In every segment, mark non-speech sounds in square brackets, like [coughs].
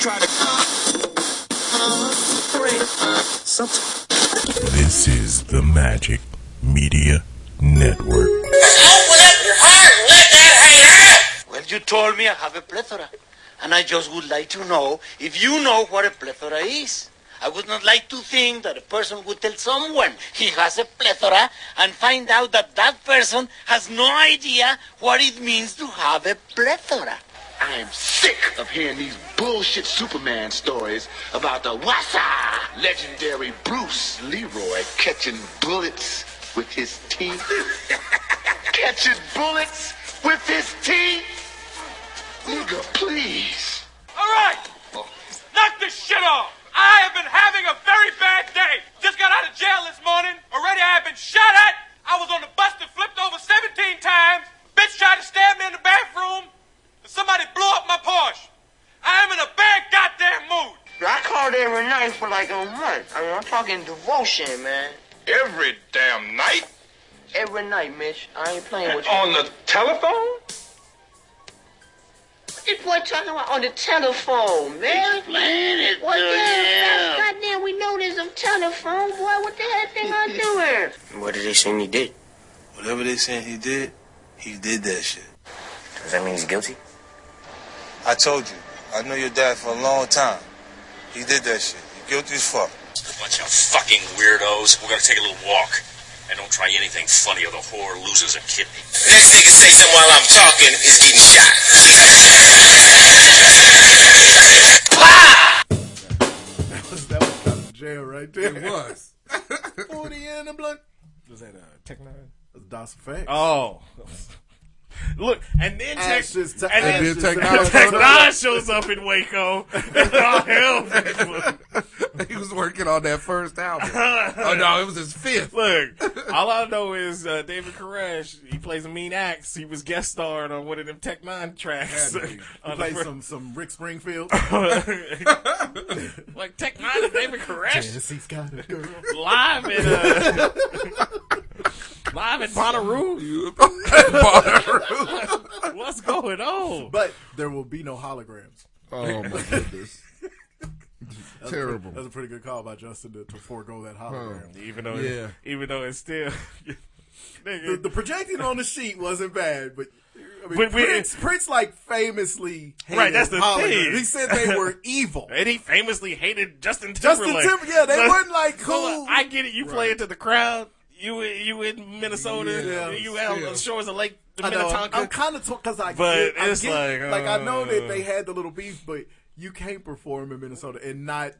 try to. This is the Magic Media Network. Well, you told me I have a plethora, and I just would like to know if you know what a plethora is. I would not like to think that a person would tell someone he has a plethora and find out that that person has no idea what it means to have a plethora. I am sick of hearing these bullshit Superman stories about the Wassa legendary Bruce Leroy catching bullets with his teeth. [laughs] catching bullets with his teeth? Nigga, please. All right, knock this shit off. I have been having a very bad day. Just got out of jail this morning. Already I have been shot at. I was on the bus that flipped over 17 times. Bitch tried to stab me in the bathroom. And somebody blew up my Porsche. I am in a bad goddamn mood. I called every night for like a month. I mean, I'm talking devotion, man. Every damn night? Every night, Mitch. I ain't playing with you. On the telephone? This boy talking about on the telephone, man. Explain it What to the hell? him. Goddamn, we know there's a telephone, boy. What the hell thing I What did they say he did? Whatever they saying he did, he did that shit. Does that mean he's guilty? I told you, I knew your dad for a long time. He did that shit. He guilty as fuck. Bunch of fucking weirdos. We're gonna take a little walk. And don't try anything funny or the whore loses a kidney. Next nigga say something while I'm talking is getting shot. That was that was kind of jail right there. It was. Forty in the blood. Was that uh, Tech Nine? That's a fact. Oh. [laughs] Look, and then Tech, Ashes to and ashes then to [laughs] ashes. Tech, Nine shows up in Waco. [laughs] And all hell he was working on that first [laughs] album. oh no, it was his fifth. Look, all I know is uh, David Koresh. He plays a mean axe. He was guest starred on one of them Tech Nine tracks. Had to be. He [laughs] On the played fir- some some Rick Springfield. [laughs] like Tech Nine and David Koresh Jesse's got a girl. live in uh, [laughs] live in [laughs] Bonnaroo. Oh, Bonnaroo. What's going on? But there will be no holograms. [laughs] Oh my goodness. That's a pre- Terrible. That's a pretty good call by Justin to, to forego that hologram. Even though, even though it's still. [laughs] The, the projecting on the sheet wasn't bad, but I mean, But we- Prince, Prince like famously hated Right, that's the holograms. thing. He said they [laughs] were evil. And he famously hated Justin Justin Timberlake. Timber- yeah, they [laughs] weren't, like, so, cool. I get it. You play into the crowd. You you in Minnesota. Yeah. you out Yeah. on the shores of Lake I know. Minnetonka. I'm kind of because I But get, I it's get- like, I know that uh, they had the little beef, but you can't perform in Minnesota and not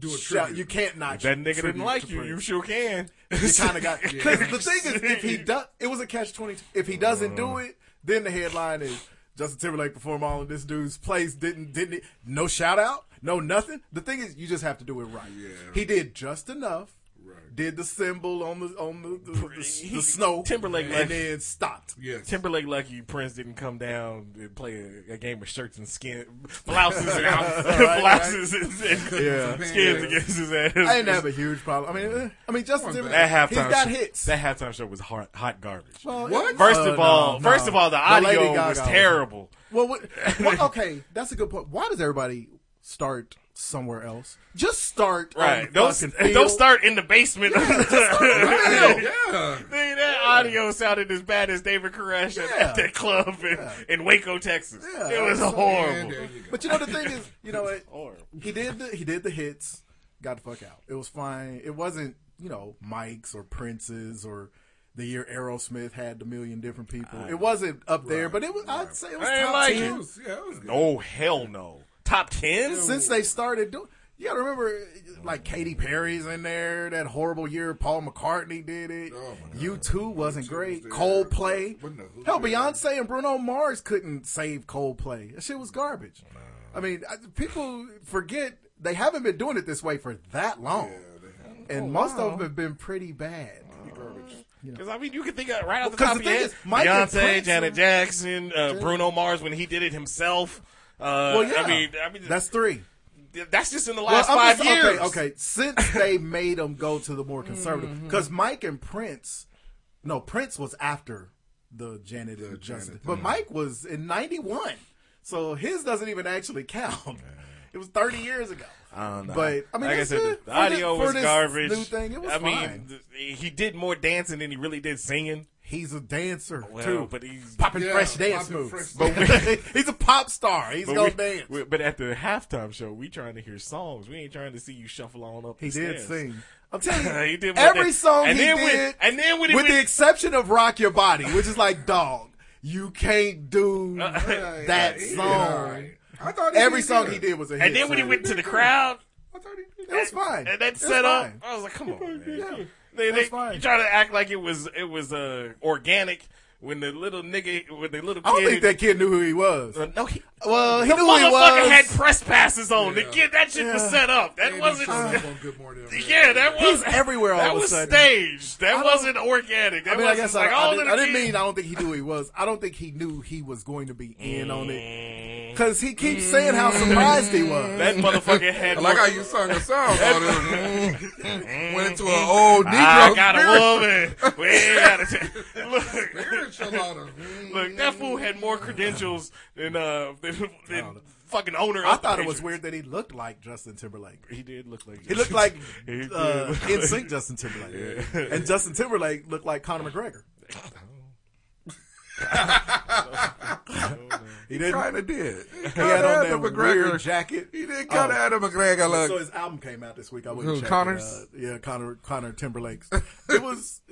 do a tribute. You can't not that nigga tribute didn't like to you. Prince. You [laughs] sure can. He kind of got because the thing is, if he does, it was a catch twenty. If he doesn't do it, then the headline is Justin Timberlake performed all of this dude's plays. Didn't didn't no shout out, no nothing. The thing is, you just have to do it right. He did just enough. Did the symbol on the on the, the, the, the snow Timberlake and like- then stopped. Timberlake lucky Prince didn't come down and play a, a game of shirts and skin [laughs] blouses and [laughs] out- Right, right. blouses and, and Yeah. skins Yeah. against his ass. I didn't have a huge problem. I mean, eh, I mean Justin Timberlake. that halftime he's got show, hits. That halftime show was hot, hot garbage. Well, What? First Uh, of no, all, no. first of all, the Lady audio Gaga was terrible. Well, what, well, okay, that's a good point. Why does everybody start somewhere else? Just start Right. On the Don't fucking field. [laughs] don't start in [laughs] the basement. Yeah. Nigga, that audio sounded as bad as David Koresh at- at [laughs] that club in, in Waco, Texas. Yeah. It was So- horrible. But you know the thing is, you know what? Horrible. He did the, he did the hits. Got the fuck out. It was fine. It wasn't you know Mike's or Prince's or. The year Aerosmith had a million different people, it wasn't up there, but it was. I'd say it was I ain't top like ten. it. Yeah, it was good. Oh hell no! Top ten? since they started doing. You gotta remember, like Katy Perry's in there. That horrible year Paul McCartney did it. Oh, U two wasn't great. there. Coldplay. What in the hood? Hell, Beyonce and Bruno Mars couldn't save Coldplay. That shit was garbage. Oh, I mean, I, people forget they haven't been doing it this way for that long, and most of them have been pretty bad. Because I mean, you can think of right off the Well, 'cause top the of your thing head: is, Mike and Beyonce, Prince Janet are- Jackson, uh, Bruno Mars when he did it himself. Uh, Well, yeah, I mean, I mean, that's three. that's just in the Well, last I'm five just- years. Okay, okay. Since they made them go to the more conservative, Mm-hmm. because Mike and Prince, no, Prince was after the Janet and Justin, but Mike was in '91, so his doesn't even actually count. It was 30 years ago. I don't know. But I mean, like I that's said, good. the For audio this- for was this garbage. New thing, it was I fine. mean, th- he did more dancing than he really did singing. He's a dancer well, too. but he's popping fresh dance moves. But [laughs] he's a pop star. He's but gonna we- dance. we- but at the halftime show, we trying to hear songs. We ain't trying to see you shuffle on up. He the did stairs. sing. I'm telling [laughs] you, He did more every than- song and he then did, when- and then when with he the went- exception of "Rock Your Body," which is like, dog, you can't [laughs] do that yeah, song. alright. I thought he every did song good. he did was a hit. And then when he so- went to the crowd, it was fine. and that It was set up, fine. I was like, come on, man. Yeah. They, That's they, fine. You try to act like it was it was uh, organic when the little nigga when the little kid I don't think that kid knew who he was. Uh, no, he, well, he the knew who he motherfucker was. had [laughs] press passes on. The kid, that shit was Yeah. set up. That And he [laughs] wasn't. showed up [laughs] yeah, that He's was everywhere all that of a was sudden. staged. I That don't- wasn't organic. That I mean, I wasn't guess like I, I, all didn't, of the I didn't kids- mean I don't think he knew he was. I don't think he knew he was going to be in on it because he keeps saying how surprised he [laughs] was. [laughs] That motherfucker had I like how [laughs] more- you sung a song. all this. Went into an old Negro. I got a spirit. [laughs] woman. Way out of town. Look, look, that fool had more credentials than uh than, than fucking owner. I of the thought it was Patriots. weird that he looked like Justin Timberlake. [laughs] He did look like He looked like [laughs] He did uh, look [laughs] in like- [laughs] sync Justin Timberlake, Yeah. and Justin Timberlake looked like Conor [laughs] McGregor. he didn't. Kinda did. He Kinda had had on the that McGregor- weird jacket. He did kinda had a McGregor look. Oh. So his album came out this week. I went Who, and checked Conor's? It, uh, yeah, Conor Conor [laughs] Timberlake's. It was.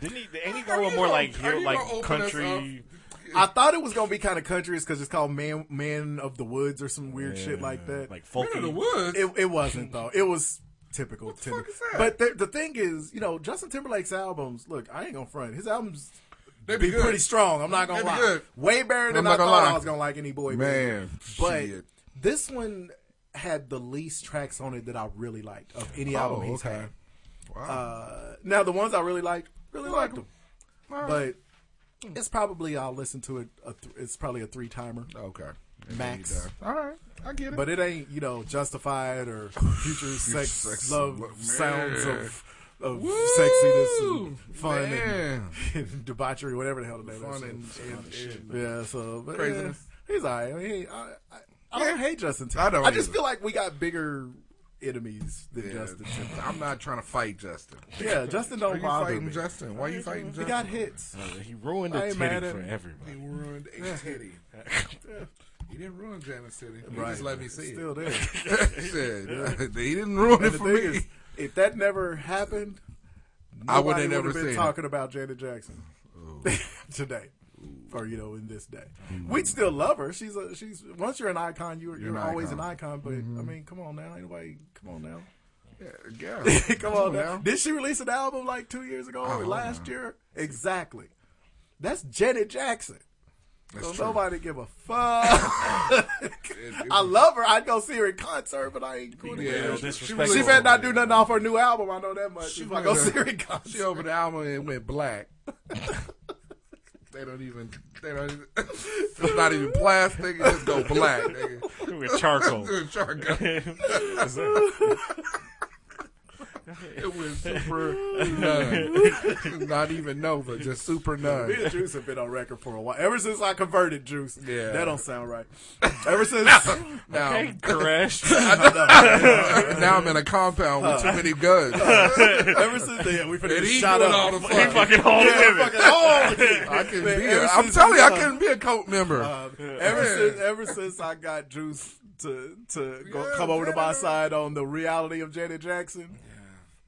Didn't he? Ain't he going more like hill, like country? I thought it was gonna be kind of country. It's because it's called Man Man of the Woods or some weird shit like that. Like folky. Man of the Woods. It, it wasn't though. It was typical. Timber- But the, the thing is, you know, Justin Timberlake's albums. Look, I ain't gonna front. His albums They be, be good. pretty strong. I'm not gonna They be lie. good. Way better than I'm I not thought gonna lie. I was gonna like any boy Man, band. But shit. this one had the least tracks on it that I really liked of any Oh, album he's okay. had. Uh, now the ones I really liked, really liked them, but it's probably I'll listen to it. A th- it's probably a three timer. Okay, max. All right, I get it. But it ain't you know justified or [sighs] future sex, Sex, love man. sounds of of Woo, sexiness and fun and, man. [laughs] and debauchery, whatever the hell the name Fun is. and- and- and- yeah, so but Craziness. yeah, he's all right. I mean, he- I, I, I don't hate Justin. I don't I just either. feel like we got bigger enemies than Yeah, [laughs] Justin. I'm not trying to fight Justin. Yeah, Justin don't Why you bother fighting me. Justin? Why you fighting Justin? He got hits. he ruined I a ain't mad titty at for him. everybody. He ruined a titty. he didn't ruin Janice City. He Right. just let me It's see still there. it. [laughs] Shit, he didn't ruin And it the for thing me. is, if that never happened, I would've nobody never would've been seen it. talking about Janet Jackson [laughs] today, or you know, in this day. We'd still love her. She's a she's once you're an icon, you're, you're, Mm-hmm. an always icon. Mm-hmm. an icon. But I mean, come on now, anybody, come on [laughs] now. [laughs] yeah, [laughs] Come on now. Did she release an album like two years ago I or don't last year? Exactly. That's Janet Jackson. That's so true. nobody [laughs] give a fuck. I love her. I'd go see her in concert, but I ain't going Yeah, to. real she disrespectful. better not [laughs] do nothing off her new album. I know that much. if I go went- see her in concert. She opened the album and it went black. [laughs] they don't even. They don't even. [laughs] It's not even plastic. It just go black. Nigga. With [laughs] charcoal. With charcoal. it went super none. not even Nova, just super [laughs] none. Me and Juice have been on record for a while. Ever since I converted Juice. Yeah. That don't sound right. Ever since. [laughs] [laughs] Now, Okay, Koresh. I know. now I'm in a compound with too many guns. Ever since then, we finna And get he shot doing up. all [laughs] the Yeah, fucking- fucking all the Yeah, women. I couldn't Man, be. ever A, I'm since telling you, I we- couldn't be a cult member. Um, ever Yeah. since ever since I got Juice to to go, Yeah, come over to my Janet. side on the reality of Janet Jackson,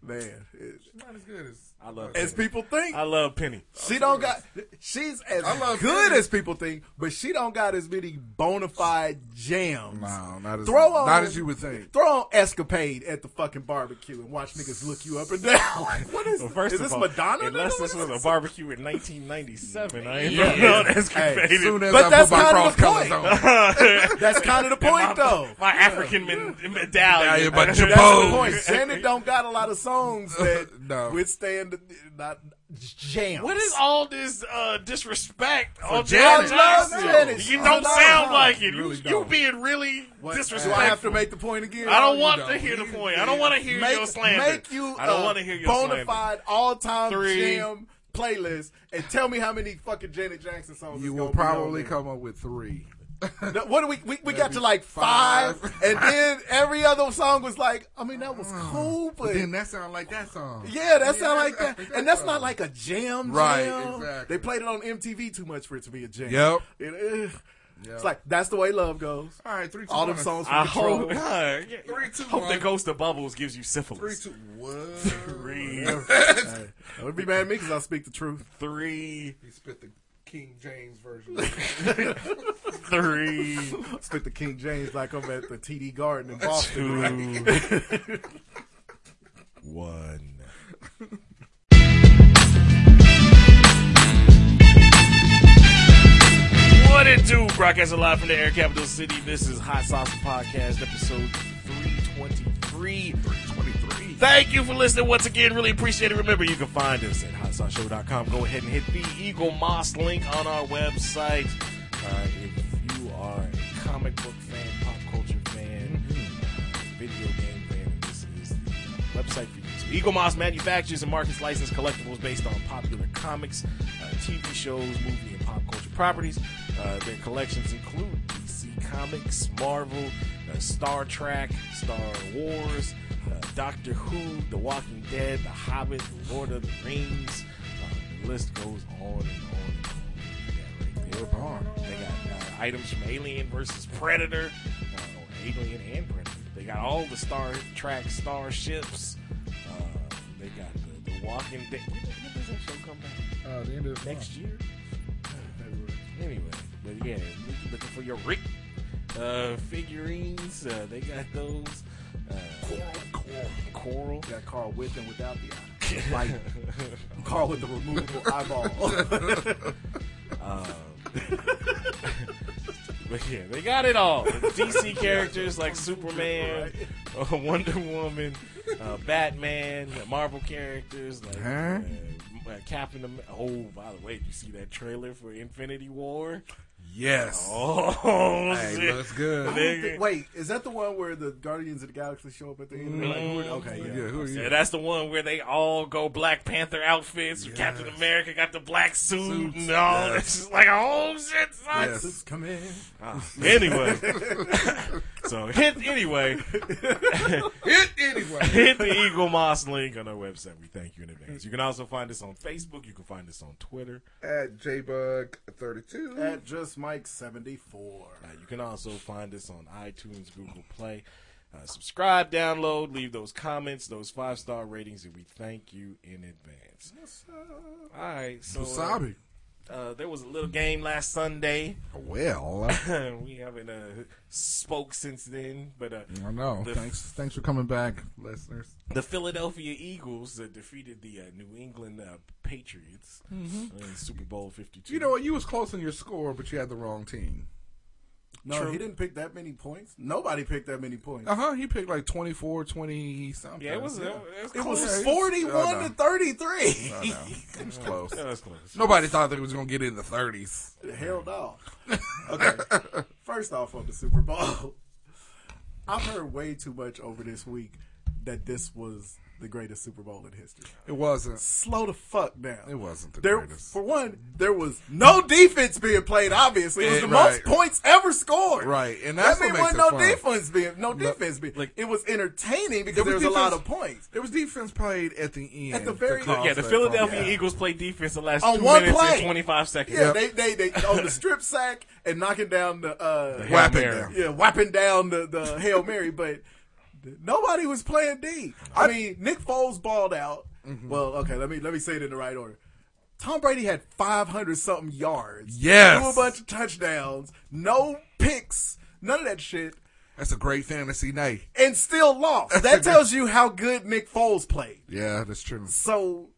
man, it- Not as good as I love. as people think, I love Penny. she don't got she's as I love good Janet. as people think, but she don't got as many bona fide jams. No, not as Throw on, not as you would think. Throw on Escapade at the fucking barbecue and watch niggas look you up and down. Like, what is Well, first is of this all, Madonna? Unless nigga? this What was is a barbecue in 1997, I ain't Yeah. yeah. know that's Hey, conveyed. soon as But I that's put my kind of cross the colors point. [laughs] on. That's kind of the point, though. My African men- Yeah, medallion. but That's your the That's Oh. the point. point. Janet don't got a lot of songs that No. withstand the, not jams. What is all this uh, disrespect on Janet. Janet? I love Jackson? Janet. You I don't love sound her. like it. You really You, you don't. being really What- disrespectful. Do I have to make the point again? I don't You want to hear the point. I don't want to hear make, your slander. Make you I don't a want to hear your bona slander. fide all time Three. jam playlist and tell me how many fucking Janet Jackson songs. You is will gonna be on probably there. come up with three. No, what do we we, we got to like five, [laughs] and then every other song was like, I mean, that was cool, but, Mm. But then that sound like that song. yeah, that Yeah, sound like that's- that, and that's not like a jam. jam. Right, exactly. They played it on MTV too much for it to be a jam. Yep. It- ugh. Yep. It's like that's the way love goes. All right, three, two, All them one. songs I from Control. hope, God, yeah, Three, two, hope one. that goes to bubbles gives you syphilis. Three, two, one. [laughs] Three. [laughs] Hey, don't be mad at me because I speak the truth. Three. He spit the King James version. Three. Spit the King James like I'm at the TD Garden in Boston. Two. right? One. What it do? Broadcasting live from the Air Capital City. This is Hot Sauce Podcast, episode 323. 323. Thank you for listening once again. Really appreciate it. Remember, you can find us at hotsauceshow.com. Go ahead and hit the Eagle Moss link on our website. Uh, if you are a comic book fan, pop culture fan, uh, video game fan, this is the website for you. So Eagle Moss manufactures and markets licensed collectibles based on popular comics, uh, TV shows, movie, and pop culture properties. Uh, their collections include DC Comics, Marvel, uh, Star Trek, Star Wars, uh, Doctor Who, The Walking Dead, The Hobbit, The Lord of the Rings. Uh, the list goes on and on and on. They got uh, items from Alien versus Predator, uh, or Alien and Predator. They got all the Star Trek starships. Uh, they got the, the Walking Dead. When does that show come back? Uh, the end of Next year? Anyway, but yeah, look- looking for your Rick uh, figurines. Uh, they got those. Uh, coral, coral, coral. Got Carl with and without the eye. Like [laughs] Carl with the removable eyeball. [laughs] But yeah, they got it [laughs] all. DC characters like Superman, [laughs] uh, Wonder Woman, uh, Batman, Marvel characters like Huh? uh, uh, Captain America. Oh, by the way, did you see that trailer for Infinity War? Yes. Oh, Hey, shit. looks good. I don't think- wait, is that the one where the Guardians of the Galaxy show up at the end? And they're like, who are- okay, yeah. Mm. Yeah, who are you? Yeah, that's the one where they all go Black Panther outfits. or Captain America got the black suit Suits, and all. [laughs] yes. It's just like, oh shit, son. Yes. Just come in. Ah, [laughs] anyway, [laughs] so hit anyway, Hit anyway. hit the [laughs] Eagle Moss link on our website. We thank you in advance. You can also find us on Facebook. You can find us on Twitter. At JBug32. At just Mike seventy four. Uh, you can also find us on iTunes, Google Play. Uh, subscribe, download, leave those comments, those five star ratings, and we thank you in advance. All right, so uh, Wasabi. uh, there was a little game last Sunday. [laughs] Well, we haven't uh, spoke since then, but uh, I know. The- Thanks, thanks for coming back, listeners. The Philadelphia Eagles uh, defeated the uh, New England uh, Patriots in Super Bowl 52. You know what? You was close on your score, but you had the wrong team. No, True. he didn't pick that many points. Nobody picked that many points. Uh huh. He picked like 24, 20 something. yeah, it was, uh, uh, It, was It close. was he's- forty one oh, no. to thirty three. I know. It was close. Yeah, it was close. Nobody thought that it was gonna get in the thirties. Hell no. Okay. First off, on the Super Bowl, [laughs] I've heard way too much over this week that this was the greatest Super Bowl in history. It wasn't. Slow the fuck down. It wasn't the there, greatest. For one, there was no defense being played. Obviously, it was Eh, the most right. points ever scored. Right, and that's that means what makes wasn't it no fun. defense being no defense being. like- it was entertaining because There there was was a lot of defense- points. There was defense played at the end. At the very- to cause Yeah, the that Philadelphia fumble. Eagles played defense the last On two one minutes and play. 25 seconds. Yeah, they, they they on the strip sack and knocking down the uh, Hail Whapping Mary. them. yeah, wiping down the, the Hail Mary, but nobody was playing D. I mean, Nick Foles balled out. Mm-hmm. Well, okay, let me let me say it in the right order. Tom Brady had 500 something yards. Yes. Threw a bunch of touchdowns, no picks, none of that shit, That's a great fantasy night. and still lost. [laughs] That tells you how good Nick Foles played. Yeah, that's true. So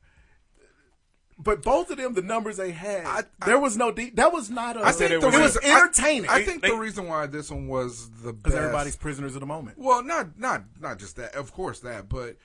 but both of them, the numbers they had, I- I- there was no deep. That was not a. I think it the it was reason- I- entertaining. I, think They- the reason why this one was the best. because everybody's prisoners of the moment. Well, not not not just that, of course that, but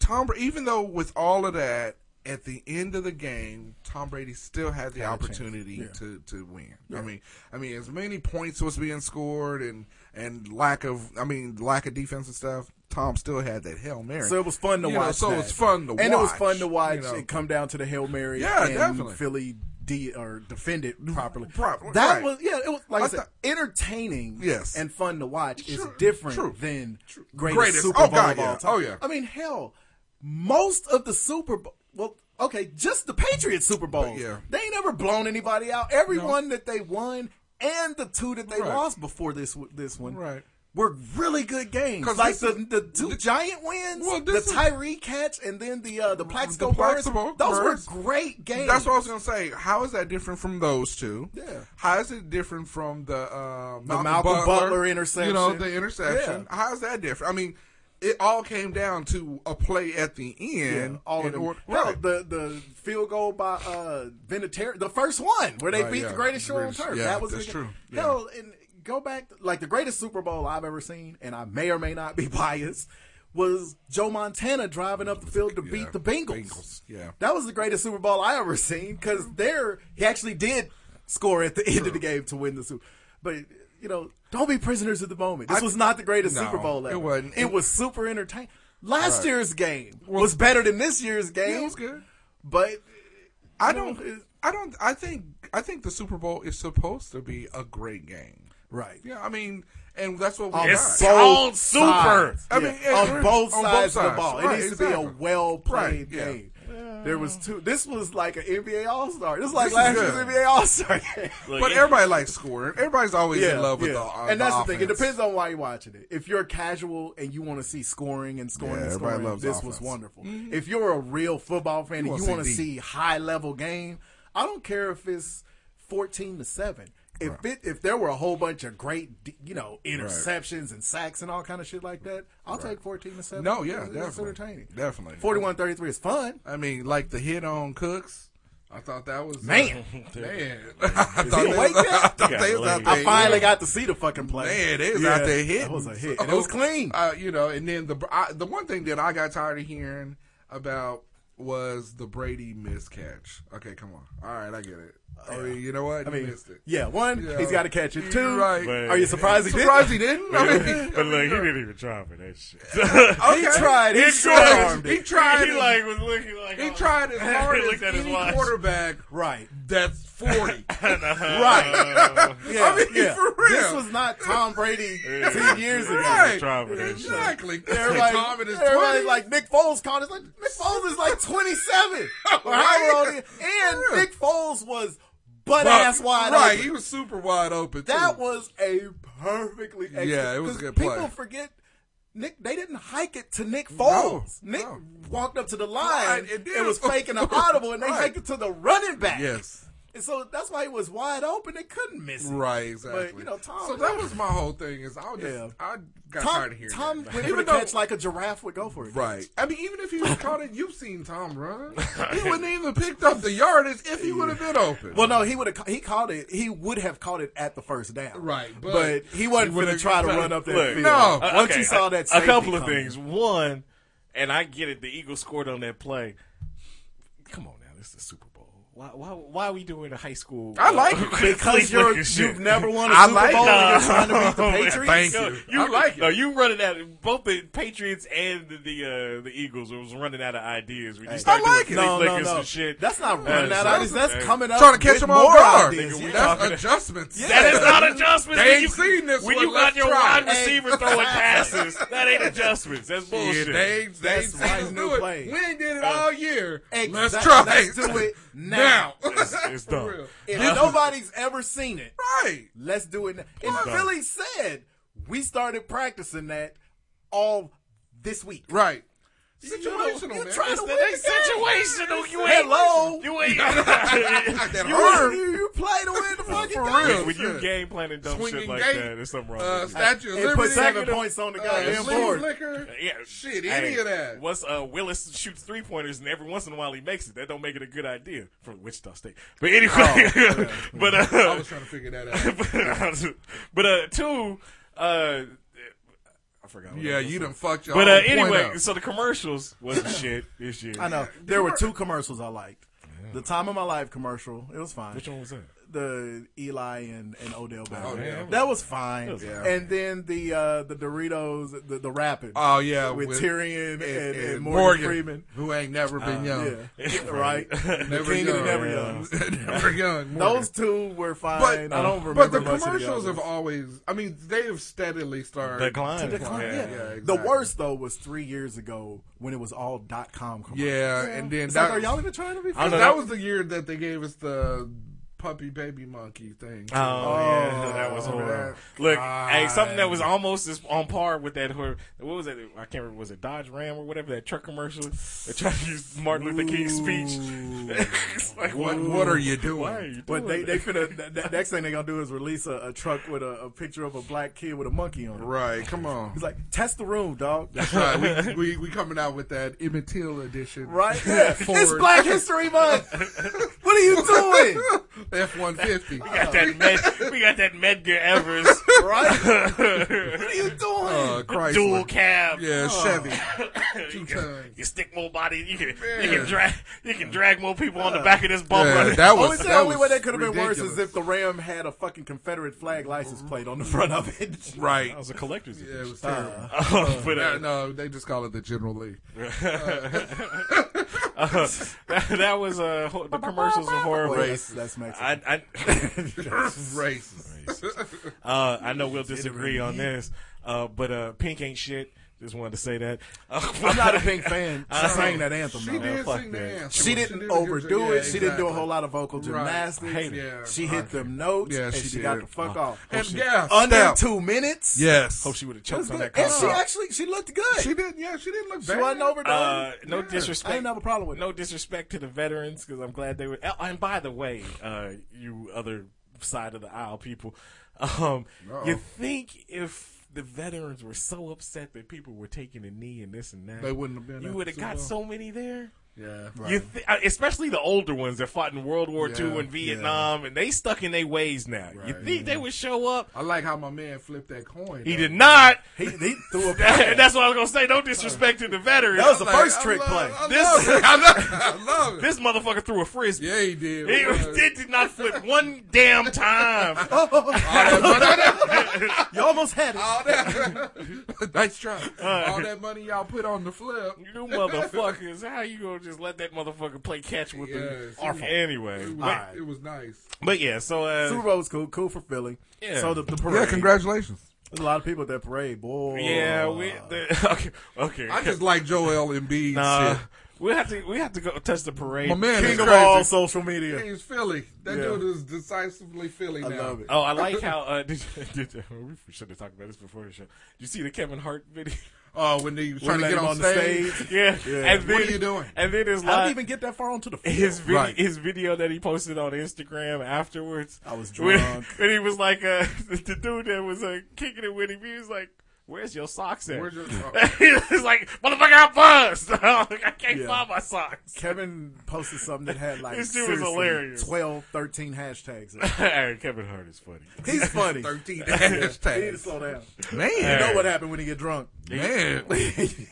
Tom. Bra- Even though with all of that, at the end of the game, Tom Brady still had the opportunity to to win. I mean, I mean, as many points was being scored and and lack of, I mean, lack of defense and stuff. Tom still had that hail mary. So it was fun to You know, watch. so that. it's fun to and watch. it was fun to watch you know. it come down to the hail mary. Yeah, and definitely. Philly de- or defend it properly. Properly, that right. was yeah. It was like I I said, thought- entertaining. Yes. and fun to watch is different true, than true. greatest, Greatest. Super Oh, Bowl God, of all yeah. time. Oh, yeah. I mean, hell, most of the Super Bowl. Well, okay, just the Patriots Super Bowl. yeah. they ain't never blown anybody out. Everyone that they won and the two that they Right. lost before this w- this one Right. were really good games. 'Cause Like this the, is- the two giant wins, Well, the this is- Tyree catch, and then the uh, the Plaxico The burst. Plaxico Those burst. were great games. That's what I was gonna say. How is that different from those two? Yeah. How is it different from the uh, Malcolm, Malcolm Butler, Butler You know interception. the interception. Yeah. How is that different? I mean, it all came down to a play at the end. Yeah, all in of them. order- Hell, right. the the field goal by uh Vinatieri, the first one where they Right, beat Uh, yeah. the greatest show on Greatest- turf. yeah, that was that's the- true. Yeah. Hell, and go back like the greatest Super Bowl I've ever seen, and I may or may not be [laughs] biased. Was Joe Montana driving up the field to beat the Bengals? Bengals, yeah. That was the greatest Super Bowl I ever seen because there he actually did score at the end of the game to win the Super. But you know, don't be prisoners of the moment. This I- was not the greatest No, Super Bowl it ever. wasn't. It It- was super entertaining. Last Right. year's game was better than this year's game. Yeah, it was good. But I you know, don't. it- I don't. I think. I think the Super Bowl is supposed to be a great game. right. Yeah, I mean, and that's what we On got. It's called super. sides. I mean, Yeah, on it- both on both sides of the sides. ball, it Right, needs to exactly. be a well Right, played yeah. game. There was two. This was like an NBA All Star. This was like This is last good. year's NBA All [laughs] Star. But everybody likes scoring. Everybody's always in love with the. Uh, and that's the, thing. It offense. depends on why you're watching it. If you're casual and you want to see scoring and scoring Yeah, and everybody scoring, loves this was offense. wonderful. If you're a real football fan and wanna you want to see deep. see high level game, I don't care if it's fourteen to seven. If it if there were a whole bunch of great d- you know interceptions and sacks and all kind of shit like that, I'll take fourteen to seven. No, yeah, It's- it's definitely. entertaining. Definitely. 41-33 is [laughs] fun. I mean, like the hit on Cooks. I thought that was uh, Man. man. [laughs] I thought they awake was, yet? [laughs] I thought Got they was out laid. there. I finally hitting. got to see the fucking play. Man, they was Yeah, out there hitting. That was a hit, and it was So, clean. Uh, you know, and then the I, the one thing that I got tired of hearing about was the Brady miscatch. Okay, come on. All right, I get it. I mean, you know what? I You mean, missed it. yeah, one, Yeah. he's got to catch it. You're Two, right. are you surprised he didn't? Surprised he didn't. I But mean, [laughs] but look, he didn't even try for that shit. he [laughs] He tried. He, He tried. tried. [laughs] He [laughs] tried. He his- like was looking like He oh. [laughs] [laughs] tried as hard He as looked at his any watch. quarterback Right. that's [laughs] forty. Right. yeah, [laughs] I mean, yeah. for This real. was not Tom Brady Yeah. 10 years ago. Right. [laughs] Exactly. Everybody, Tom in his everybody's 20s. like, Nick Foles called us. Like, Nick Foles is like [laughs] 27. Or however old he is. And For real. Nick Foles was butt But- ass wide Right, open. he was super wide open. That too. was a perfectly excellent- Yeah, it was a 'cause good play. People forget Nick. They didn't hike it to Nick No, Foles. Nick no. walked up to the line Right, it did. [laughs] and was faking an audible, and they Right. hiked it to the running back. yes. and so that's why he was wide open. They couldn't miss it. Right, exactly. But, you know, Tom- so that was my whole thing. Is I just Yeah. I got tired Tom, of hearing Tom that. went for [laughs] Even the though- catch like a giraffe would go for it. Right. I mean, even if he was caught [laughs] it, you've seen Tom run. He [laughs] wouldn't even picked up the yardage if he would have been open. Well, no, he would have. He caught it. He would have caught it at the first down. Right, but- but, he wasn't going to would've- [laughs] try to run up that Look, field. no. Uh, once okay, you saw that, a safety couple of coming. things. One, and I get it. The Eagles scored on that play. Come on now, this is the Super Bowl. Why? Why? Why are we doing a high school? I like it. because Please you're, look at shit. you've never won a [laughs] I Super like Bowl and it. Oh, you're trying to beat [laughs] [laughs] the No. Patriots. Thank you. I like it. No, you running out of both the Patriots and the the, uh, the Eagles was running out of ideas when you start I like doing it. flea No, no, flickers no. and shit. That's not running That's- out of ideas. That's that's- coming up. trying to catch with him off more guard. ideas. [laughs] Nigga, we Yeah. That's adjustments. That is [laughs] not adjustments. They nigga. ain't You- seen this When one. you got Let's your try. wide receiver [laughs] throwing passes, that ain't adjustments. That's Yeah, bullshit. they they, That's they right, do new it. play. We ain't did it all year. Exact- Let's try. let's do [laughs] it now. It's- it's For dumb. real. If nobody's ever seen it, Right. let's do it. Now. And It's Philly said we started practicing that all this week. Right. You know, Situational, you man. trying It's to the- win the game. situational. You ain't. Hello. You [laughs] ain't. that You, hurt. you, you play to win the fucking For game. real. when you shit. game planning dumb shit Swinging like gate. that, there's something wrong. Uh, with you. Statue of And Liberty. put seven points on the uh, goddamn flea board. flicker. Uh, Yeah, Shit, Hey, any of that. Once uh, Willis shoots three pointers, and every once in a while he makes it. That don't make it a good idea from Wichita State. But anyway, [laughs] but uh, Oh, I [laughs] was trying to figure that out. but uh, two, uh, I forgot. What [laughs] yeah, I was you saying. done fucked your But uh, whole point anyway, up. so the commercials was the shit [laughs] this year. I know there were two commercials I liked. The time of my life commercial. It was fine. Which one was that? [laughs] the Eli and, and Odell battle. Oh, yeah. That was fine. That was fine. And then the uh, the Doritos, the, the rapid. Oh yeah, with, Tyrion and, and, and Morgan, Freeman. who ain't never been Uh, young, yeah. right? [laughs] The Never king young, of the never young. [laughs] never young. Morgan. Those two were fine. But, I don't remember. But the much of commercials others. have always. I mean, they have steadily started To decline, yeah. The exactly. worst though was three years ago when it was all dot com commercials. Yeah, and then It's that, like, are y'all even trying to be? That, funny? was the year that they gave us the puppy baby monkey thing. too. Oh, yeah, that was Remember horrible. Oh, that? Look, Ah, hey, something that was almost as on par with that. hor- What was that? I can't remember. Was it Dodge Ram or whatever that truck commercial? They tried to use Martin Luther King's speech. [laughs] It's like, What- Ooh. what are you doing? Why are you But doing they they that? finna the, the next thing they gonna do is release a, a truck with a, a picture of a black kid with a monkey on it. Right, come [laughs] on. He's like, test the room, [laughs] dog. That's right. We, we we coming out with that Emmett Till edition. [laughs] Right? Yeah. [laughs] it's Ford. Black History [laughs] Month. what are you doing? F one [laughs] fifty. we got that med. We got that Medgar Evers. [laughs] Right? what [laughs] are you doing? Uh, Chrysler. Dual cab. Yeah, Chevy. [laughs] you, Two can, times. you stick more body. You can you Yeah. can drag you can drag more people on the back of this bumper. Yeah, [laughs] that was- Only thing- that only way was that could have been worse ridiculous. is if the Ram had a fucking Confederate flag license plate on the front of it. [laughs] [laughs] Right. That was a collector's Yeah, it was Uh, terrible. Uh, [laughs] but, Yeah, uh, no, they just call it the General Lee. Uh, that, [laughs] that was uh, ho- the commercials of horror Wait, race. that's- that's Mexican. I, I, [laughs] Racist. uh, I know we'll disagree on this, uh, but uh, Pink ain't shit. Just wanted to say that. I'm not a [laughs] Pink [laughs] fan. She Uh, sang that anthem. she though. did Fuck sing the that. anthem. She She didn't did a good- overdo yeah, it. She didn't do a exactly. whole lot of vocal gymnastics. Hate it. Yeah, she I hit them notes. Yeah, and she, she got the did. fuck Wow. off. And shit. yeah, Under step. two minutes. [laughs] Yes. Hope she would have That was choked on good. that. And she cover. actually she looked good. She didn't. Yeah, she didn't look She bad. wasn't overdone. Uh, no Yeah. disrespect. I didn't have a problem with it. no disrespect to the veterans because I'm glad they were. oh, And by the way, uh, you other side of the aisle people, um, you think if the veterans were so upset that people were taking a knee and this and that, They wouldn't have been You up would have so got well. so many there. Yeah. You th- especially the older ones that fought in World War II and Vietnam, and they stuck in their ways now. You think they would show up? I like how my man flipped that coin. He though. did not. [laughs] He, he threw a That's what I was gonna say. No disrespect to the veterans. That was the Like, first I trick love- play. I love This- it. [laughs] I love, [laughs] I love it. [laughs] This motherfucker threw a frisbee. Yeah, he did. He What? did, [laughs] did not flip one damn time. You almost had it. All that, [laughs] nice try. All that money y'all put on the flip. [laughs] You motherfuckers, how you gonna just let that motherfucker play catch with Yes. the anyway? It was, But, it was nice. but yeah, [laughs] so Super uh, Bowl was cool, cool for Philly. Yeah. So the, the parade. Yeah, congratulations. There's a lot of people at that parade, boy. yeah, we the, [laughs] okay, okay. I just like Joel Embiid. nah, shit. we have to we have to go touch the parade. My man king is of crazy. all social media. He's Philly. That Yeah. dude is decisively Philly I now. love it. Oh, I like how uh, [laughs] did, did, we should have talked about this before the show. Did you see the Kevin Hart video? [laughs] Oh, when they was When trying to they get let on, him on the stage. stage. [laughs] yeah, and What are you doing? And then his I live, didn't even get that far onto the field. [laughs] his video, Right. his video that he posted on Instagram afterwards. I was when- drunk. [laughs] When he was like, uh, [laughs] the dude that was uh, kicking it with him, he was like, "Where's your socks at?" Where's [laughs] your- he was like, "Motherfucker, I [laughs] buzzed. I can't Yeah. find my socks." [laughs] [laughs] Kevin posted something that had like This dude was seriously hilarious. 12, 13 hashtags. [laughs] in it. Hey, Kevin Hart is funny. He's funny. [laughs] Thirteen He need to hashtags. slow down. You Man, know what happened when he get drunk? [laughs] man,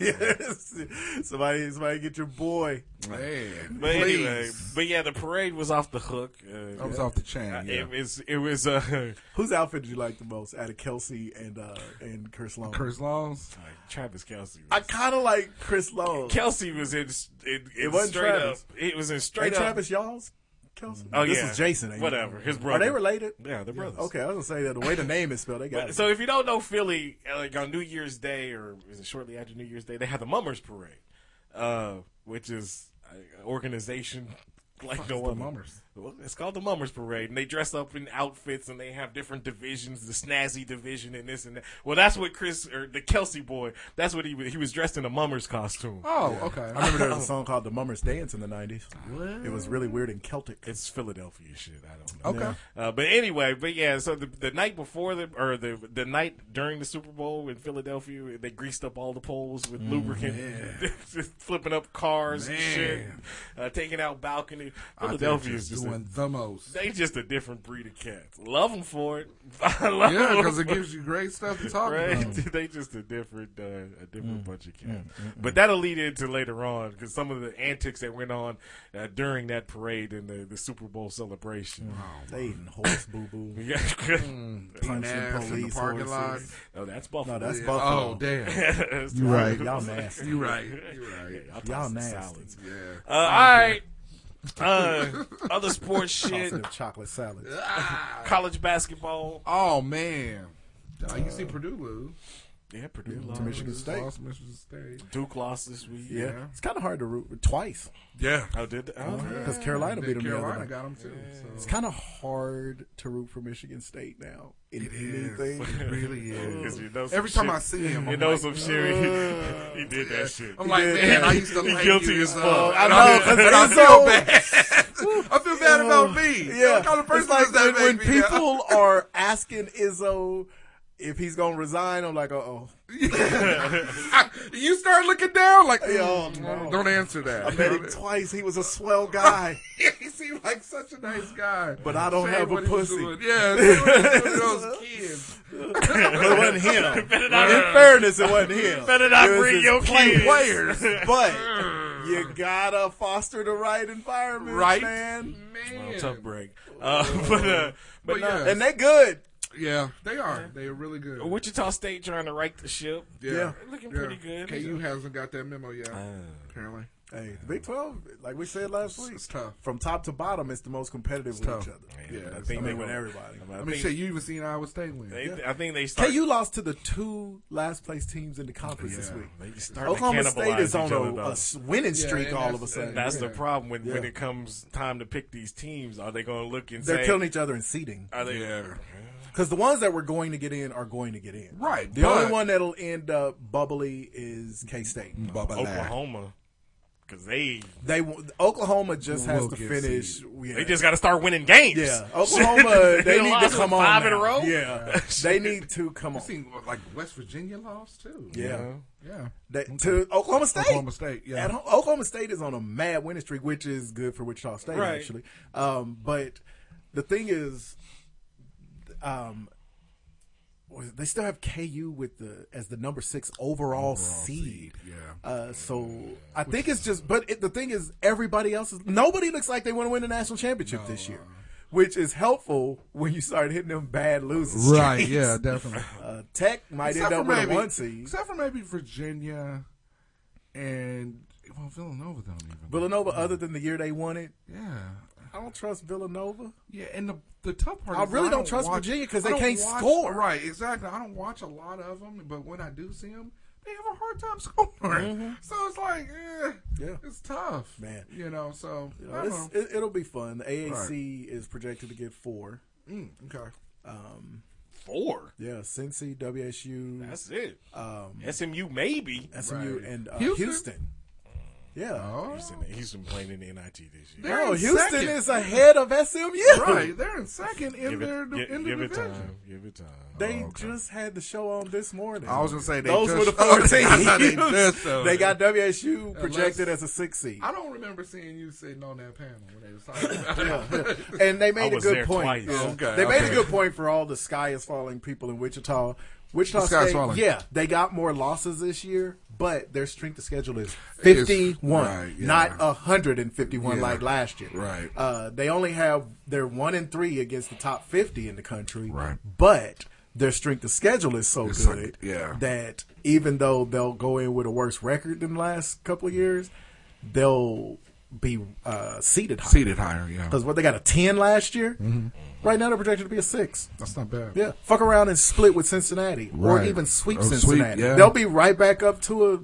yes. Somebody, somebody get your boy. man. But anyway, Please. but yeah, the parade was off the hook. Uh, I was off the chain. uh, yeah. It was it was uh, [laughs] Whose outfit did you like the most out of Kelsey and uh, and Chris Long? Curse laws. Travis Kelsey. I kind of like Chris Long. Kelsey was in, in, in It wasn't straight Travis. up. It was in Hey, straight up. Travis, y'all's Kelsey. Oh, this yeah. is Jason. Ain't it? Whatever, his Are brother. they related? Yeah, they're brothers. Okay, I was gonna say that the way the name is spelled, they got But- it. So if you don't know Philly, uh, like on New Year's Day or is it shortly after New Year's Day, they have the Mummers Parade, uh, which is an organization like no the other. Mummers? Well, it's called the Mummers Parade, and they dress up in outfits and they have different divisions, the snazzy division and this and that. Well, that's what Chris or the Kelsey boy. That's what he was. He was dressed in a Mummers costume. Oh, okay. I [laughs] remember there [laughs] was a song called "The Mummers Dance" in the '90s. It was really weird and Celtic. It's Philadelphia shit. I don't know. Okay. Uh, but anyway, but yeah. So the the night before the or the the night during the Super Bowl in Philadelphia, they greased up all the poles Mm, with lubricant, [laughs] just flipping up cars, and shit, uh, taking out balcony. think Philadelphia just is just one the most. [laughs] They just a different breed of cats. Love them for it. [laughs] I love Yeah, 'em 'cause it for gives you great stuff to talk Right? about. [laughs] they just a different, uh, a different bunch of cats. Oh, mm, mm, But that'll lead into later on because some of the antics that went on uh, during that parade and the, the Super Bowl celebration. Mm. They eating horse boo boo. [laughs] Yeah. Punching police horses. No, that's Buffalo. No, that's Buffalo. [laughs] Oh, Oh, That's You the- right. Y'all nasty. You [laughs] right. You right. I'll toss Y'all some nasty. salads. Yeah. Uh, all right. Uh, [laughs] other sports shit. Tossing a chocolate salad. Ah. [laughs] College basketball. Oh man, I can see Purdue lose. Yeah, Purdue To Michigan Lost State. Michigan State. Duke lost this week. Yeah. It's kind of hard to root twice. Yeah. Oh, did they? Oh, Because yeah. Carolina Then beat them Carolina the other got night. 'em too, so. It's kind of hard to root for Michigan State now. In It is. anything. [laughs] It really is. 'Cause you know some Every time shit- I see him, you I'm know like, some shit. [laughs] "Ugh." He, he did that shit. I'm like, He did man, that. I used to He like guilty you, as uh, fuck. I I know, know. but I feel bad. [laughs] I feel bad about me. Um, [laughs] Yeah, What kind of person it's like does when, that when make me now? people are asking Izzo if he's gonna resign. I'm like, uh oh. [laughs] you start looking down like, Yo, "Mm, no. don't answer that. [laughs] I met him twice. He was a swell guy, he seemed like such a nice guy, but I don't Shame have a what he's pussy. doing. Yeah, shame what he's doing to [laughs] those kids. But [laughs] it wasn't [laughs] him. Better not- In fairness, it wasn't him. Better not It was bring his your play kids. players, but you gotta foster the right environment, Right? man. Man. Well, tough break. Uh, [laughs] but uh, but, But no. yeah. And they good. Yeah, they are. They are really good. Oh, Wichita State trying to right the ship. Yeah. Looking yeah. pretty good. Uh, KU hasn't got that memo yet, apparently. Hey, the Big Twelve, like we said last week, It's tough. from top to bottom, it's the most competitive with tough. each other. Yeah, I it's think tough. they win everybody. I I mean, think shit, you even seen Iowa State win. they, Yeah. I think they start. KU lost to the two last place teams in the conference this Yeah. week. They start Oklahoma to State cannibalize is on each other, a, though. a winning streak and all that's- of a sudden. and That's the Yeah. problem when, when Yeah. it comes time to pick these teams. Are they going to look and They're say? killing each other in seeding Are they? because the ones that were going to get in are going to get in. Right, The but- only one that'll end up bubbly is K State. Oklahoma, because they They won't- Oklahoma just has Will to get finish. yeah. they just got to start winning games. [laughs] yeah. Oklahoma, they need to lost, come what, on five in a now. row. [laughs] Yeah, they need to come on. I've seen like West Virginia lost too. Yeah. yeah. They, To Oklahome State. Oklahoma State, yeah. At home, Oklahoma State is on a mad winning streak, which is good for Wichita State, Right. actually. Um, but the thing is, um, was- they still have KU with the as the number six overall, seed. yeah. Uh, so I think it's just, but it, the thing is, everybody else is nobody looks like they want to win the national championship this year, which is helpful when you start hitting them bad losing Right, streaks. yeah, definitely. [laughs] Uh, Tech might Except end up for with maybe- a one seed. Except for maybe Virginia and well, Villanova don't even. Villanova, other than the year they won it, yeah, I don't trust Villanova. yeah, and the the tough part. I is really I don't trust watch- Virginia 'cause I they don't can't watch- score. Right, exactly. I don't watch a lot of them, but when I do see them, they have a hard time [laughs] scoring. So it's like, eh, Mm-hmm. Yeah. it's tough, Man. You know, so You I know, don't it's- know. it, it'll be fun. The AAC is projected to get four. Mm, okay. Four. Yeah, Cincy, WSU, That's it. um, SMU maybe. SMU, right. and uh, Houston. Houston? Yeah. Oh, Houston, Houston playing in the NIT this year. They're No, in Houston second. is ahead of SMU. [laughs] right. They're in second in Give their it, gi- in the give it division. time. Give it time. They just had the show on this morning. Oh, I was gonna say they Those just, were the four teams. [laughs] I know they just, uh, they got WSU projected as a six seed. I don't remember seeing you sitting on that panel [laughs] when they was talking about it. and they I made a was good there point. twice. Yeah. Okay, they made okay. a good point for all the sky is falling people in Wichita. Wichita The sky's State, falling. yeah, they got more losses this year, but their strength of schedule is fifty-one, right, yeah. not hundred and fifty-one Yeah. like last year. Right. Uh, they only have they're one and three against the top fifty in the country. Right. But their strength of schedule is so It's good like- yeah. that even though they'll go in with a worse record than last couple of years, they'll be uh, seated higher. [laughs] Seated higher, yeah. Because what they got a ten last year, Mm-hmm. right now they're projected to be a six. That's not bad. Yeah, fuck around and split with Cincinnati, or Right. even sweep Or sweep, Cincinnati. yeah. They'll be right back up to a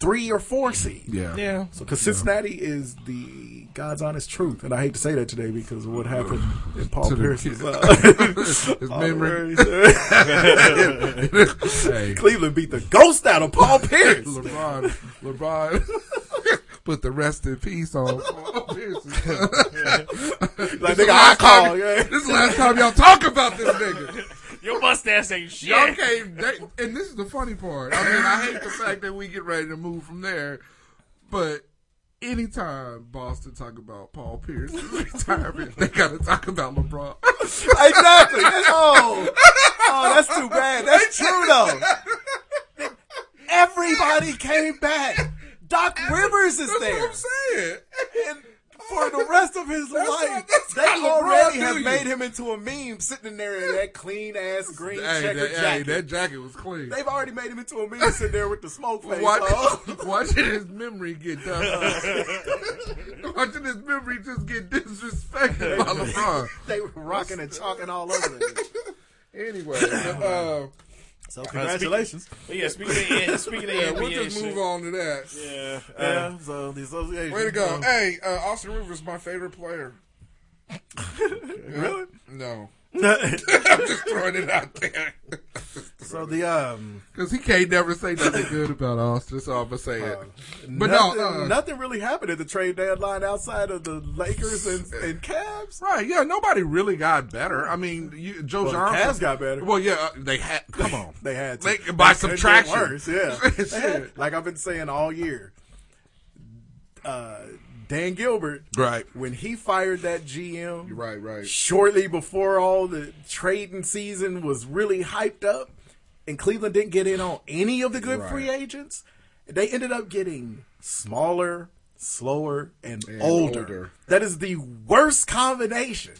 three or four seed. Yeah. yeah. So because Cincinnati is the God's honest truth, and I hate to say that today because of what happened in Paul To the- [laughs] Pierce's uh, [laughs] His memory. [laughs] hey, Cleveland beat the ghost out of [laughs] Paul Pierce. LeBron, LeBron [laughs] put the rest in peace on. like [laughs] nigga, I call. Yeah. This is the last time y'all talk about this nigga. Your mustache ain't shit. Y'all can't. They, and this is the funny part. I mean, I hate the fact that we get ready to move from there, but anytime Boston talk about Paul Pierce retirement, they gotta talk about LeBron. [laughs] exactly. Oh, oh, that's too bad. That's true though. Everybody came back. Doc Rivers is That's there. what I'm saying. And for the rest of his That's life, what- that's they how LeBron already do have you. made him into a meme sitting in there in that clean ass green Hey, checker that, hey, jacket. that jacket was clean. They've already made him into a meme sitting there with the smoke face. on. [laughs] Watch, [laughs] watching his memory get done. [laughs] watching his memory just get disrespected by LeBron. they were rocking and chalking all over it. Anyway, [laughs] uh, So congratulations. yeah, speaking of, yeah, speaking of yeah, NBA we'll just move shit. on to that. Yeah, yeah, uh, so the association. Way to go! Um, hey, uh, Austin Rivers, my favorite player. Really? No, [laughs] I'm just throwing it out there. [laughs] So the um, Because he can't never [laughs] say nothing good about Austin, so I'm gonna say it. But Uh, nothing, no, uh, nothing really happened at the trade deadline outside of the Lakers and, and Cavs. Right? Yeah, nobody really got better. I mean, you, Joe Well, the Johnson Cavs got better. Well, yeah, uh, they had. Come on, [laughs] They had to. They- by couldn't get subtraction. worse, yeah. They had- [laughs] Shit. like I've been saying all year. Uh, Dan Gilbert, Right. when he fired that GM, right, right. shortly before all the trading season was really hyped up, and Cleveland didn't get in on any of the good Right. free agents, they ended up getting smaller, slower, and, And older. older. That is the worst combination.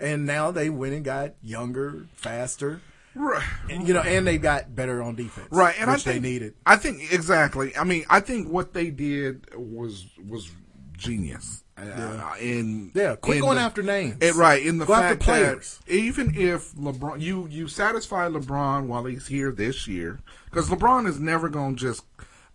And now they went and got younger, faster, Right. and, you know, and they got better on defense, right and which I think, they needed. i think exactly i mean i think what they did was was genius Yeah. uh, in Yeah, quit in going after names. it- right in the Go after fact that players. even if lebron you you satisfy lebron while he's here this year because lebron is never gonna just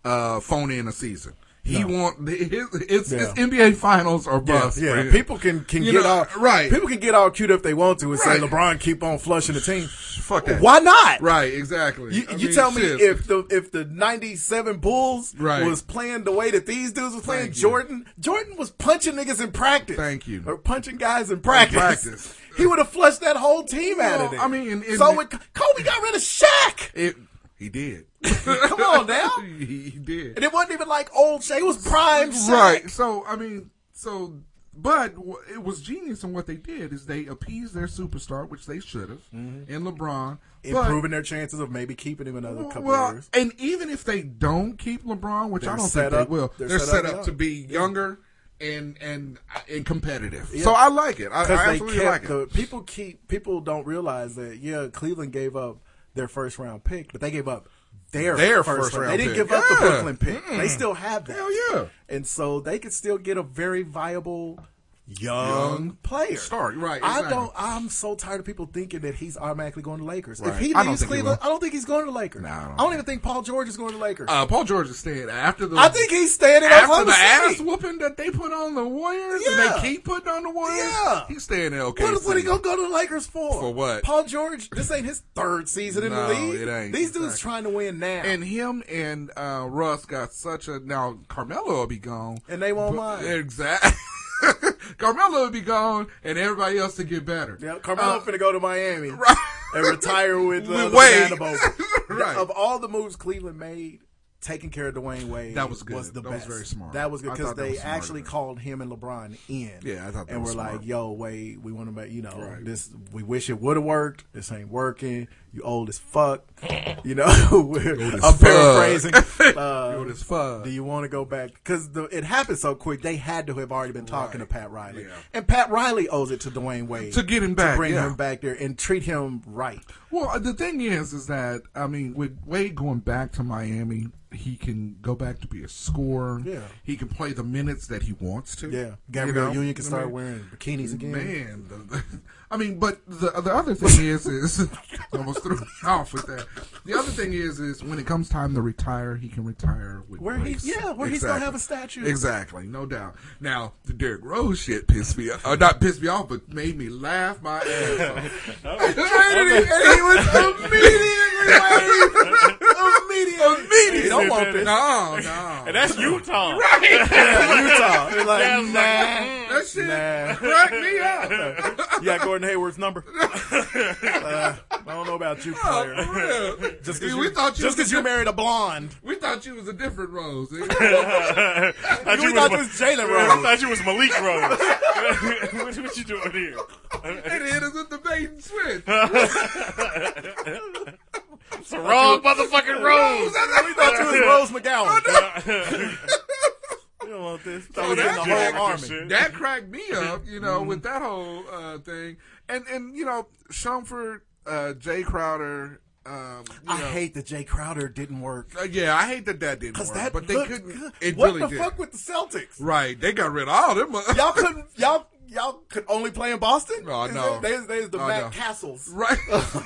uh phone in a season he want his, it's, Yeah. it's NBA Finals or Yeah, bust. for yeah. him. people can can You get know, all right. People can get all cute if they want to and Right. say LeBron keep on flushing the team. Fuck that. Why not? Right, exactly. You, I you mean, tell me shit. if the if the '97 Bulls Right. was playing the way that these dudes was playing, Thank you. Jordan Jordan was punching niggas in practice. Thank you. Or punching guys in practice. practice. [laughs] he would have flushed that whole team out Well, of there. I mean, and- and- so it, Kobe got rid of Shaq. it, he [laughs] did, Come on now, [laughs] he, he did. and it wasn't even like old Shaq. It was prime Shaq. Right. So I mean, so but w- it was genius in what they did is they appeased their superstar, which they should have, Mm-hmm. in LeBron. Improving their chances of maybe keeping him another But, couple well, years. and even if they don't keep LeBron, which They're I don't set think up- they will, they're they're, set set, up up, to young. be younger and and uh, and competitive. Yeah. So I like it. I, I because they absolutely kept like it. the people keep people don't realize that yeah Cleveland gave up their first round pick, but they gave up their, Their first, first round. round They didn't pick. give up the Yeah. Brooklyn pick. They still have that. Hell yeah. And so they could still get a very viable young, Young player. start, right, I exactly. don't. I'm so tired of people thinking that he's automatically going to Lakers. If Right. he I don't leaves think he Cleveland, will. I don't think he's going to Lakers. Nah, I don't even think Paul George is going to Lakers. Uh, Paul George is staying after the. I think he's staying in after Oklahoma the ass City. whooping that they put on the Warriors, Yeah. and they keep putting on the Warriors. Yeah. he's staying in OKC. What is what he gonna go to the Lakers for? For what? Paul George, this ain't his third season in No, the league. it ain't. These dudes Exactly. trying to win now. And him and uh, Russ got such a now Carmelo will be gone. And they won't mind. Exactly. [laughs] Carmelo will be gone and everybody else to get better. yeah, Carmelo Uh, finna go to Miami [laughs] right. and retire with uh, With the Wade. banana boat. [laughs] Right. Of all the moves Cleveland made, taking care of Dwayne Wade That was good. the That was best. very smart. That was good I because thought that they was smart of actually them. called him and LeBron in. Yeah, I thought that and was we're smart. like, "Yo, Wade, we want to make you know Right. this. We wish it would have worked. This ain't working. You old as fuck. You know, [laughs] we're- I'm fuck. paraphrasing. Uh, Yo, this fuck. Do you want to go back? Because it happened so quick, they had to have already been talking Right. to Pat Riley, Yeah. and Pat Riley owes it to Dwayne Wade To get him back, bring yeah. him back there, and treat him right. Well, uh, the thing is, is that I mean, with Wade going back to Miami, he can go back to be a scorer. Yeah. he can play the minutes that he wants to. Yeah, Gabriel know? Union can I start mean, wearing bikinis again. Man, the, [laughs] I mean, but the the other thing is, is [laughs] I almost threw me off with that. The other thing is, is when it comes time to retire, he can retire with Where he- grace. yeah, where he's gonna have a statue. [laughs] Exactly, no doubt. Now the Derrick Rose shit pissed me, off, or not pissed me off, but made me laugh my ass [laughs] off. I traded him, and he was immediately waived. Immediately, Immediately don't want this. No, no. And that's Utah. Right. Yeah, Utah. They're like, Yeah, I was nah, like, mm, that shit cracked me [laughs] up. you got Gordon Hayward's [laughs] number? Uh, I don't know about you, player. Oh, for real. just See, because we you, thought you just was 'cause a you diff- married a blonde. We thought you was a different Rose. [laughs] nigga. thought We thought you was Jalen I Rose. thought you was Malik Rose. [laughs] what, what you doing here? and it is a [laughs] debating switch. It's the wrong motherfucking Rose. We [laughs] thought you was Rose McGowan. [laughs] You don't want this. Thought So we was in that, the cracked, whole army. that cracked me up, you know, Mm-hmm. with that whole uh, thing. And and you know, Shumford, uh, Jay Crowder. Um, you I know, hate that Jay Crowder didn't work. uh, yeah, I hate that that didn't Cause work, that but they looked couldn't. good. It what really the did. fuck with the Celtics? Right, they got rid of all them. mother- Y'all couldn't. Y'all y'all could only play in Boston. Oh, Is no. it- There's there's the Oh, Matt no. [laughs] Castles. [laughs] [laughs] Right. of the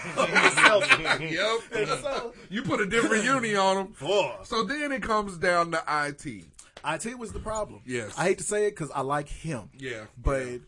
Celtics. yep. So- you put a different uni on them. So then it comes down to IT. It was the problem. Yes. I hate to say it because I like him. Yeah. But eh,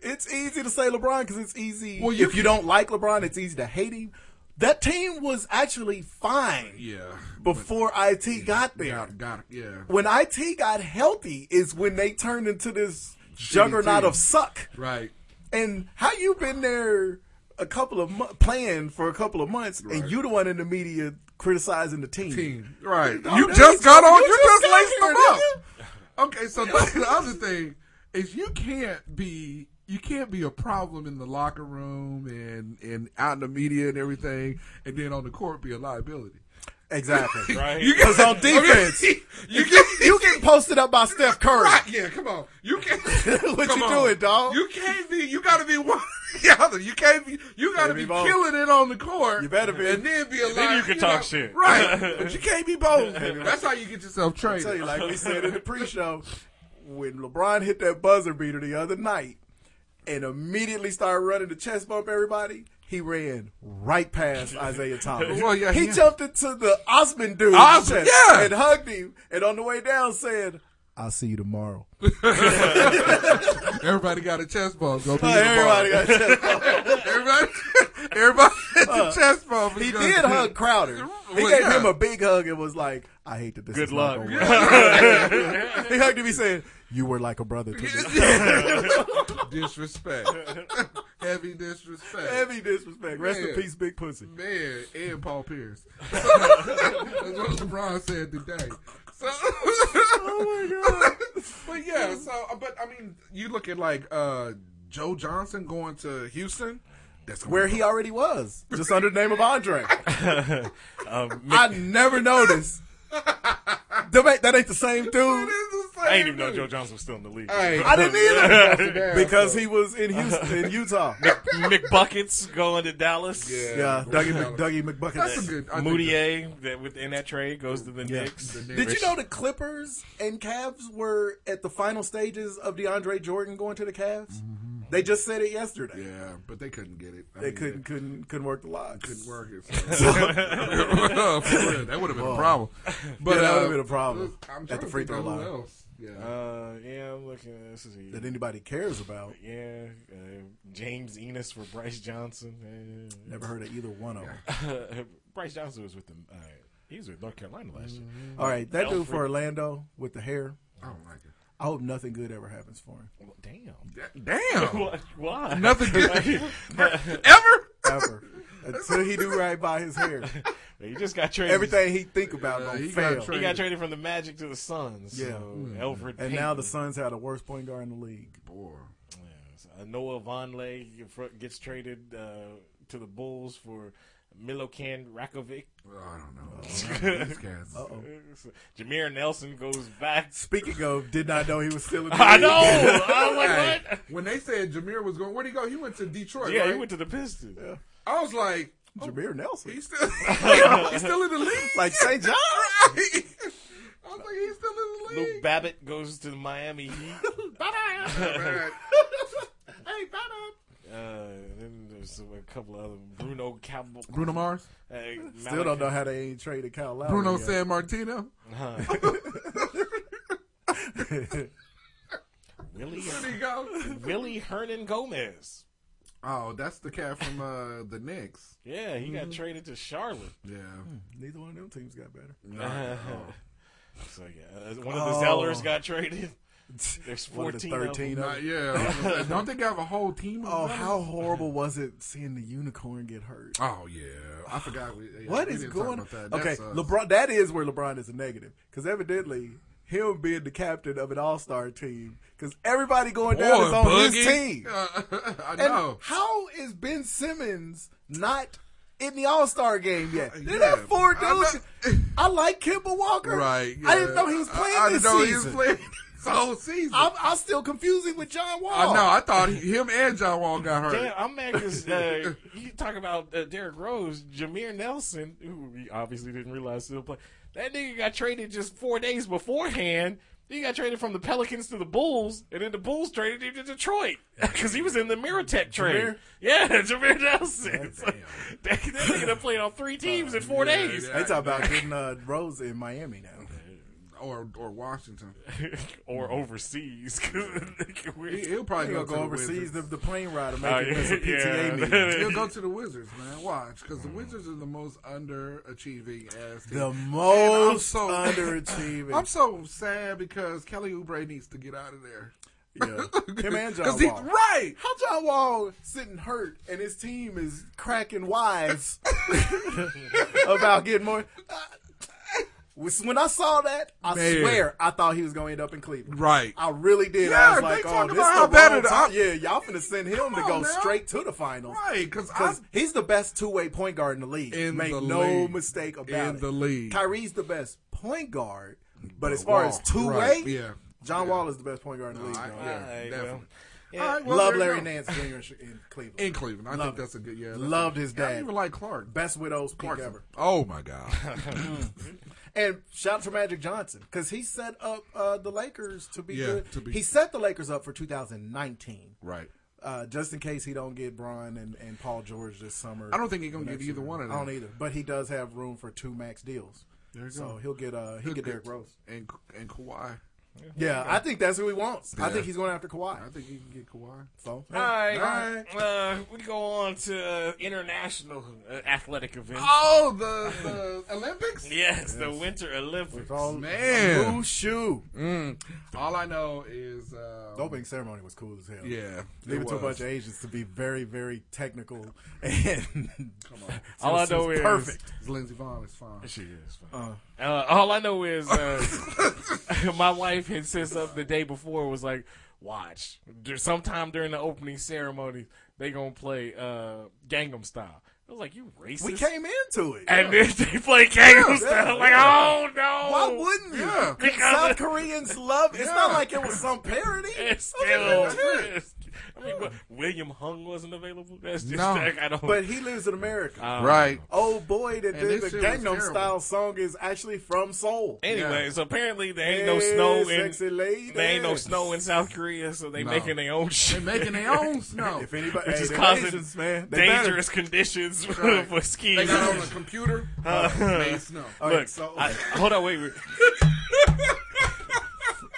it's easy to say LeBron because it's easy. Well, Well, you if you don't like LeBron, it's easy to hate him. That team was actually fine Yeah. before IT got there. Got, got yeah. when IT got healthy is when they turned into this juggernaut team. of suck. Right. And how you been there a couple of mo- playing for a couple of months, and you the one in the media criticizing the team. Team. Right. No, you that just is- got on. you You, just just, got laced here, them up. Okay, so that's the other thing is you can't be you can't be a problem in the locker room and and out in the media and everything, and then on the court be a liability. [laughs] Exactly. Right. You Because on defense, you get you get posted up by Steph Curry. [laughs] right. Yeah, come on. You can't. [laughs] What come you on. doing, dog? You can't be. You gotta be one. [laughs] or The other. You can't be. You gotta Maybe be both. killing it on the court. You better be. And then be alive. then you can talk know, [laughs] shit. Right. But you [laughs] can't be both. That's how you get yourself I tell you, traded. like we said [laughs] in the pre-show, when LeBron hit that buzzer beater the other night and immediately started running the chest bump everybody, he ran right past [laughs] Isaiah Thomas. Well, yeah, he yeah. jumped into the Osman dude Osman, yeah. and hugged him, and on the way down said, "I'll see you [laughs] tomorrow." Everybody got a chest bump. Go be everybody [laughs] everybody, got chest bump. everybody, everybody had the chest [laughs] bump. He because- did [laughs] hug Crowder. He Well, gave yeah. him a big hug and was like, "I hate that this Good is not luck. gonna work." [laughs] [laughs] he hugged him. He said, "You were like a brother to me." [laughs] disrespect. Heavy disrespect. Heavy disrespect. Rest Yeah. in peace, big pussy. Man, and Paul [laughs] Pierce. [laughs] That's what LeBron said today. So, [laughs] oh [laughs] my god. but yeah, so uh, but I mean, you look at like uh, Joe Johnson going to Houston. That's where he already was, just under the name of [laughs] Andre. Um, I never noticed. That ain't, that ain't the same dude. I didn't even know Joe Johnson was still in the league. I didn't either either [laughs] because he was in Houston, in Utah. McBuckets going to Dallas. Yeah, Dougie, Mc, Dougie McBucket. That's a good. I think Moutier that within that trade goes to the Yeah. [laughs] Knicks. [laughs] the- the Did you Knicks- know the Clippers and Cavs were at the final stages of DeAndre Jordan going to the Cavs? They just said it yesterday. Mm-hmm. Yeah, but they couldn't get it. I They mean, couldn't couldn't couldn't work the locks. couldn't work it. [laughs] So. Uh, For real, that would have been a problem. But Yeah, that would've uh, been a problem I'm at trying the to free think of throw who line. else. Yeah. Uh, yeah, I'm looking. at- This is That anybody cares about. yeah, uh, James Enos for Bryce Johnson. Uh, Never heard of either one of them. Bryce Johnson was with the. Uh, he was with North Carolina last year. All right, that dude Alfred. for Orlando with the hair. I don't like it. I hope nothing good ever happens for him. Well, damn. [laughs] Damn. What? Why? Nothing good. [laughs] Like, Ever? Ever. Until he do right by his hair. he just got traded. Everything he think about Yeah, gonna he got fail. tra- He got traded from the Magic to the Suns. Yeah. Mm-hmm. So Alfred. and now Payton. the Suns have the worst point guard in the league. Boy. Uh, Noah Vonleh gets traded uh, to the Bulls for Milokan Rakovic. Well, oh, I don't Oh, know. [laughs] These cats. Uh-oh. Jameer Nelson goes [laughs] back. Speaking of, did not know he was still in the [laughs] I league. know. I'm Hey, like, what? When they said Jameer was going, where'd he go? He went to Detroit. Yeah, right? he went to the Pistons. I was like, Jameer Nelson. he's [laughs] still, [laughs] he's still in the league. Like [laughs] St. John. I was like, he's still in the Luke league. Babbitt goes to the [laughs] Miami Heat. Right. [laughs] hey, Uh, and then there's a couple other Bruno uh, Cabal. Bruno Mars. Still don't know how they ain't traded Kyle Lowry. Bruno yet. San Martino. Willie, There you go. Willie Hernan Gomez. Oh, that's the cat from uh, the Knicks. Yeah, he Mm-hmm. got traded [laughs] to Charlotte. Yeah. Neither one of them teams got better. No, [laughs] no. so yeah, uh, one of the Zellers [laughs] got traded. There's Oh. One of the of 14 of them. Not- them. Uh, yeah. Don't they have a whole team? of Oh, them? how horrible was it seeing the unicorn get hurt? Oh yeah, I forgot. We, yeah, What we is didn't talk going? about that. uh, That Okay, sucks. LeBron. That is where LeBron is a negative because evidently him being the captain of an All Star team because everybody going down Boy, is on his Boogie. team. [laughs] I And know. How is Ben Simmons not in the All Star game yet? They're Uh, Yeah. not four dudes. I like Kimball Walker. Right, I didn't yeah. know he was I- playing I this didn't know he was season. playing this whole season. I'm, I'm still confusing with John Wall. I know. I thought he- him and John Wall got hurt. Damn, I'm mad because [laughs] uh, you talk about uh, Derrick Rose, Jameer Nelson, who we obviously didn't realize still play. That nigga got traded just four days beforehand. He got traded from the Pelicans to the Bulls, and then the Bulls traded him to Detroit [laughs] because he was in the Miratech trade. Jameer? Yeah, [laughs] Jameer Nelson. So, [laughs] that, that nigga done played on three teams in four days. They talk about getting uh, Rose in Miami now. or or Washington. [laughs] or overseas. 'cause [laughs] we're- He, will probably He go, gonna go to overseas. The, the The, plane ride will make Oh, it yeah, as a [laughs] PTA yeah. meeting. Wizards. [laughs] He'll go to the Wizards, man. Watch, because the Mm. Wizards are the most underachieving ass team. The And I'm most [laughs] so- underachieving. I'm so sad because Kelly Oubre needs to get out of there. [laughs] Yeah. Him and John [laughs] 'Cause he- Wall. right. How John Wall sitting hurt and his team is cracking [laughs] wise about getting more. Was- When I saw that, I Man. swear I thought he was going to end up in Cleveland. Right. I really did. Yeah, I was they like, oh, talking this about is how the bad wrong it- time. I- Yeah, y'all finna send him to Come go on now. straight to the finals. Right, because I Because he's the best two way point guard in the league. In Make the no league. mistake about In it. the league. Kyrie's the best point guard, but as But far Wall, as two way, right, yeah. John Wall is the best point guard in the league. I- bro. yeah, All right, definitely. well, yeah. All right, well, Love there you Larry go. Nance Jr. in Ch- in Cleveland. in Cleveland. I think Loved that's a good. Yeah, that's Loved a- his Yeah, I dad. even like Clark. Best widows pick Clarkson. ever. Oh my god. [laughs] And shout out to Magic Johnson because he set up uh, the Lakers to be Yeah, good. to be- He set the Lakers up for 2019, right. uh, just in case he don't get Bron and, and Paul George this summer. I don't think he's gonna Next get either year. one of them. I don't either, but he does have room for two max deals. There you so go. he'll get uh, he'll He'll get get- Derrick Rose. And and Kawhi. Yeah, I think that's who he wants. I Yeah. think he's going after I Kawhi. think he can get Kawhi. So All right, All Uh, we go on to uh, international uh, athletic events. Oh, the, the [laughs] Olympics. Yes, the Winter Olympics. all Man. blue shoe Mm. All I know is uh, the opening ceremony was cool as hell. Yeah, Leave it, to a was. bunch of Asians to be very, very technical [laughs] and All I It's know is perfect. It's Lindsey Vaughn is fine. She is. fine. Uh, all I know is uh, [laughs] my wife had said something the day before was like, "Watch, dur- sometime during the opening ceremony, they gonna play uh, Gangnam Style." I was like, "You racist!" We came into it. and then [laughs] they play Gangnam Yeah, Style. yeah, like, yeah. oh no! Why wouldn't you? Yeah. Because South Koreans love. It's not like it was some parody. It's I still. was like, "Dude." it's- I mean, what, William Hung wasn't available. That's just No. like, I don't. But he lives in America. I don't Right. oh boy, that And did this the shit was Gangnam terrible. Style song is actually from Seoul. Anyway, so apparently there ain't Hey, no snow in sexy lady. there ain't no snow in South Korea, so they No. making their own They're shit. making their own snow. If anybody, Which hey, is the causing Asians, man, they better- dangerous conditions Right. [laughs] for skiing. they got on the computer. Uh, made snow. All Look, right, so I, hold on, wait, wait.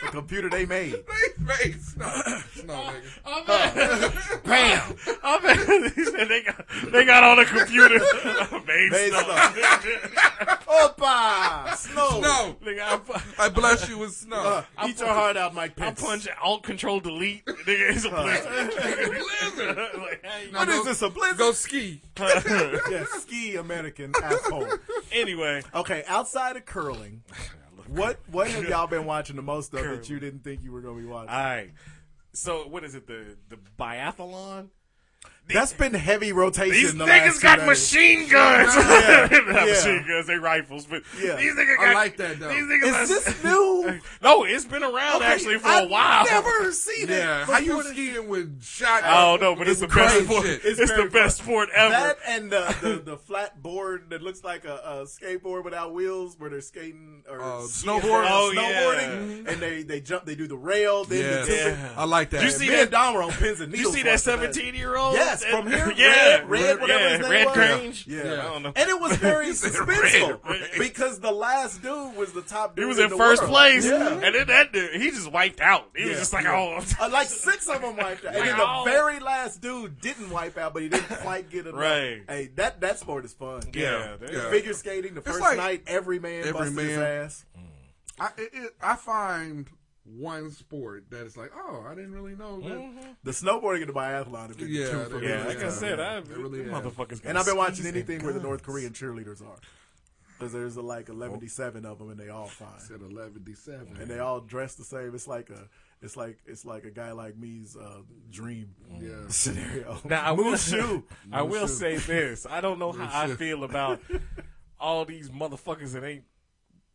the computer they [laughs] made. They made snow. Snow, nigga. I'm at, bam! I'm at, he said they got they got on the computer. Made Made stuff. uh, [laughs] Opa, snow. No, Nigga, I, I bless you with snow. Uh, eat your heart out, Mike I Pence. [laughs] punch Alt Control Delete. Nigga, it's a blizzard. [laughs] like, hey, Now What is go- this? A blizzard? Go ski. yeah, ski American asshole. [laughs] anyway, Okay, outside of [laughs] curling, what what have y'all been watching the most of that you didn't think you were gonna be watching? all right. So what is it? The the biathlon. That's been heavy rotation. These the last niggas two got days. machine guns. [laughs] they don't [laughs] have yeah. machine guns. They rifles, but Yeah. these niggas I got. like that, though. These niggas Is got- this new? No, it's been around Okay, [laughs] actually for a I've while. Never seen it. Yeah, how you before this- skiing with [laughs] shot? I don't know, but it's, It's the best crazy sport. shit. It's, It's the very best sport ever. That and the, the the flat board that looks like a, a skateboard without wheels, where they're skating or Uh, skiing, snowboard? Oh, snowboarding, and they they jump, they do the rail, then Yes. the Yeah. I like that. You see Me and Dom were on pins and you needles. see that watching seventeen year old? Yeah, Yes, from here. [laughs] Yeah. Red, Red, whatever his Yeah, name Red was. Grange. Yeah. Yeah, I don't know. And it was very [laughs] He said suspenseful Red, Red. because the last dude was the top dude. He was in the first world. place, Yeah. and then that dude, he just wiped out. He Yeah, was just like, yeah. oh, Uh, like six of them wiped out, and then Wow. the very last dude didn't wipe out, but he didn't quite get enough. Right. Hey, that that sport is fun. [laughs] Yeah, The yeah. figure skating. The It's first like night, every man every busted his man. ass. I it, it, I find one sport that is like, oh, I didn't really know that. The snowboarding and the biathlon have been Yeah, the two for they me. really Like I have. said, I- They them have. motherfuckers got And I've been watching skis and anything where the North guns. Korean cheerleaders are, because there's uh, like 117 of them, and they all fine. Said eleven D seven, and they all dress the same. It's like a, it's like it's like a guy like me's uh, dream Yeah. scenario. [laughs] Now I will, Mushu. I will Mushu. say this: I don't know how I Mushu. feel about all these motherfuckers that ain't [laughs]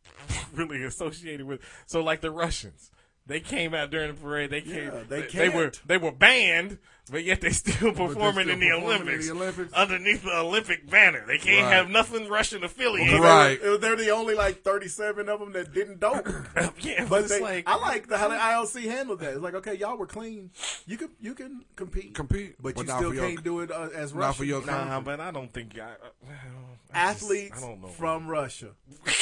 really associated with. So, like the Russians, they came out during the parade. They came. Yeah, they they, they were can't. they were banned, but yet they [laughs] still they're performing, still in, the performing in Olympics, the Olympics. underneath the Olympic banner. They can't Right. have nothing Russian affiliated. Because They were, they're the only like 37 of them that didn't dope. [laughs] Yeah, but But it's they, like- I like the, how the IOC handled that. It's like, okay, y'all were clean. You can you can compete, compete, but, but you not still for your- can't do it uh, as not Russian for your Nah, country. but I don't think I, I- I just- athletes I don't know. from Russia. [laughs]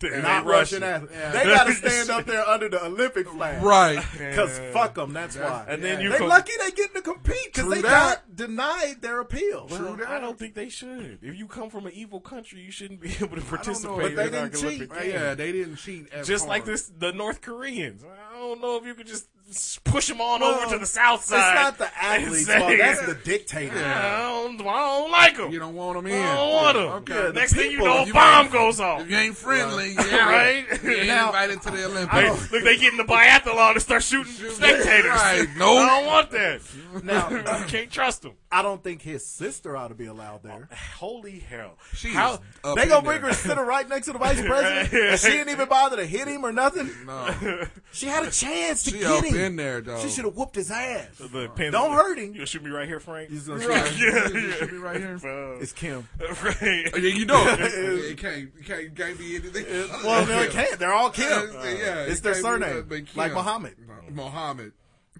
They Not Russian Russian. athletes. Yeah. They got to stand up there under the Olympic flag, Right. Because Yeah. fuck them. That's why. And then you they co- lucky they getting to compete because True they that. got denied their appeal. Well, I don't think they should. If you come from an evil country, you shouldn't be [laughs] able to know, participate. but they in our didn't cheat. Olympic Uh, Games. yeah, they didn't cheat. As just like hard. this, the North Koreans. I don't know if you could just s- push them on Well, over to the south Uh, it's side. not [laughs] the and athletes' say, fault. That's the dictator. I don't, I don't like them. You don't want them in. I don't want them. Okay. Next thing you people, know, a you bomb ain't- goes off. If you ain't friendly, Right. yeah, Right? You ain't Now- invited to the Olympics. I- look, they get in the biathlon and start shooting spectators. Right. [laughs] I Nope. don't want that. Now- [laughs] you can't trust them. I don't think his sister ought to be allowed there. Holy hell! She's How? up They in gonna bring [laughs] there. her sitter right next to [laughs] the vice president, and she didn't even bother to hit him or nothing. No, She [laughs] had a chance to She get up him. in there, dog. She should have whooped his ass. The pins- Don't hurt him. You gonna shoot me right here, Frank? He's gonna Right. shoot Yeah, You yeah. should be right [laughs] here. Fuck. It's Oh, Kim. right. Yeah, [laughs] you know it. it can't, it can't, it can't be anything. other Well, than they Kim. can't. They're all Kim. Yeah, yeah, it's it their can't be surname, nothing but Kim. like Muhammad. Muhammad.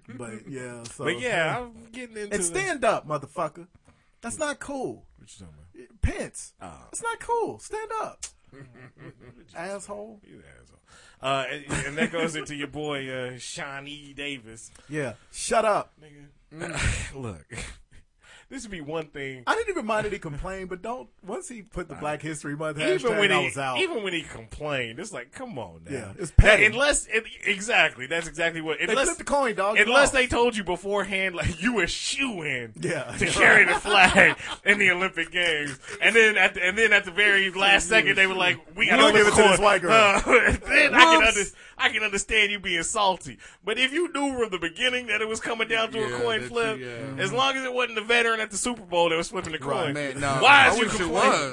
But yeah, so But yeah, I'm getting into and the- stand up, motherfucker. That's not cool. What you talking about? Oh, Pence, it's not cool. Stand up, [laughs] asshole. You asshole. Uh, and, and that goes into your boy uh, Sean E. Davis. Yeah, shut up. [laughs] Look, this would be one thing. Mm. I didn't even mind that he complained, but don't once he put the Black History Month hashtag, Even when I he was out. even when he complained, it's like, come on now. Yeah, it's That- petty. unless it, exactly, that's exactly what. they Unless flipped the coin, dog. unless they told you beforehand, like you were shoe in [laughs] Yeah. [laughs] to carry the flag in the Olympic Games, and then at the, and then at the very last second, they were like, "We got We'll give it to coin. this white girl. Uh, [laughs] then I can Whoops. under, I can understand you being salty, but if you knew from the beginning that it was coming down to Yeah, a coin that- flip, yeah. as long as it wasn't the veteran at the Super Bowl that was flipping the coin, man, no. why I is you wish it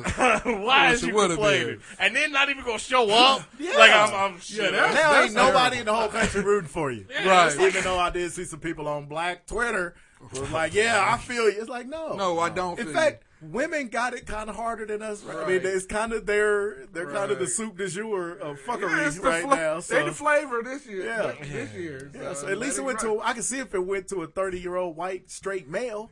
complaining? [laughs] why wish is it you would've been. complaining? And then not even gonna show [laughs] up? Yeah. Like I'm, I'm shit. that's- now that's ain't nobody terrible. in the whole country rooting for you. [laughs] Right. Even though I did see some people on Black Twitter who was like, "Yeah, I feel you." It's like, no, No, I don't. Oh. In feel fact, women got it kind of harder than us. Right? I mean, Right. it's kind of their they're kind of the Right. soup du jour of you. fuckery Yeah, it's the right fla- now. So. They the flavor this year. Yeah. This year. So Yeah, so at least let it went run. to. I can see if it went to a thirty-year-old white straight male.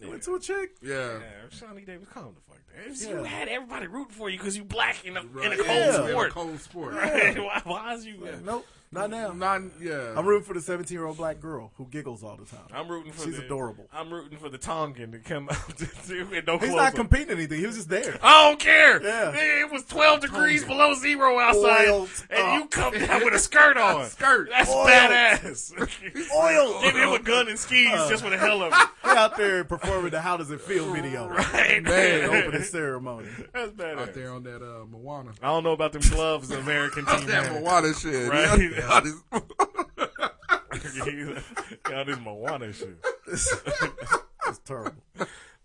It went to a chick. Yeah. Yeah, Shawnee Davis, calm the fuck down. It's- Yeah. You had everybody rooting for you because you black in a, in a Right. cold Yeah. In a sport. Cold [laughs] sport. why, why is you? Nope, not now. Not, yeah. [laughs] I'm rooting for the seventeen-year-old black girl who giggles all the time. I'm rooting for. She's the, adorable. I'm rooting for the Tongan to come [laughs] out to do it. No He's not competing anything. He was just [laughs] there. I don't care. Yeah. Man, It was 12 degrees below zero outside, Oiled and you up. come down with a [laughs] skirt on. Skirt. That's Oiled. [laughs] badass. Oil. Give him a gun and skis Uh. just for the hell [laughs] of it. He out there performing the "How Does It Feel" [laughs] video, Right. The opening ceremony. That's Out badass. there on that [laughs] uh, Moana. I don't know about them gloves, the American team. That had. Moana shit. Right. Yeah. [laughs] [laughs] yeah, this Moana shit. It's terrible.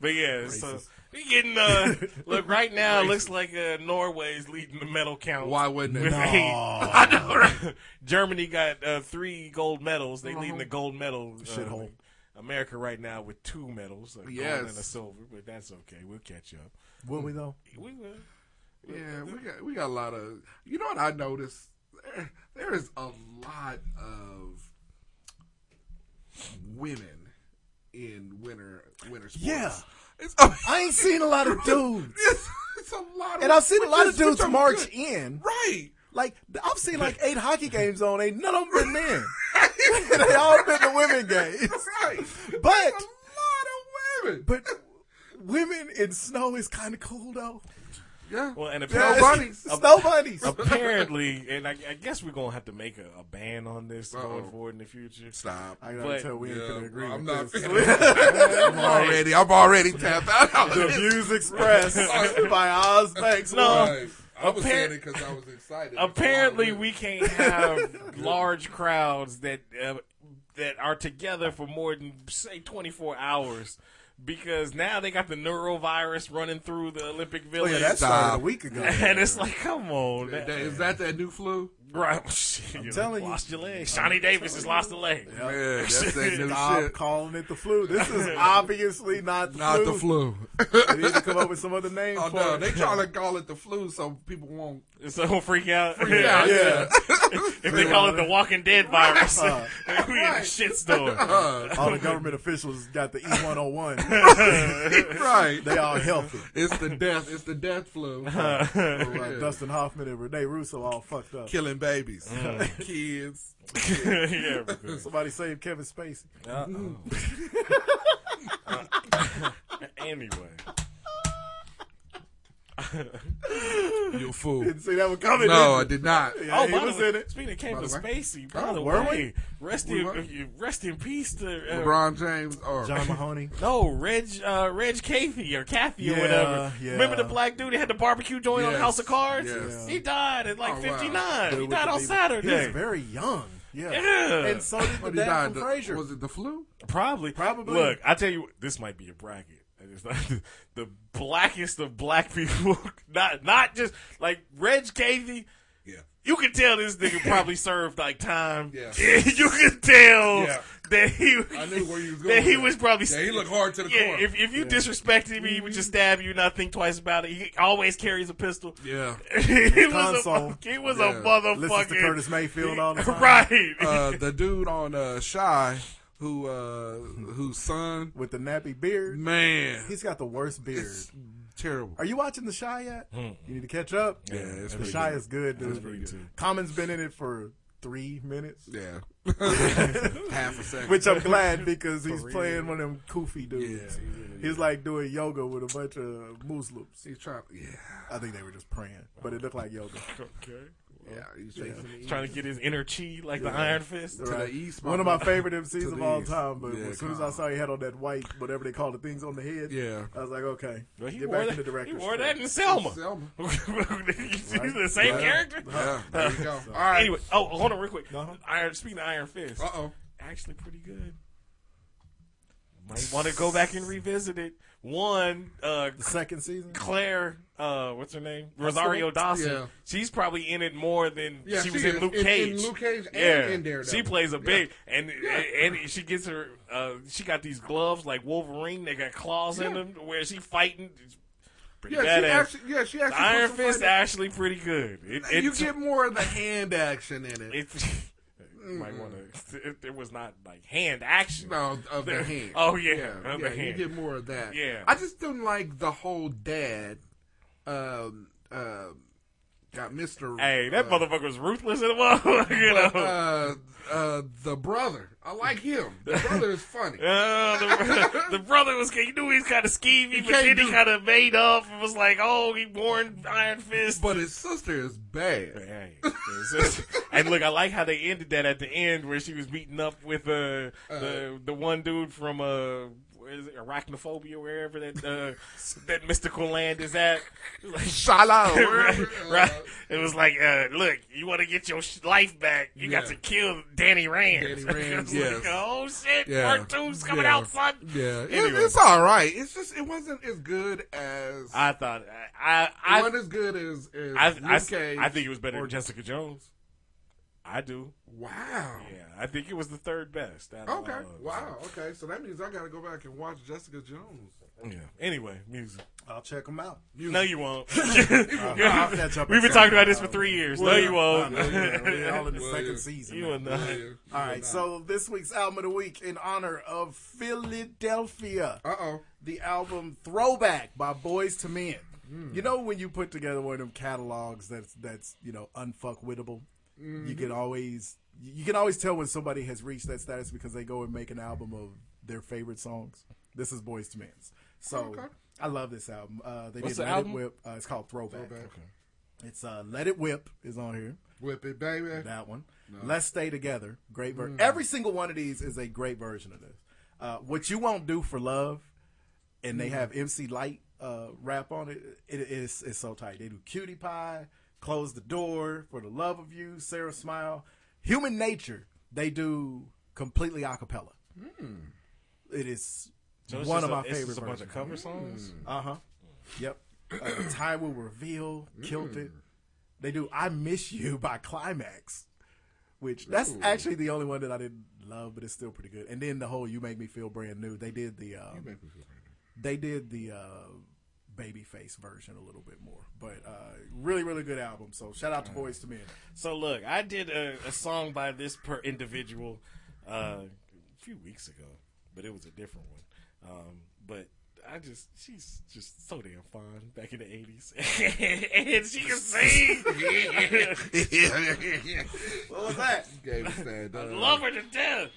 But yeah, so we [laughs] getting uh look right now. it looks like uh, Norway's leading the medal count. Why [laughs] wouldn't it? With eight. [laughs] I know, right? Germany got uh, three gold medals. They leading the gold medal uh, Shithole. league. America right now with two medals, a Yes. gold and a silver. But that's okay. We'll catch up. Will we though? We will. Yeah, we got we got a lot of. You know what I noticed? There, there is a lot of women in winter winter sports. Yeah. I ain't seen a lot of dudes. [laughs] It's, it's a lot of And I've seen a lot which of is- which dudes I'm march good. in. Right. Like I've seen like eight hockey games on, ain't none of them been [laughs] men. they all been the women games. Right. [laughs] But a lot of women. But women in snow is kind of cool though. Yeah. Well, and Snow apparently, bunnies. [laughs] Snow bunnies. Apparently, and I, I guess we're gonna have to make a, a ban on this going Oh. forward in the future. Stop. I gotta But- tell we ain't Yeah, gonna agree. I'm with not this. [laughs] finna- I'm already- I'm already tapped out on The this. [laughs] views expressed by Oz Banks. No. Right. I was Appar- saying it because I was excited. Apparently, we can't have large crowds that uh, that are together for more than say 24 hours because now they got the neurovirus running through the Olympic Oh, Village. yeah, that started a week ago. [laughs] and it's like, come on, That- that- Is that that new flu? right? [laughs] Shit, I'm you telling you. lost your leg. Shawnee Davis has lost a leg. Yeah, that's [laughs] that new Stop shit. calling it the flu. This [laughs] is obviously not the Not flu. the flu. [laughs] We need to come up with some other name Oh for no, it. they trying to call it the flu so people won't. So [laughs] don't freak out. out, yeah. [laughs] if they call it the Walking [laughs] Dead virus, [laughs] we in a shitstorm. All the government officials got the E [laughs] E101. right. they all healthy. It's the death. It's the death flu. Like Yeah. Dustin Hoffman and Renee Russo all fucked up. Killing babies, kids. [laughs] yeah, because- Somebody saved Kevin Spacey. anyway. You fool. Didn't see that one coming. No, I did you? did not. Yeah, oh, he by the was way, in it. Speaking of Kevin By the way. Spacey, by Oh, the were way, rest We in were? uh, rest in peace to uh, LeBron James or John Mahoney. no Reg uh, Reg Cathy or Kathy Yeah, or whatever. yeah. Remember the black dude that had the barbecue joint on Yes, House of Cards? yes. He died at like Oh, wow. fifty nine. Dude, He with died the baby. He on was Saturday. very young. Yeah. Yeah. And so did the What he dad died? from The- Frasier. Was it the flu? Probably, Probably. Look, I tell you, this might be a bracket. And It's not [laughs] the, the blackest of black [laughs] people. not not just like Reg Cathy. Yeah. You can tell this nigga probably served like time. Yeah. [laughs] you can tell Yeah. that he. I knew where you was going That he with was it. probably. Yeah, he looked hard to the Yeah, core. if if you disrespected me, he would just stab you, not think twice about it. He always carries a pistol. Yeah. [laughs] he was Console. a he was a Yeah. Listens motherfucking to Curtis Mayfield [laughs] all the time. right. Uh, the dude on uh, Shy, who uh, whose son, With the nappy beard. man, He's got the worst beard. it's terrible. Are you watching The Shy yet? You need to catch up. Yeah, it's The pretty Shy good. is good, dude. Common's been in it for three minutes, [laughs] Yeah, [laughs] half a second. which I'm glad because he's playing one of them koofy dudes. Yeah, he really he's like doing yoga with a bunch of Muslims. he's trying. Yeah, I think they were just praying, but it looked like yoga. okay. yeah, he's chasing the east. Trying to get his inner chi like the Iron Fist. to the east. One of my favorite To MCs of the all east. time, but Yeah, as soon as come I saw he had on that white, whatever they call the things on the head, Yeah. I was like, okay, Well, he get wore back that. in the director's he wore that chair. in Selma. [laughs] Selma. He's the same Yeah. character. Yeah, [laughs] there you go. All right. Anyway, oh, hold on real quick. Uh-huh. Iron. Speaking of Iron Fist, Uh oh. actually pretty good. Might want to go back and revisit it. One, uh, The second season, Claire, uh, what's her name? Rosario Dawson. Yeah. She's probably in it more than Yeah, she she was is. in Luke In- in Cage. Luke Cage and yeah. in Daredevil. She plays a Yeah. big and and she gets her uh, she got these gloves like Wolverine, they got claws in Yeah. them where she fighting It's pretty Yeah, she badass. actually. Yeah, she the actually. Iron puts some Fist fight- actually pretty good. It, it, You get more of the hand action in it. it, [laughs] you might want to it, it was not like hand action. No, of [laughs] the There- hand. oh, yeah, of the yeah, hand. You get more of that. Yeah. I just didn't like the whole dad. Um, uh, got Mister. Hey, that uh, motherfucker was ruthless in the motherfucker, [laughs] you know. Uh, uh, the brother. I like him. [laughs] The brother is funny. Uh, the, [laughs] the brother was he knew he was kind of skeevy, but can't then he do- kind of made up and was like, "Oh, he worn Iron Fist." But his sister is bad. Hey, it's just- and look, I like how they ended that at the end where she was beaten up with uh, Uh-huh. the the one dude from uh, where is it, arachnophobia, wherever that [laughs] uh, that mystical land is at. [laughs] It was like, Shala. [laughs] right, wherever, uh, right. It was like, uh, look, you want to get your sh- life back, you got Yeah. to kill Danny Rand. [laughs] Danny Rand, I was yes. like, oh shit, Yeah. part two's coming Yeah. out, son. Yeah, it- Anyway. it's all right. It's just it wasn't as good as I thought I I it I, wasn't as good as, as I, Luke I, Cage. I think it was better than Jessica Jones. I do. Wow. Yeah, I think it was the third best. out of Uh, Okay. all of them. Wow. Okay. So that means I got to go back and watch Jessica Jones. Yeah. Anyway, music. I'll check them out. No, you [laughs] won't. Uh, I'll catch up [laughs] We've been at talking some about this for time. three years. Well, no, you won't. I know, yeah, we're all in the [laughs] Well, second you- season. You now. will not. All right, so this week's album of the week in honor of Philadelphia. Uh oh. The album Throwback by Boys to Men. You know when you put together one of them catalogs that's that's you know unfuckwittable, you Mhm. can always you can always tell when somebody has reached that status because they go and make an album of their favorite songs. This is Boys to Men's. So Okay. I love this album. Uh, they What's did the Let album? It Whip. Uh, it's called Throwback. Throwback. It's uh, Let It Whip is on here. Whip it, baby. [laughs] That one. No. Let's Stay Together. Great version. Mm. Every single one of these is a great version of this. Uh, what you won't do for love, and they Mm. have MC Light uh, rap on it. It is it's so tight. They do Cutie Pie, Close the Door, For the Love of You, Sarah Smile, Human Nature. They do completely a cappella. Hmm. It is So it's one just of a- my it's favorite. just a bunch of versions. cover songs? Uh huh. Mm. Yep. Uh, Time will reveal. Killed it. They do. I miss you by Climax, which that's Ooh. actually the only one that I didn't love, but it's still pretty good. And then the whole "You Make Me Feel Brand New." They did the. Um, make me feel They did the. Uh, Babyface version a little bit more, but uh, really, really good album. So shout out to Boys to Men. So look, I did a, a song by this per individual uh, a few weeks ago, but it was a different one. Um, but I just she's just so damn fine back in the eighties, [laughs] and she can sing. what was that? You gave us that. uh, I dog. love her to death.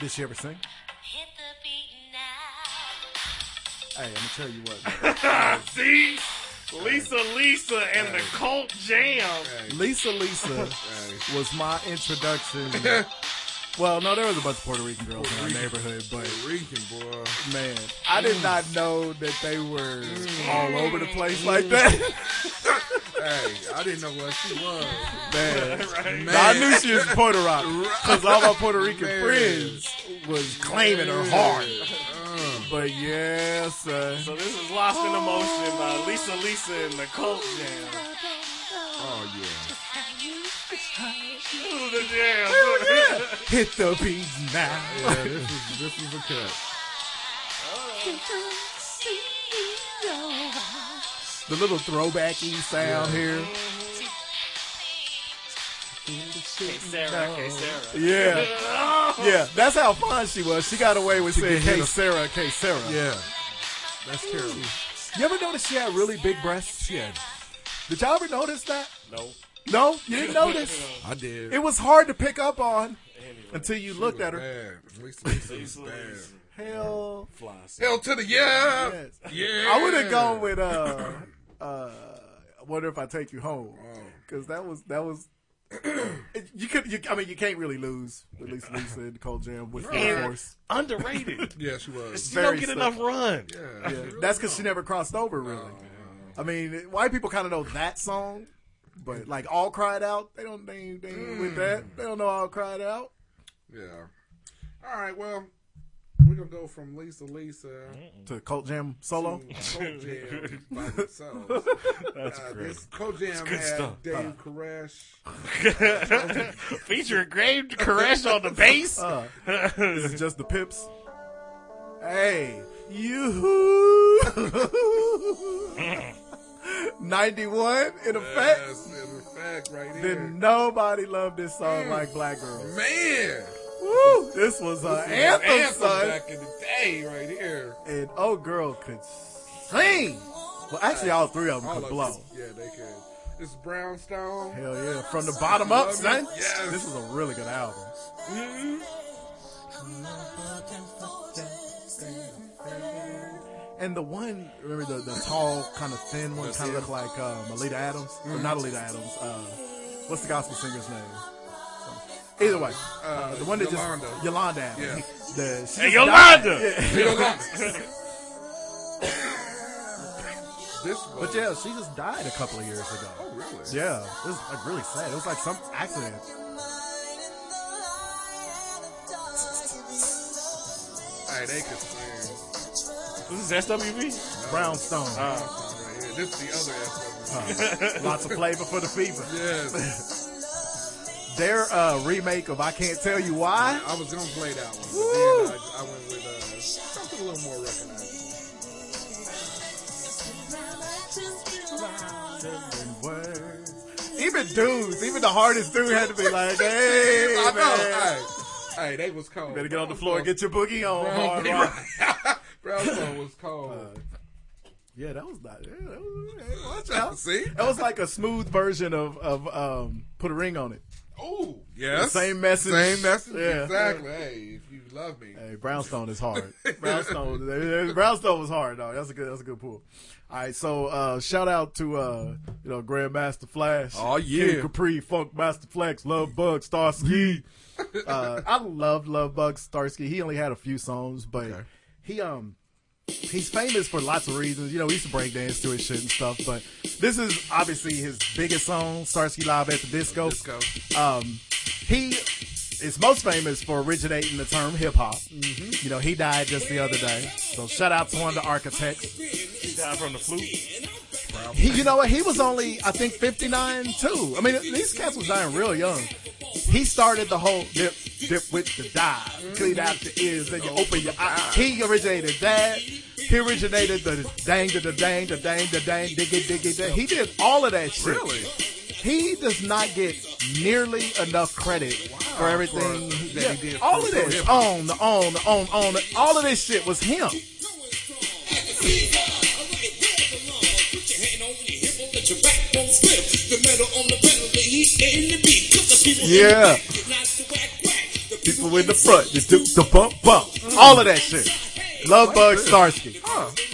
Did she ever sing? Hey, I'm gonna tell you Ah, what. See, Lisa, Lisa, and the Cult Jam. Lisa [laughs] Lisa was my introduction. [laughs] Well, no, there was a bunch of Puerto Rican girls in our neighborhood, but Puerto Rican boy. man, Mm. I did Mm. not know that they were all over the place like that. hey, I didn't know what she was. [laughs] Man, [laughs] I knew she was Puerto [laughs] Rican because all my Puerto Rican Man. friends was claiming her hard. But yes, sir. So this is Lost in Emotion by Lisa, Lisa, and the Cult Jam. Oh yeah. Ooh, the jam. [laughs] Hit the beat now. Yeah, this is this is a cut. [laughs] The little throwbacky sound here. Hey Sarah, hey Sarah. Yeah. [laughs] Yeah, that's how fun she was. She got away with She saying, could hit hey, a- Sarah, hey, Sarah. Yeah. That's terrible. You ever notice she had really big breasts? She had. Did y'all ever notice that? No. No? You didn't notice? I did. It was hard to pick up on until you looked at her. [laughs] Bad. Lisa, Lisa was bad. Hell. Fly. Hell to the yeah. Yes. Yeah. I would have gone with, uh, uh, Wonder If I Take You Home. Oh. Because that was, that was. [clears throat] You could, you, I mean, you can't really lose. At least Lisa and Cole Jam with full And force. [laughs] underrated. Yeah, she was. She Very don't get slick. enough run. Yeah. Yeah, that's because she never crossed over, really. Oh, I mean, it- white people kind of know that song, but like all cried out, they don't they, ain't- they ain't with Mm. that. They don't know all cried out. Yeah. All right. Well, we're gonna go from Lisa, Lisa. To Cult Jam solo. [laughs] Kojam by themselves. That's uh, great. This Kojam That's good had stuff. Dave Uh. Koresh. [laughs] Featuring Grave Koresh on the bass. [laughs] Uh, this is just the Pips. Hey, [laughs] you. 91 in effect. Yes, in fact, right there. Then nobody loved this song like Black Girls. Man, Woo! This was an This is anthem, son. back in the day, right here. and oh girl could sing. Well, actually, all three of them All could of blow. them. Yeah, they could. This is Brownstone. Hell yeah, from the bottom up, Love son. it. Yes. This is a really good album. And the one, remember the, the tall, kind of thin one, That's kind of it. looked like um, Alita Adams, or Mm. not Alita Adams. Uh, what's the gospel singer's name? Either way, uh, Uh, the one that Yolanda. just Yolanda Adams. The, she Hey, just Yolanda! died. Yeah. [laughs] This But was. yeah, she just died a couple of years ago. Oh, really? Yeah, it was like really sad. It was like some accident. Hey, Hey, they could sing. This is SWV? Brownstone. Yeah, this is the other Uh. Huh. episode. Lots of flavor for the fever. Yes. Their uh, remake of I Can't Tell You Why. I was gonna play that one, but Woo! then I, I went with uh, something a little more recognizable. Even dudes, even the hardest dude had to be [laughs] like, hey, I know, man. Oh, Hey, hey, they was cold. Better get on the floor and get your boogie on. Hard rock. [laughs] Brownstone was cold. Yeah, that was not. Yeah, that was, hey, watch out. See? That was like a smooth version of of um, put a ring on it. oh, yes. Uh, The same message. Same message. Yeah. Exactly. Hey, if you love me. Hey, Brownstone is hard. Brownstone, [laughs] Brownstone was hard. Dog. That's a good. That's a good pull. All right, so uh, shout out to uh, you know Grandmaster Flash, Aw, Oh, yeah. Kid Capri, Funk Master Flex, Love Bug, [laughs] Starsky. uh, I love Love Bug Starsky. He only had a few songs, but he um he's famous for lots of reasons. You know, he used to break dance to his shit and stuff, but this is obviously his biggest song, Starsky Live at the Disco. Disco. Um, he is most famous for originating the term hip hop. You know, he died just the other day. So shout out to one of the architects. He died from the flu. He, you know what? He was only, I think, 59 too. I mean, these cats was dying real young. He started the whole dip, dip with the dive, clean out the ears, then you open your eyes. He originated that. He originated the dang, the dang, the dang, the dang, diggy, diggy, dang. He did all of that shit. Really? He does not get nearly enough credit for everything. For- yeah, that he did for- all of for this, hip on, the on, the on, on, the- all of this shit was him. Yeah. People in the front, you do the bump bump. All of that shit. Love Bug Starsky.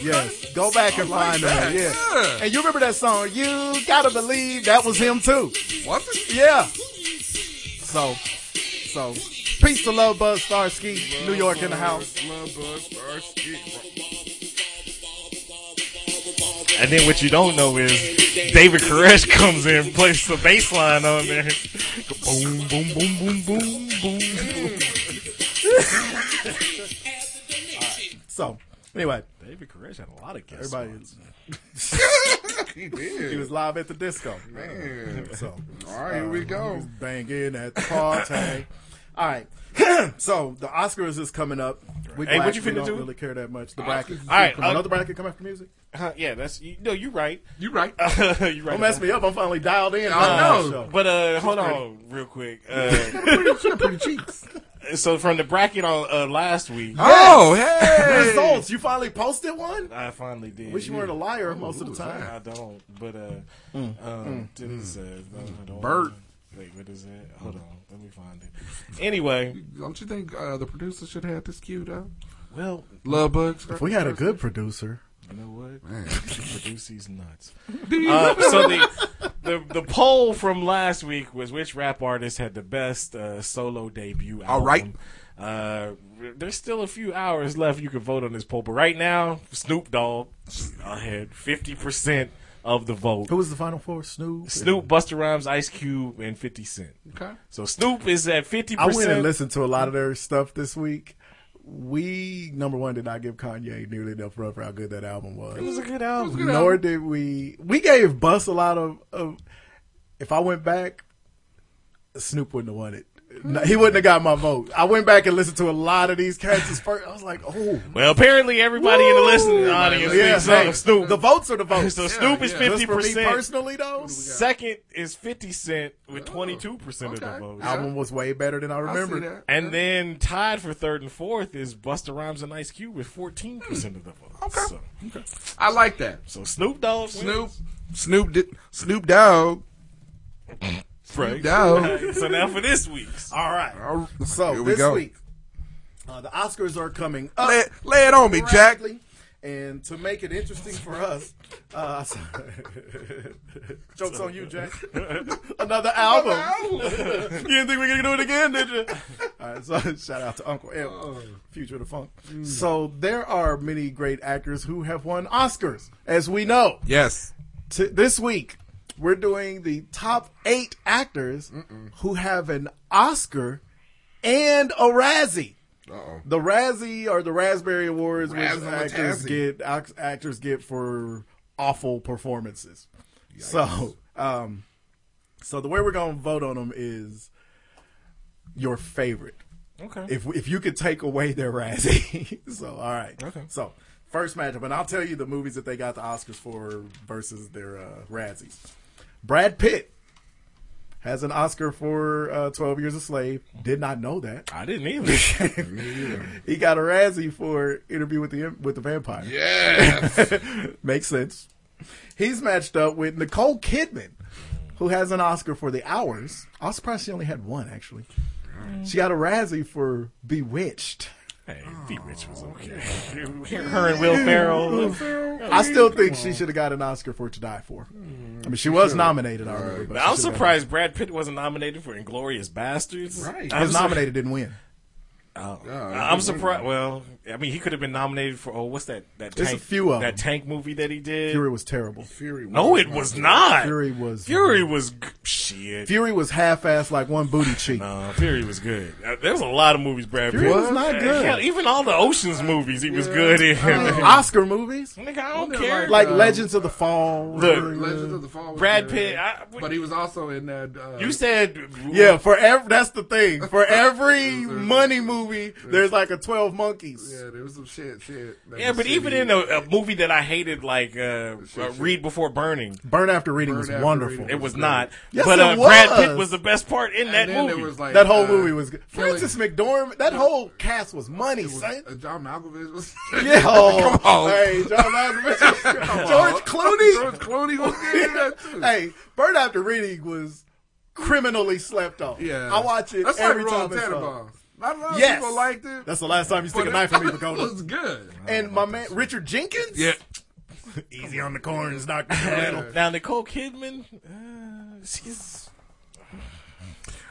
Yes. Go back and find that. Yeah. And you remember that song, You Gotta Believe That Was Him Too. Was it? Yeah. So, so, peace to Love Bug Starsky, New York in the house. Love Buzz, Starsky. And then what you don't know is David Koresh comes in and plays the bass line on there. Boom, boom, boom, boom, boom, boom, boom. So, anyway, David Koresh had a lot of guests. everybody, He did. he was uh, live at the disco. Man. So, All right, here we go. banging at the party. All right. [clears throat] so the Oscars is coming up. We Hey, what black, you finna we don't do? really care that much. The bracket. All right, Come- I'll- another bracket come after music. Huh, yeah, that's you, no. You're right. You [laughs] right. Uh, [laughs] you're right. Don't mess me up. I'm finally dialed in. I know. So, But uh, hold on, real quick. [laughs] Uh, pretty, pretty cheeks. so from the bracket on uh, last week, Oh, hey. Results. You finally posted one. I finally did. Wish you weren't a liar most of the time. I don't. But uh, um, this is, uh, hold on. Mm. Bert. Wait, what is that? Hold on, let me find it. Anyway, Don't you think uh, the producer should have this queued up? well, Love Bugs. If we had a good producer, You know what? Produce these [laughs] nuts. Uh, so the, the the poll from last week was which rap artist had the best uh, solo debut album. All right. Uh, there's still a few hours left you can vote on this poll, but right now Snoop Dogg I had 50% of the vote. who was the final four? Snoop. Snoop, Buster Rhymes, Ice Cube, and 50 Cent. Okay. So Snoop is at 50%. I went and listened to a lot of their stuff this week. We number one did not give Kanye nearly enough love for how good that album It was a good album. Nor did we. We gave Bus a lot of, of. If I went back, Snoop wouldn't have won it. No, he wouldn't have got my vote. I went back and listened to a lot of these characters first. I was like, oh. Well, apparently everybody in the listening audience Yeah, thinks so. hey, Snoop. The votes are the votes. So Snoop is Just for me 50%. personally, though, Second is 50 Cent with Oh, 22% of the okay. votes. album was way better than I I see remember. that. And then tied for third and fourth is Busta Rhymes and Ice Cube with 14% of the votes. Okay. Hmm, So, I like that. so Snoop Dogg. Snoop, Snoop, did, Snoop Dogg. Snoop Dogg. so now for this [laughs] week's. All right. All right, So here we this go. week, uh, the Oscars are coming up. Lay, lay it on me, Jack. rapidly. And to make it interesting for us, uh, [laughs] jokes on you, Jack. Another album. [laughs] you didn't think we were gonna do it again, did you? All right, so [laughs] shout out to Uncle L, Future of the Funk. So there are many great actors who have won Oscars, as we know. Yes. T- this week, we're doing the top eight actors who have an Oscar and a Razzie. Uh-oh. The Razzie or the Raspberry Awards, which Razzie actors Tazzie. get ac- actors get for awful performances. So, um, so the way we're gonna vote on them is your favorite. Okay. If if you could take away their Razzie, [laughs] so all right. Okay. So first matchup, and I'll tell you the movies that they got the Oscars for versus their uh, Razzies. Brad Pitt has an Oscar for uh, Twelve Years a Slave. Did not know that. I [laughs] didn't either. he got a Razzie for Interview with the with the Vampire. Yes. [laughs] makes sense. He's matched up with Nicole Kidman, who has an Oscar for The Hours. I was surprised she only had one actually. She got a Razzie for Bewitched. Hey, Bewitched was okay. [laughs] Her and [laughs] Will Ferrell. I still think she should have got an Oscar for To Die For. I mean, she was nominated. I remember. but Now, she I'm should've got- surprised Brad Pitt wasn't nominated for Inglorious Bastards. Right. He was nominated, didn't win. Oh. Yeah, I'm he surprised. Well, I mean, he could have been nominated for oh, what's that? That There's a tank, few of that them. tank movie that he did. Fury was terrible. Fury. no, it was not. Fury was Fury was g- shit. Fury was half-assed like one booty cheek. Uh, Fury was good. Uh, there was a lot of movies Brad Fury Pitt was not Uh, good. hell, even all the Ocean's movies, he was good in. [laughs] Oscar movies Nigga, I don't care. like Legends of the Fall. Look, Legends of the Fall. was Brad good. Pitt. I, but he was also in that. Uh, you said Yeah, for ev- that's the thing. For every money movie, there's like a twelve monkeys. yeah, there was some shit. Shit. that Yeah, was but shitty. even in a, a movie that I hated, like uh, uh, Read Before Burning, Burn After Reading Burn was After wonderful. Reading. it was not. Yes, but it uh, Brad was. Pitt was the best part in And that then movie. there was like that whole uh, movie was good. Killing- Francis McDormand. That whole cast was money, was- son. uh, John Malkovich was. [laughs] Yeah, oh, [laughs] Come on. hey, John [laughs] Malkovich, George Clooney. George Clooney was good in that too. hey, Burn After Reading was criminally slept on. Yeah, I watch it That's every like Royal time. It's on. Tenenbaums. Not a lot of Yes. people liked it. That's the last time you stick a but knife in me, it Pagoda. was good. And my [laughs] man Richard Jenkins. Yeah, easy on the corners, not little. [laughs] now Nicole Kidman, uh, she's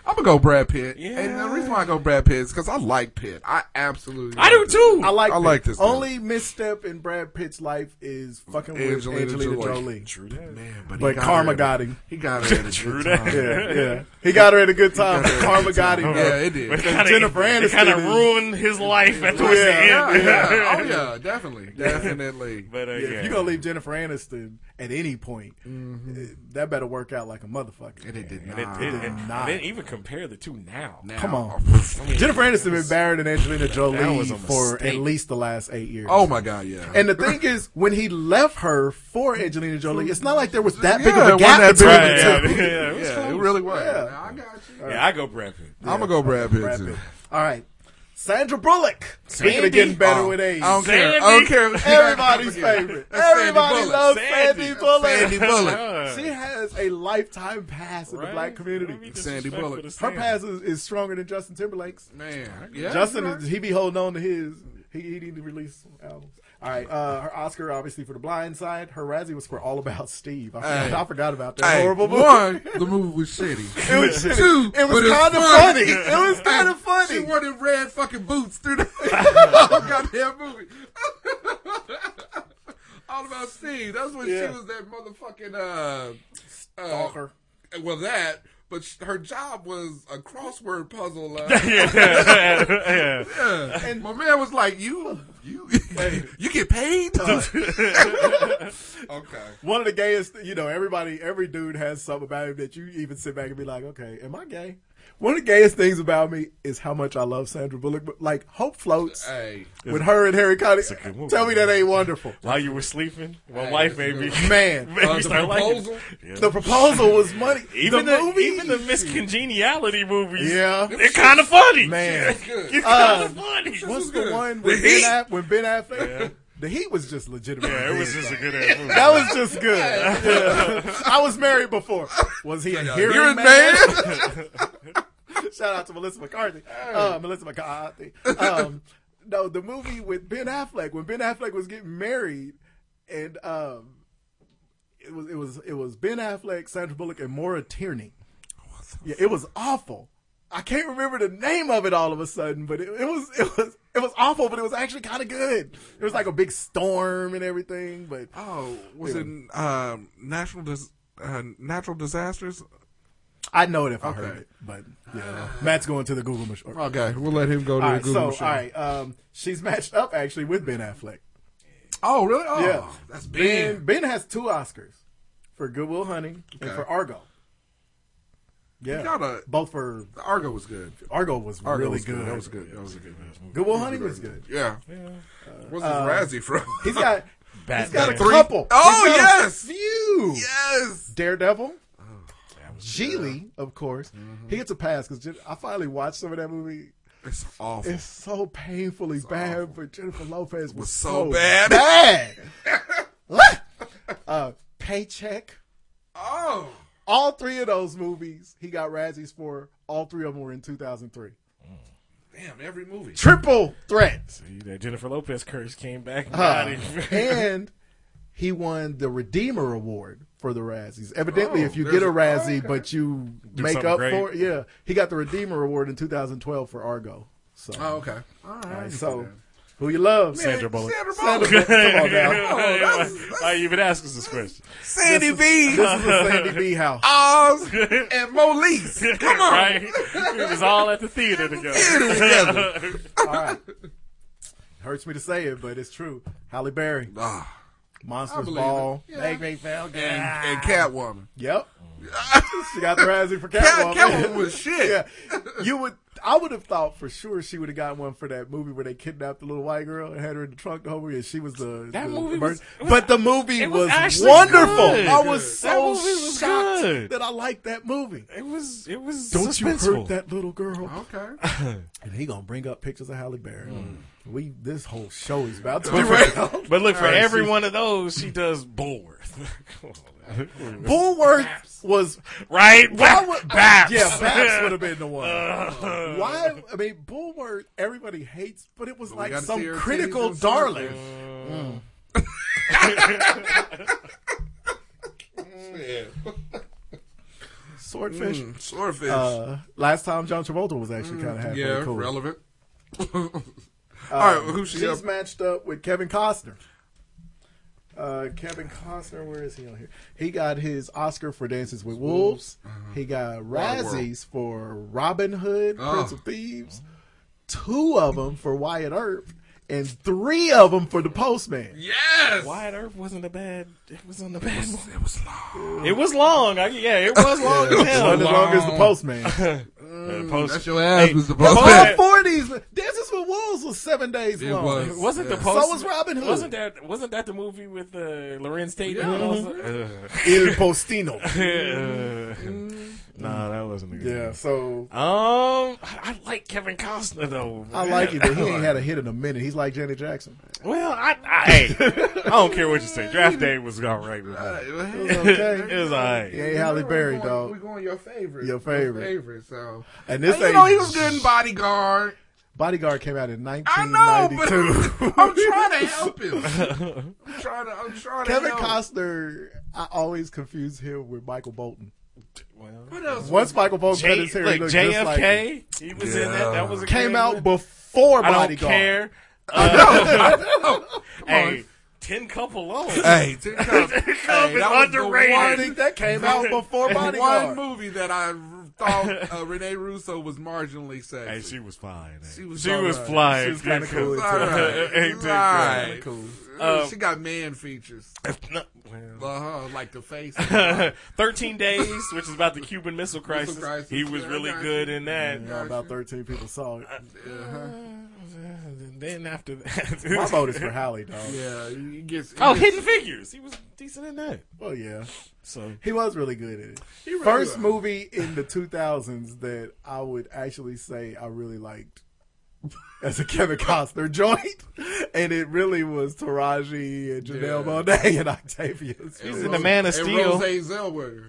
I'm gonna go Brad Pitt. Yeah. And the reason why I go Brad Pitt is because I like Pitt. I absolutely. I do like Pitt. too. I like. I like this dude. Only misstep in Brad Pitt's life is fucking with Angelina Angelina Jolie. [laughs] Jolie. True that. Man, but, he But got karma her at a- got him. He [laughs] got her at a True True that. time. Yeah, yeah. He got her at a good time. but Karma got him. Yeah, it did. Kinda, Jennifer It kind Aniston of is- ruined his life at towards the end. Yeah, yeah. Oh yeah, [laughs] definitely, definitely. But uh, Yeah, yeah, If you're gonna leave Jennifer Aniston at any point, eh, that better work out like a motherfucker. and Mm-hmm. it did and it, not. it, it, Nah. and then even compare the two now. Now- Come on, Jennifer Aniston been married to Angelina Jolie was a for at mistake. least the last eight years. Oh my god, yeah. And the thing is, when he left her for Angelina Jolie, it's not like there was that big Yeah, of it a wasn't gap that between big the of two. [laughs] a yeah, too. yeah, it was yeah, it cool. really was. Yeah. I got you. yeah, I go Brad Pitt. I'm gonna go Brad Pitt. Brad too. Pitt. All right, Sandra Bullock. Speaking of getting better with age, Oh. I don't care. Sandy. I don't [laughs] care. everybody's [laughs] favorite. That's Sandy Everybody Bullock. loves Sandy. Sandy Bullock. Sandy Bullock. Uh, She has a lifetime pass in the right? black Don't be community. Sandy disrespectful Bullock. to Her Her Sandy. pass is, is stronger than Justin Timberlake's. Man, yeah, Justin, right. is, he be holding on to his. He, he need to release some albums. All right, uh, her Oscar obviously for The Blind Side. Her Razzie was for All About Steve. I forgot, Hey. I forgot about that Hey, horrible movie. One, the movie was shitty. [laughs] It was, Two, it was but it's kind of fun. funny. It [laughs] was kind of She funny. wore them red fucking [laughs] boots through the [laughs] whole goddamn movie. [laughs] All about Steve. That's when Yeah. she was that motherfucking uh, uh, Stalker. Well, that. But sh- her job was a crossword [laughs] puzzle. Uh, [laughs] yeah, yeah. and my man was like, "You, you, [laughs] you get paid." [laughs] okay. One of the gayest, you know, everybody, every dude has something about him that you even sit back and be like, okay, am I gay? One of the gayest things about me is how much I love Sandra Bullock. But like, Hope Floats Hey. with her and Harry good Connick. movie. Tell me that ain't wonderful. While you were sleeping, my wife made me. Man. [laughs] made Uh, me the start liking it. proposal? Yeah. The proposal was money. even the, the, movie, even the miscongeniality movies. Yeah. they're kind of funny. man. um, it's kind of funny. What's was the good. one The with Ben Heat. Aff- when Ben Affleck? The heat was just legitimate. Yeah, it was just a good ass movie. That was just good. Yeah. [laughs] I was married before. Was he a hearing, You're a man? man. [laughs] Shout out to Melissa McCarthy. Uh, Melissa McCarthy. Um, no, the movie with Ben Affleck when Ben Affleck was getting married, and um, it was it was it was Ben Affleck, Sandra Bullock, and Maura Tierney. Yeah, it was awful. I can't remember the name of it all of a sudden, but it, it was it was it was awful, but it was actually kind of good. It was like a big storm and everything, but Oh, was it um, national dis- uh, natural disasters? I know it if I heard it, but yeah, Matt's going to the Google machine. Okay, we'll let him go to All the right, Google so, machine. All right, um, she's [laughs] matched up actually with Ben Affleck. Oh, really? Oh, yeah. that's ben. Ben has two Oscars for Goodwill Hunting and Okay. for Argo. Yeah, He got a- both for Argo was good. Argo was Argo really was good. That was good. That was a good. movie. Goodwill Hunting was good. Yeah. What's his Uh, Razzie from? [laughs] He's got. He's got a Three- couple. Oh, He's got a yes. few. [laughs] Yes. Oh, Daredevil. Geely, of course. Mm-hmm. He gets a pass because I finally watched some of that movie. It's awful. It's so painfully bad, but Jennifer Lopez was, so, so bad. bad. uh, Paycheck. Oh. All three of those movies he got Razzies for. All three of them were in 2003. Damn, every movie. Triple threat. See, that Jennifer Lopez curse came back and got Uh, him. and he won the Redeemer Award for the Razzies. Evidently, Oh, if you there's get a a- Razzie, but you Do make something up great. for it, yeah, he got the Redeemer Award in 2012 for Argo. So, Oh, okay. All All right. right, so who you love? Sandra Bullock. Sandra Bullock. Bullock. [laughs] Come on now. Why you even ask us this question? Sandy This B. is- This is the Sandy B house. [laughs] Oz and [laughs] Molise. Come on. Right? We was all at the theater [laughs] together. Theater together. All right. Hurts me to say it, but it's true. Halle Berry. I Monsters believe Ball. it. Yeah. Make me feel Ah. And, good. and [laughs] Catwoman. Yep. she got the Razzie for Cat- Catwoman. Catwoman was shit. [laughs] yeah. You would I would have thought for sure she would have gotten one for that movie where they kidnapped the little white girl and had her in the trunk the whole movie and she was the That the movie emer- was- it was- But the movie it was was, actually wonderful. good. I was That so movie was shocked good. that I liked that movie. It was it was Don't you suspenseful. hurt that little girl. Okay. And he gonna bring up pictures of Halle Berry. Mm. We this whole show is about [laughs] to be But, right. for, but look, for every one of those, she does Bullworth. [laughs] Come [laughs] on, man. Bullworth was right? Why Ba- would, Baps. [laughs] Yeah, Baps would have been the one. Uh. [laughs] Why? I mean, Bullworth, everybody hates, but it was we like gotta some see her titties critical and stuff. darling. Swordfish. Mm, swordfish. Uh, last time John Travolta was actually kind of halfway yeah, cool. [laughs] relevant. Um, All right, well, who's she she's up? matched up with Kevin Costner. Uh, Kevin Costner, where is he on here? He got his Oscar for Dances with Wolves. He got Uh-huh. Waterworld. Razzies for Robin Hood, Oh. Prince of Thieves. Two of them for Wyatt Earp, and three of them for The Postman. Yes. Wyatt Earth wasn't a bad. It wasn't a bad. movie. It was long. It was long. I, yeah, [laughs] it was long as hell. One as long as The Wow. Postman. [laughs] Uh, post- That's your ass Hey, was the the boss. All [laughs] four of these Dances with Wolves was seven days It long. was. Wasn't the Yeah. post? So was Robin Hood. Wasn't that? Wasn't that the movie with uh, Lorenz Tate? and all that? [laughs] Il Postino. Uh, nah, that wasn't a good. Mm-hmm. yeah, so Um, I I like Kevin Costner though. I man. like it, [laughs] but he ain't had a hit in a minute. He's like Janet Jackson. [laughs] Well, I, I, hey, I don't care what you say. Draft day was all right with me. [laughs] Okay. [laughs] It was all right. Yeah, Halle Berry, dog. We're going your favorite. Your favorite. favorite. So. And this And you ain't- know he was good in Bodyguard. Bodyguard came out in I know, but 1992. [laughs] I'm trying to [laughs] help him. I'm trying to. I'm trying to. Kevin help. Costner, I always confuse him with Michael Bolton. What else? Once Michael Bolton cut J, his hair, he look, looked just like him. JFK, he was in that. That was a came good out one. before I don't Bodyguard. [laughs] care. Come on. Hey, ten [laughs] couple long. [laughs] Hey, Tin Cup. Tin Cup Hey, is that was the underrated. I one- think that came out before [laughs] One Bodyguard. movie that I thought uh, Renee Russo was marginally sexy. Hey, she was flying. She was was, she all was right. flying. She was kinda Good cool, cook. All right. [laughs] Hey, All good cook. right. Um, she got man features. No, well. Uh-huh, like [laughs] the face. 13 Days, which is about the Cuban Missile Crisis. Crisis. He was Yeah, I really got good you. in that. You know, about 13 people saw it. Uh-huh. Then after that, My [laughs] vote is for Halle, dog. Yeah, he gets. oh, Hidden Figures. He was decent in that. Well, yeah. So He was really good at it. really First was. movie in the 2000s that I would actually say I really liked as a Kevin Costner joint. And it really was Taraji and Janelle Monae and Octavia. he's Spencer. in the Man of and Steel. Rose Zellweger.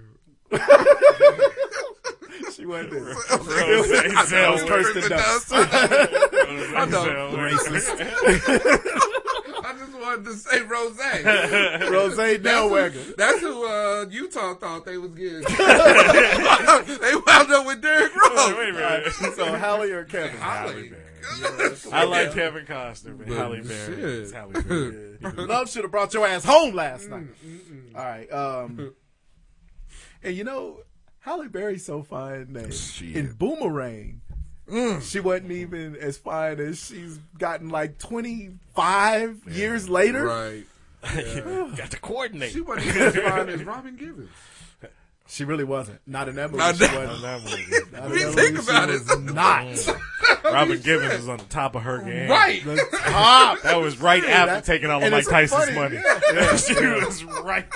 She wasn't there. Rose [laughs] That was Zellweger. Kirsten Dunst. [laughs] [laughs] I [laughs] know. Racist. I just wanted to say [laughs] Rose. That's Rose Zellweger. who, that's who uh, Utah thought they [laughs] was getting. [laughs] they wound up with Derrick Rose. Wait a [laughs] minute. So Halle or Kevin? Golly, I like Kevin Costner, but Halle Berry. shit. It's Halle Berry. [laughs] Love should have brought your ass home last night. All right. Um, and you know, Halle Berry's so fine now. In Boomerang, Mm. she wasn't even as fine as she's gotten like 25 years later. Right. Yeah. Got to coordinate. [laughs] She wasn't even as fine as Robin Givens. She really wasn't. Not in that movie. Not she that- [laughs] wasn't. Not that movie. Not in When you that think movie, she about was it. [laughs] Not. Robin Givens was on the top of her game. Right. The top. That was right Yeah, after that- taking all of and Mike it's Tyson's funny, money. [laughs] yeah. Yeah, she was right.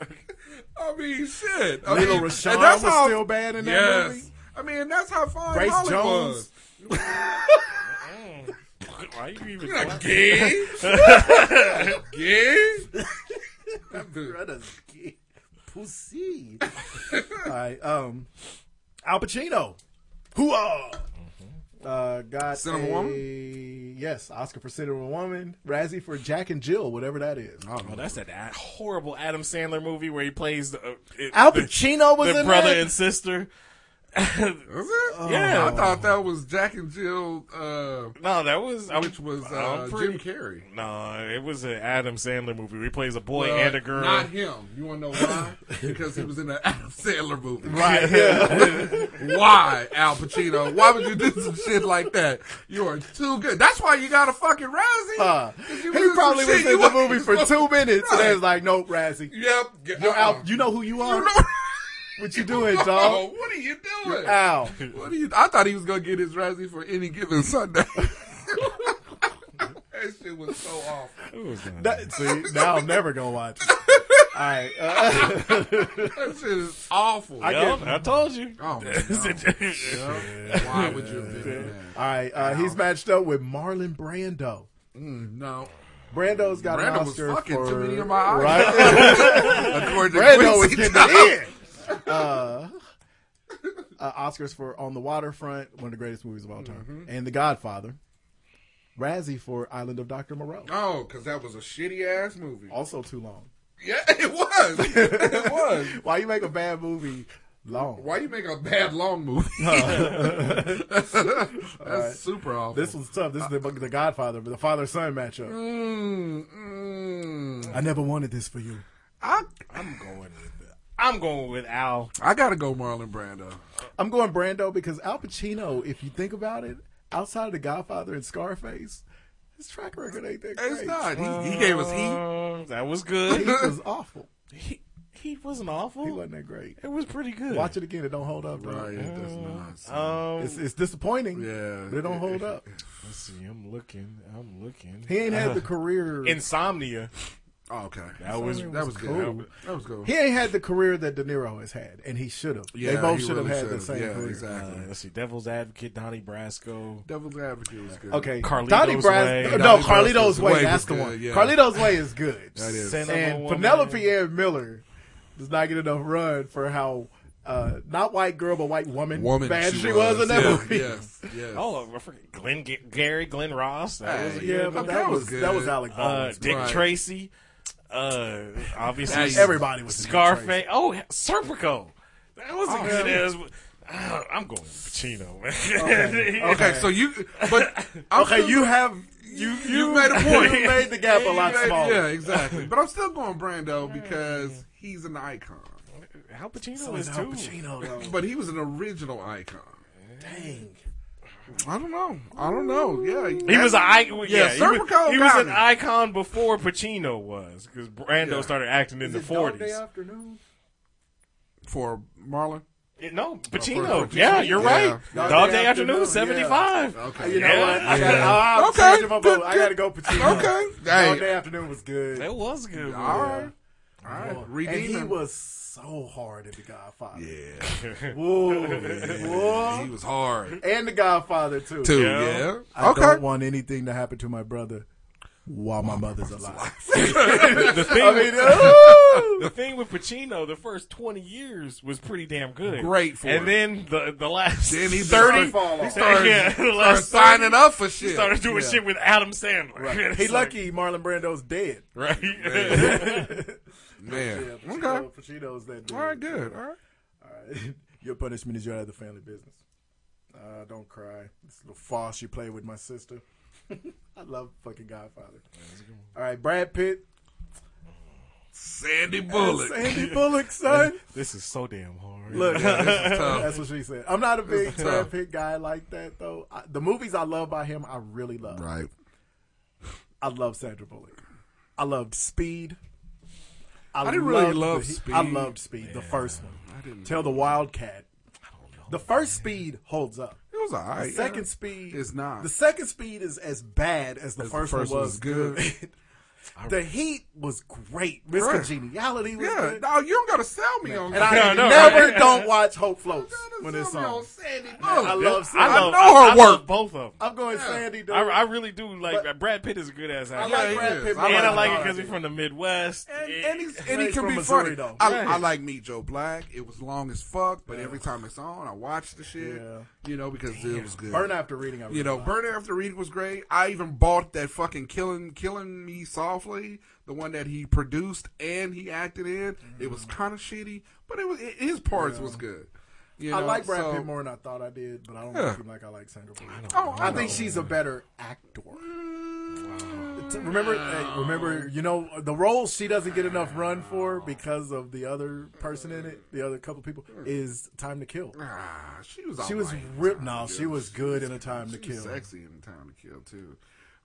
I mean, shit. I Lilo mean, Rashawn [laughs] and that's was how- still bad in that yes. movie. I mean, and that's how fine Grace Holly Jones. was. Why you even [laughs] Gay? Gay? Greta's gay. Pussy. All right. Um, Al Pacino. Hoo-ah! Uh, got Cinema a, Mm-hmm. Woman? Yes, Oscar for Cinema Woman, Razzie for Jack and Jill, whatever that is. Oh, that's that ad- horrible Adam Sandler movie where he plays the, uh, it- Al the- Pacino was the in brother that? and sister. Was it? Oh. Yeah. I thought that was Jack and Jill, uh, No, that was I'm- which was I'm uh, pretty- Jim Carrey. No, it was an Adam Sandler movie. where He plays a boy Well, and a girl. Not him. You want to [laughs] know why? because he was in an Adam Sandler [laughs] movie. Right, yeah. why, Al Pacino? Why would you do some shit like that? You are too good. That's why you got a fucking Razzie. [laughs] Uh, 'Cause you do he some probably shit was you in the wasn't movie for two supposed- minutes, and Right. it was like, nope, Razzie. Yep. Get- You're uh-uh. Al. You know who you You are. know- What you doing, [laughs] Oh, dog? what are you doing? You're [laughs] Al. What do you? I thought he was gonna get his Razzie for any given Sunday. [laughs] that shit was so off. That- see, now I'm never gonna watch. [laughs] It. All right. Uh, That shit is awful. I Yup, get- I told you. oh my God. Yep. Why would you have done that? all right. Uh, he's matched up with Marlon Brando. Mm, no. Brando's got an Brando was Oscar fucking for too many of my eyes. [laughs] right. [laughs] According to Brando was Quincy getting Jones. it in. Uh, uh, Oscars for On the Waterfront, one of the greatest movies of all time, Mm-hmm. and The Godfather. Razzie for Island of Dr. Moreau, Oh, because that was a shitty ass movie. also too long. Yeah, it was. [laughs] [laughs] It was. Why you make a bad movie long? Why you make a bad long [laughs] movie? that's super awful. This was tough. This is the, the Godfather, the father son matchup. Mm, mm. I never wanted this for you. I I'm going with it. [laughs] I'm going with Al. I gotta go, Marlon Brando. I'm going Brando because Al Pacino, if you think about it, outside of The Godfather and Scarface, his track record ain't that great. It's not. He, uh, he gave us heat. Um, that was good. [laughs] He was awful. he, he wasn't awful. He wasn't that great. It was pretty good. Watch it again. It don't hold up. Right. Right, that's uh, nice. Um, It's, it's disappointing. Yeah. But it don't hold up. let's see. I'm looking. I'm looking. Uh, He ain't [laughs] had the career. Insomnia. Oh, okay. That was that was uh, cool. good. That was cool. He ain't had the career that De Niro has had, and he should have. they Yeah, both he should have really had the should've. same Yeah, career. exactly. Uh, let's see. Devil's Advocate. Donnie Brasco. Devil's Advocate was good. Okay, Carlito's Donnie Way. No, Donnie Carlito's Brasco's way. Way That's was the good, one. yeah. Carlito's way is good. That is. Cinema and Woman. Penelope Ann Miller does not get enough run for how uh, not white girl but white woman, Woman, bad she, was, in that yeah, movie. Yes, yes. Oh, I forget. Glenn G- Gary. Glenn Ross. That was Hey. a- [laughs] Yeah, but that, was good. that was Alec uh, Baldwin's Dick Right. Tracy. Uh, obviously Nice. Everybody was in Dick Scarface. Tracy. Oh, Serpico. That was a Oh, good yeah. ass. I- I'm going with Pacino, man. [laughs] Okay, so you, but [laughs] I'm Okay, still- you have you [laughs] you, made a point. you made the gap a lot You made- smaller. Yeah, exactly. But I'm still going Brando because he's an icon. How Pacino So is is Al too. Pacino though. But he was an original icon. Dang. I don't know. I don't know. Yeah, He was an icon. Yeah, Yeah, he, was, Serpico he was got an it. icon before Pacino was, because Brando Yeah. started acting in the Day forties. afternoon. for Marlon. Uh, No, Pacino. Oh, for- for yeah, Pacino. you're Yeah. right. Dog Dog Day Day Afternoon, Afternoon, seventy five. Okay, Uh, You know Yeah. what? I gotta, Yeah. I'm Okay, changing my good, vote. I good. gotta go Pacino. Okay. All Hey. day afternoon was good. That was a good. one. all right, all Come right. on. Redeem and he him. was so hard at The Godfather. Yeah, Whoa. [laughs] Whoa. he was hard And The Godfather, too. too. Yeah. Yeah. I okay. don't want anything to happen to my brother while my mother's alive. The [laughs] thing, I [laughs] mean, ooh. the thing with Pacino, the first twenty years was pretty damn good. Great for and it. then the the last Then he thirty, fall He off. started, Yeah, he [laughs] started last signing up for he shit. started doing Yeah. shit with Adam Sandler. Right. [laughs] [laughs] It's He like- lucky Marlon Brando's dead. [laughs] [laughs] right? Man. Yeah, Pacino, okay. Pacino's that dude. All right. Good. All right. [laughs] Your punishment is you're out of the family business. Uh, don't cry. This little farce you play with my sister. [laughs] I love fucking Godfather. All right, Brad Pitt Sandy Bullock. Sandy Bullock, [laughs] son. [laughs] This is so damn hard. Look, that's [laughs] that's what she said. I'm not a big Brad Pitt guy like that though. I, the movies I love by him, I really love. Right. I love Sandra Bullock. I loved Speed. I didn't really loved love the- Speed. I loved Speed, the first one. I didn't Tell the Wildcat. The first Speed holds up. It was all right. The second Speed is not. The second Speed is as bad as the, As the first, first one one's was. good. good. [laughs] the Heat was great. Miss Right. Congeniality was Yeah, good. no, you don't gotta sell me on And [laughs] I that. never don't watch Hope Floats when it's on. Sandy Bullock. I love Sandy. I, love, I know her I love work. both of them. I'm going Sandy, dude. I, I really do like Brad Pitt is a good ass actor. like Yeah, he Brad is. Pitt, and man. I like it Yeah. because he's from the Midwest. And, It- and, he's, and he He's can from be Missouri, funny. though. I, Right. I like Meet Joe Black. It was long as fuck, but every time it's on, I watch the shit. You know because it was good. Burn After Reading, I really you know, liked. Burn After Reading was great. I even bought that fucking killing, killing me softly, the one that he produced and he acted in. It was Mm-hmm. kind of shitty, but it was it, his parts was good. You I know, like Brad so- Pitt more than I thought I did, but I don't Yeah. seem like I like Sandra Bullock. I, know. I think know. she's a better actor. It's- Remember, hey, remember, you know the role she doesn't get enough run for because of the other person in it, the other couple people, is Time to Kill. [sighs] Ah, she was. She all was right in ripped. Time No, to she Kill. was good in A Time to She was Kill. Sexy in Time to Kill too,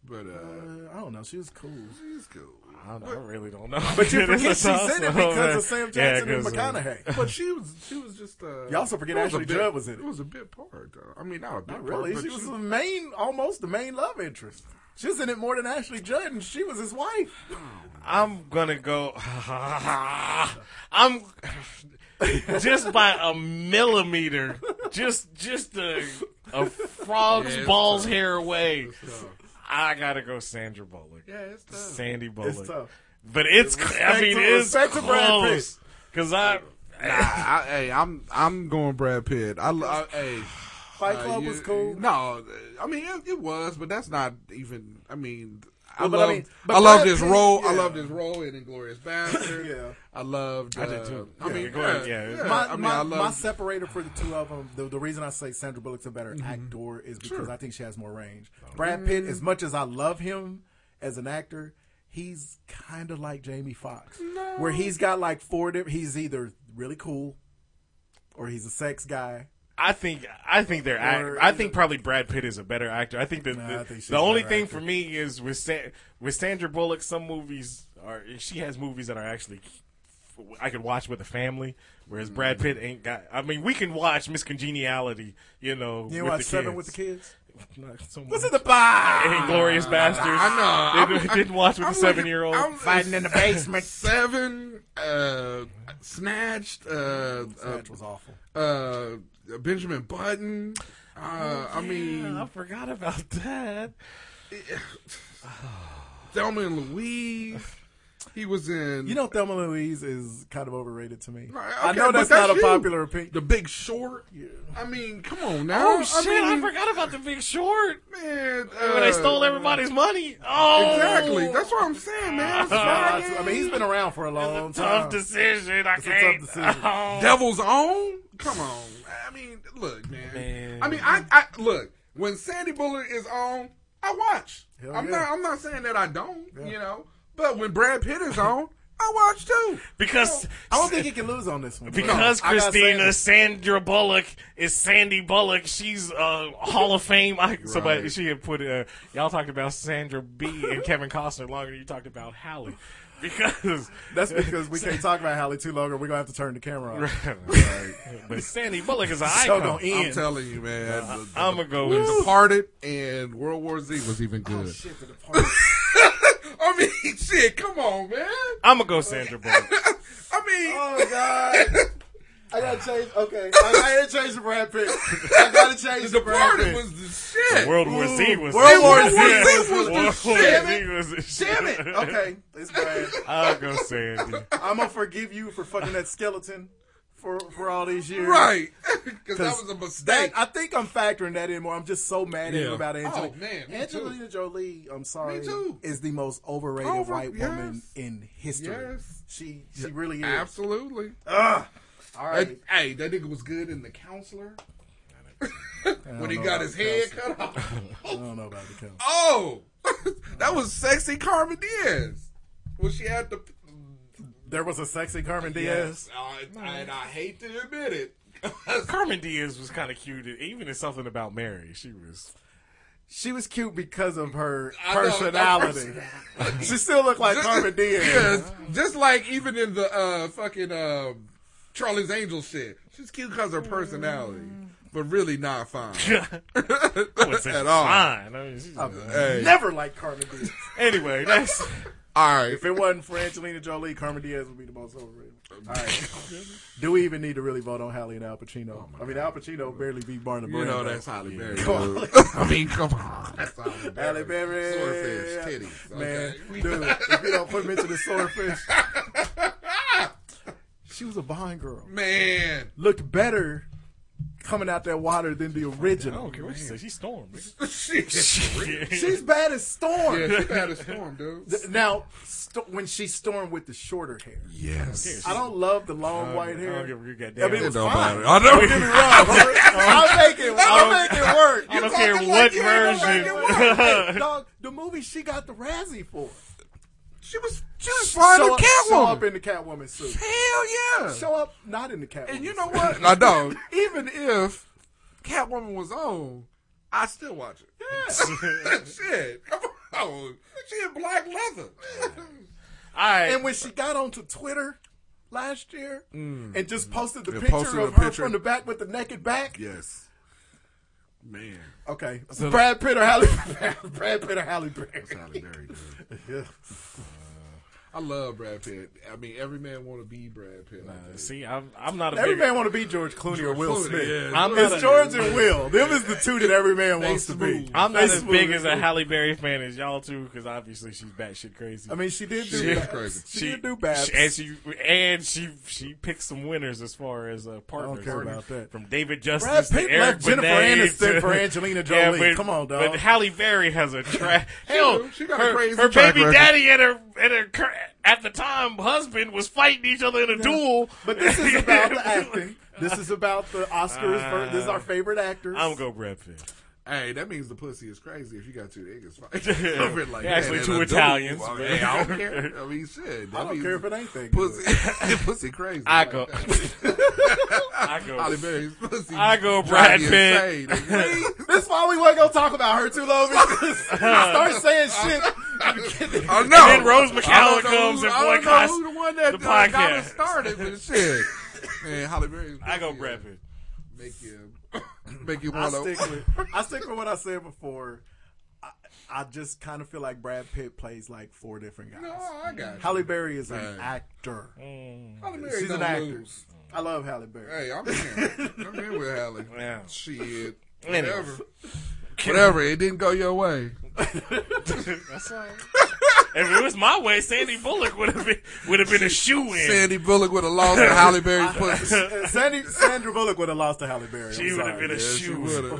but uh, Uh, I don't know. She was [laughs] cool. she's cool. I, don't know, I really don't know. But [laughs] you It is forget a she's tough in it one, [laughs] because man. of Sam Jackson [laughs] Yeah, and 'cause, uh, McConaughey. But she was she was just uh Y'all also forget it was a Ashley bit- Judd was in it. It was a bit part though. I mean not a bit Not really. part. She but was the [laughs] main, almost the main love interest. She was in it more than Ashley Judd, and she was his wife. I'm gonna go. I'm just by a millimeter, just just a, a frog's Yeah, it's balls tough. hair away. tough. I gotta go Sandra Bullock. Yeah, it's tough. Sandy Oh, Bullock. It's tough. But it's I Respect mean to- it's respect to Brad close because I Nah, I, hey, I'm I'm going Brad Pitt. I, lo- I hey, Fight uh, Club you- was cool. No, I mean it, it was, but that's not even. I mean, I Well, but I love mean- but I love Brad this Pitt- role. I yeah. love this role in [laughs] Inglorious Bastard. Yeah. I loved. Uh, I did too. I Yeah, mean, go ahead. yeah, Yeah. yeah. my, I mean, my, I my love. separator for the two of them, the, the reason I say Sandra Bullock's a Mm-hmm. better actor is because I think she has more range. Oh. Brad Pitt, as much as I love him as an actor, he's kind of like Jamie Foxx, where he's got like four different. He's either really cool, or he's a sex guy. I think I think they're act- Or- I think probably Brad Pitt is a better actor. I think the Nah, I the, think she's the only a better thing actor. for me is with San- with Sandra Bullock, some movies are she has movies that are actually I could watch with a family, whereas Brad Mm. Pitt ain't got. I mean, we can watch Miss Congeniality, you know, You with watch the Seven kids. with the kids. Not so What's in much. the [laughs] bar? Inglorious Bastards. [laughs] I know. Didn't, I'm- didn't watch with I'm the looking- seven year old. I'm- Fighting [laughs] in the basement. Seven, uh, snatched, uh, uh, That was awful. uh, Benjamin Button. Uh, I I mean, forgot about that. Thelma and Louise. He was in. You know, Thelma and Louise is kind of overrated to me. Right, I okay, know but that's, not a you. popular opinion. The Big Short. I mean, come on now. Oh shit! I, I mean, forgot about the Big Short. man. when they uh, stole everybody's money. Oh, Exactly. That's what I'm saying, [laughs] man. It's I, like, I mean, he's been around for a long time. Tough decision. I It's a tough can't. decision. Oh. Devil's own. Come on. I mean, look, man. Man. I mean, I, I look when Sandy Bullock is on, I watch. Hell I'm yeah. not. I'm not saying that I don't. You know, but when Brad Pitt is on, I watch too. Because I don't think he can lose on this one. because No, I gotta say Christina this. Sandra Bullock is Sandy Bullock. She's a Hall of Fame. I, Somebody she had put. Uh, y'all talked about Sandra B and Kevin Costner longer than you talked about Hallie. Because That's because we can't talk about Halle too long, or we're gonna have to turn the camera off. [laughs] but [laughs] Sandy Bullock is an So icon. gonna I'm end. telling you, man. the- the- I'm gonna go The with Departed and World War Z was even good. Shit, the Departed. I mean, [laughs] shit, come on, man. I'm gonna go [laughs] Sandra Bullock. I mean, [laughs] oh god. I gotta change. Okay, I gotta change the Brad Pitt. I gotta change the, The Brad Departed Pitt. was the shit. World War Z was World the [laughs] War shit. Z was the World shit. War Z was the shit. Damn it. Okay, it's Brad. I'll go Sandy. I'm gonna forgive you for fucking that skeleton for for all these years. [laughs] Right, because that 'Cause was a mistake. That, I think I'm factoring that in more. I'm just so mad at Yeah. him about Angelina. Oh, man, me Angelina Jolie, I'm sorry, Me too. is the most overrated Over- white yes. woman in history. Yes. She she really is. Absolutely. All right. That- hey, that nigga was good in the counselor [laughs] when he got his head cut off. I don't know about the count. [laughs] Oh, that was sexy Carmen Diaz. When she had the There was a sexy Carmen Diaz. I, I- and I hate to admit it. [laughs] Carmen Diaz was kind of cute, even in something about Mary. She [laughs] was. She was cute because of her I know, that personality. [laughs] personality. she still looked like [laughs] Just- Carmen Diaz. Because just like even in the uh, fucking um, Charlie's Angels shit, she's cute because her personality, but really not fine say at all. Uh, fine. I mean, she's- [laughs] Hey. Never liked Carmen Diaz. [laughs] Anyway, that's all right. If it wasn't for Angelina Jolie, Carmen Diaz would be the most overrated. All right. [laughs] Oh Do we even need to really vote on Halle and Al Pacino? I mean, Al Pacino barely beat Barney. You know that's Halle Berry. Come on. [laughs] dude. I mean, come on. That's Halle Berry. Halle Berry. Swordfish, titties. Man, okay? dude, if you don't put him into the swordfish. She was a Bond girl. Man. [laughs] Looked better coming out that water than the original. She's storm. She's bad as Storm. Yeah, she bad as Storm, [laughs] dude. Th- Now, st- when she stormed with the shorter hair. Yes. I don't love the long white hair. I don't give a good I mean, it was Don't fine. matter. I don't- Don't get me [laughs] wrong. [laughs] I'll make it. I'll make it work. I don't You care talking what you ain't gonna version. make it work. [laughs] Hey, dog, the movie she got the Razzie for. She was she was fine show in up, Show Catwoman. up in the Catwoman suit. Hell yeah. Show up not in the Catwoman. And you know what? I don't. Even if Catwoman was on, I still watch it. Yeah. [laughs] Shit. Come on. She in black leather. All right. And when she got onto Twitter last year and just posted the And picture posted of a her picture. from the back with the naked back. yes. Man. Okay, Brad Pitt or Halle? [laughs] Brad Pitt or Halle Berry? That's Halle Berry, dude. Yeah. [laughs] I love Brad Pitt. I mean, every man want to be Brad Pitt. I think. See, I'm, I'm not a Every big. man want to be George Clooney or Will Clooney, Smith. yeah. I'm it's not a- George and Will. Them is the two that every man They wants to be. smooth. I'm not They as big smooth. as a Halle Berry fan as y'all two, because obviously she's batshit crazy. I mean, she did do. She is Babs. crazy. She, did do bad. she- and she and she she picked some winners as far as uh, partners. care about that. From David Justice Brad Pitt to Eric left Jennifer Benet Aniston to- for Angelina [laughs] Yeah, Jolie. but- Come on, dog. But Halle Berry has [laughs] a track. Hell, she got a her, crazy her track baby record. daddy and her and her cur- at the time husband was fighting each other in a duel. But this [laughs] is about the acting. This is about the Oscars. for, this is our favorite actors. I'm gonna go Brad Pitt. Hey, that means the pussy is crazy if you got two niggas fighting over it like Yeah, actually that. two And a dude. Italians, I, but- mean, hey, I don't care. I mean, shit. That I don't means care if it ain't that good. pussy, [laughs] pussy crazy. I like go. [laughs] that. I go. Halle Berry's pussy. I go drive Brad you Pitt. insane, nigga. That's why we weren't gonna talk about her too [laughs] long. because Start saying shit. I know. then Rose McGowan I don't know comes who- and I don't know boycotts who the one that the uh, got podcast. us started and shit. Man, Halle Berry's I go pussy, Brad Pitt. Make you, [coughs] make you I want stick to. [laughs] with. I stick with what I said before. I, I just kind of feel like Brad Pitt plays like four different guys. No, Oh, I got you. Halle Berry is an Right. actor. Mm. Halle Berry She's don't an actor. lose. I love Halle Berry. Hey, I'm in. I'm in with Halle. Yeah. Shit. Anyway. Whatever. Whatever. It didn't go your way. That's all right. [laughs] if it was my way, Sandy Bullock would have been would have been a shoe in. Sandy Bullock would have lost to Halle Berry's pussy. Uh, Sandy, Sandra Bullock would have lost to Halle Berry. she would have been a She shoe would in. [laughs]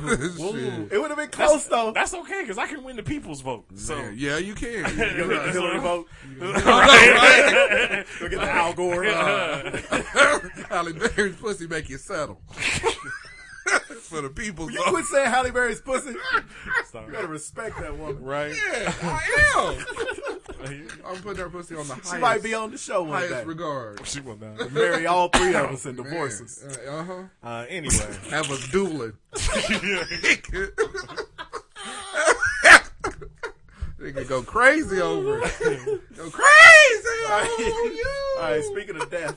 have. It would have been close though. That's okay because I can win the people's vote. So Yeah, you can. You're You're right. right. Hillary vote. [laughs] Right. Go get the Al [laughs] Gore. [laughs] Halle Berry's pussy make you settle. [laughs] For the people. you quit saying Halle Berry's pussy. You Sorry. gotta respect that woman. right. Yeah, I am. I'm putting her pussy on the highest, She might be on the show one highest day. regard. She will not. Marry all three of us in [laughs] divorces. Uh huh. Uh, anyway, Have us dueling. Nigga go crazy over it. [laughs] Go crazy over you. All right. Speaking of death,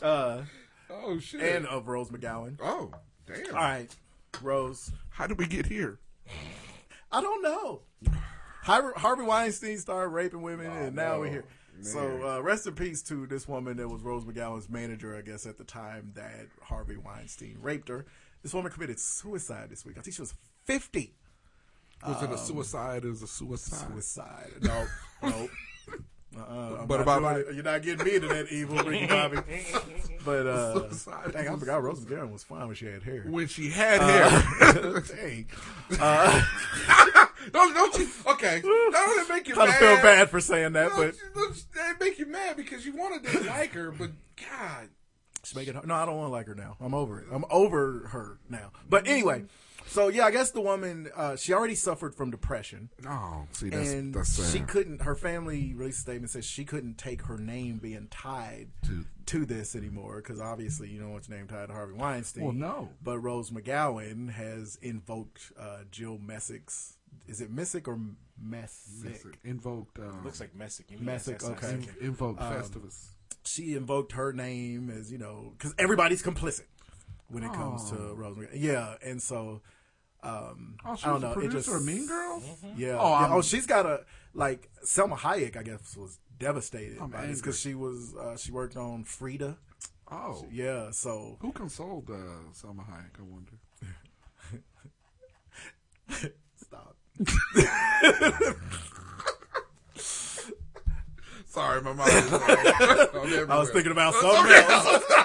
uh, oh shit. and of Rose McGowan. oh damn. All right, Rose. How did we get here? I don't know. Har- Harvey Weinstein started raping women, and now we're here. Oh, So uh, rest in peace to this woman that was Rose McGowan's manager, I guess, at the time that Harvey Weinstein raped her. This woman committed suicide this week. I think she was fifty. Was it a suicide? It was a suicide. Um, Suicide. No, [laughs] no. Uh-uh, I'm But not about- doing it. you're not getting me into that evil, Ricky Bobby. [laughs] But uh, Suicide. dang, I forgot Rose McGowan was fine when she had hair. When she had Uh, hair. Dang, [laughs] don't don't you? Okay. Don't let it make you kind mad. of feel bad for saying that, No, but you- look, they make you mad because you wanted [laughs] to like her, but God, Just make it. No, I don't want to like her now. I'm over it. I'm over her now. But anyway, So yeah, I guess the woman uh, she already suffered from depression. Oh, see, that's- and that's sad. she couldn't. Her family released a statement says she couldn't take her name being tied to, this anymore because obviously you don't want your name tied to Harvey Weinstein. Well, no. But Rose McGowan has invoked uh, Jill Messick's. Is it Messick or Messick? Messick. Invoked. Um, Looks like Messick. You mean Messick. that's not Okay. Messick. Invoked um, Festivus. She invoked her name as you know because everybody's complicit when it comes to Oh. Rose McGowan. Yeah, and so. Um, Oh, she I don't was a know. it producer just, of Mean Girls? Yeah. Oh, Oh, I'm- oh, she's got a like Selma Hayek. I guess was devastated I'm by this angry. because she was uh, she worked on Frida. Oh. yeah. So Who consoled uh, Selma Hayek? I wonder. [laughs] Stop. [laughs] Sorry, my [laughs] mind is wrong. I was thinking about [laughs] something something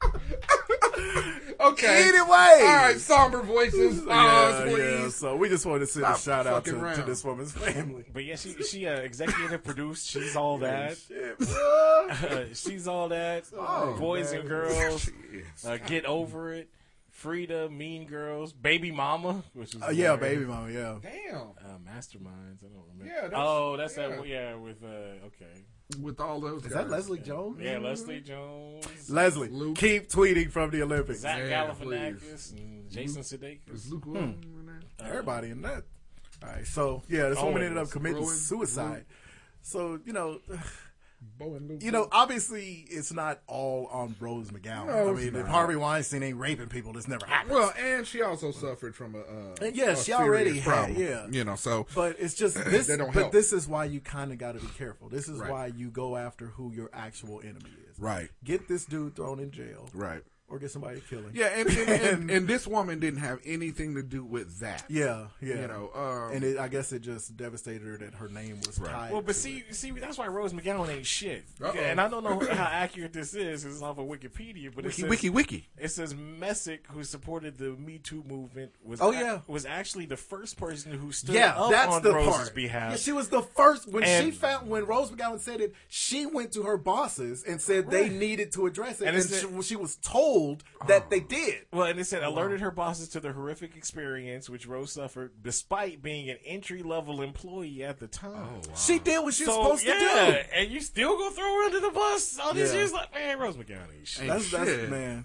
else. okay. Anyway. All right, somber voices. yeah, Uh, yeah. please. So we just wanted to send Stop a shout out fucking to, to around. this [laughs] woman's family. But yeah, she she uh, executive produced. She's all that. Shit, bro. Uh, she's all that. Oh, Boys man. and girls, Jeez. uh, get over it. Frida, Mean Girls, Baby Mama, which [laughs] is Uh, yeah, hilarious. baby mama. Yeah. Damn. Uh, Masterminds. I don't remember. Yeah, that's- oh, that's that. yeah. Yeah, with uh, okay. With all those. Is that guys. Leslie Jones? Yeah, Leslie Jones, Leslie, keep tweeting from the Olympics. Zach Yeah, Galifianakis, please. and Jason Sudeikis. Is Luke Wilson in that? Everybody in that. All right, so yeah, this woman Owen ended up was committing Rowan, suicide. So you know, Bowen Luke. you know, obviously it's not all on Rose McGowan. No, I it's mean, if not. Harvey Weinstein ain't raping people, this never happened. Well, and she also suffered from a. Uh, And yeah, a she already serious had, problem, yeah. You know, so. But it's [clears throat] just this. They don't but help. this is why you kind of got to be careful. This is Right. why you go after who your actual enemy is. Right. Get this dude thrown in jail, Right. or get somebody to kill him. Yeah, and [laughs] and, [laughs] and and this woman didn't have anything to do with that. yeah, yeah. You know, um, and it, I guess it just devastated her that her name was tied. Well, but to see, see, that's why Rose McGowan ain't shit. Uh-oh. And I don't know how accurate this is. 'cause It's off of Wikipedia, but it Wiki, says, wiki, wiki. It says Messick, who supported the Me Too movement, was Oh, ac- yeah. was actually the first person who stood Yeah, up that's on the Rose's part. behalf. Yeah, she was the first when she And- found when Rose McGowan said it. She went to her bosses and said they Right. needed to address it, And and, it's she, that- she was told that they did. well, and it said alerted her bosses to the horrific experience which Rose suffered, despite being an entry level employee at the time. Oh, She did what she was So, supposed to do. yeah, and you still go throw her under the bus all these Yeah. years? Like, man, Rose McGowan ain't shit. That's, that's Shit. man.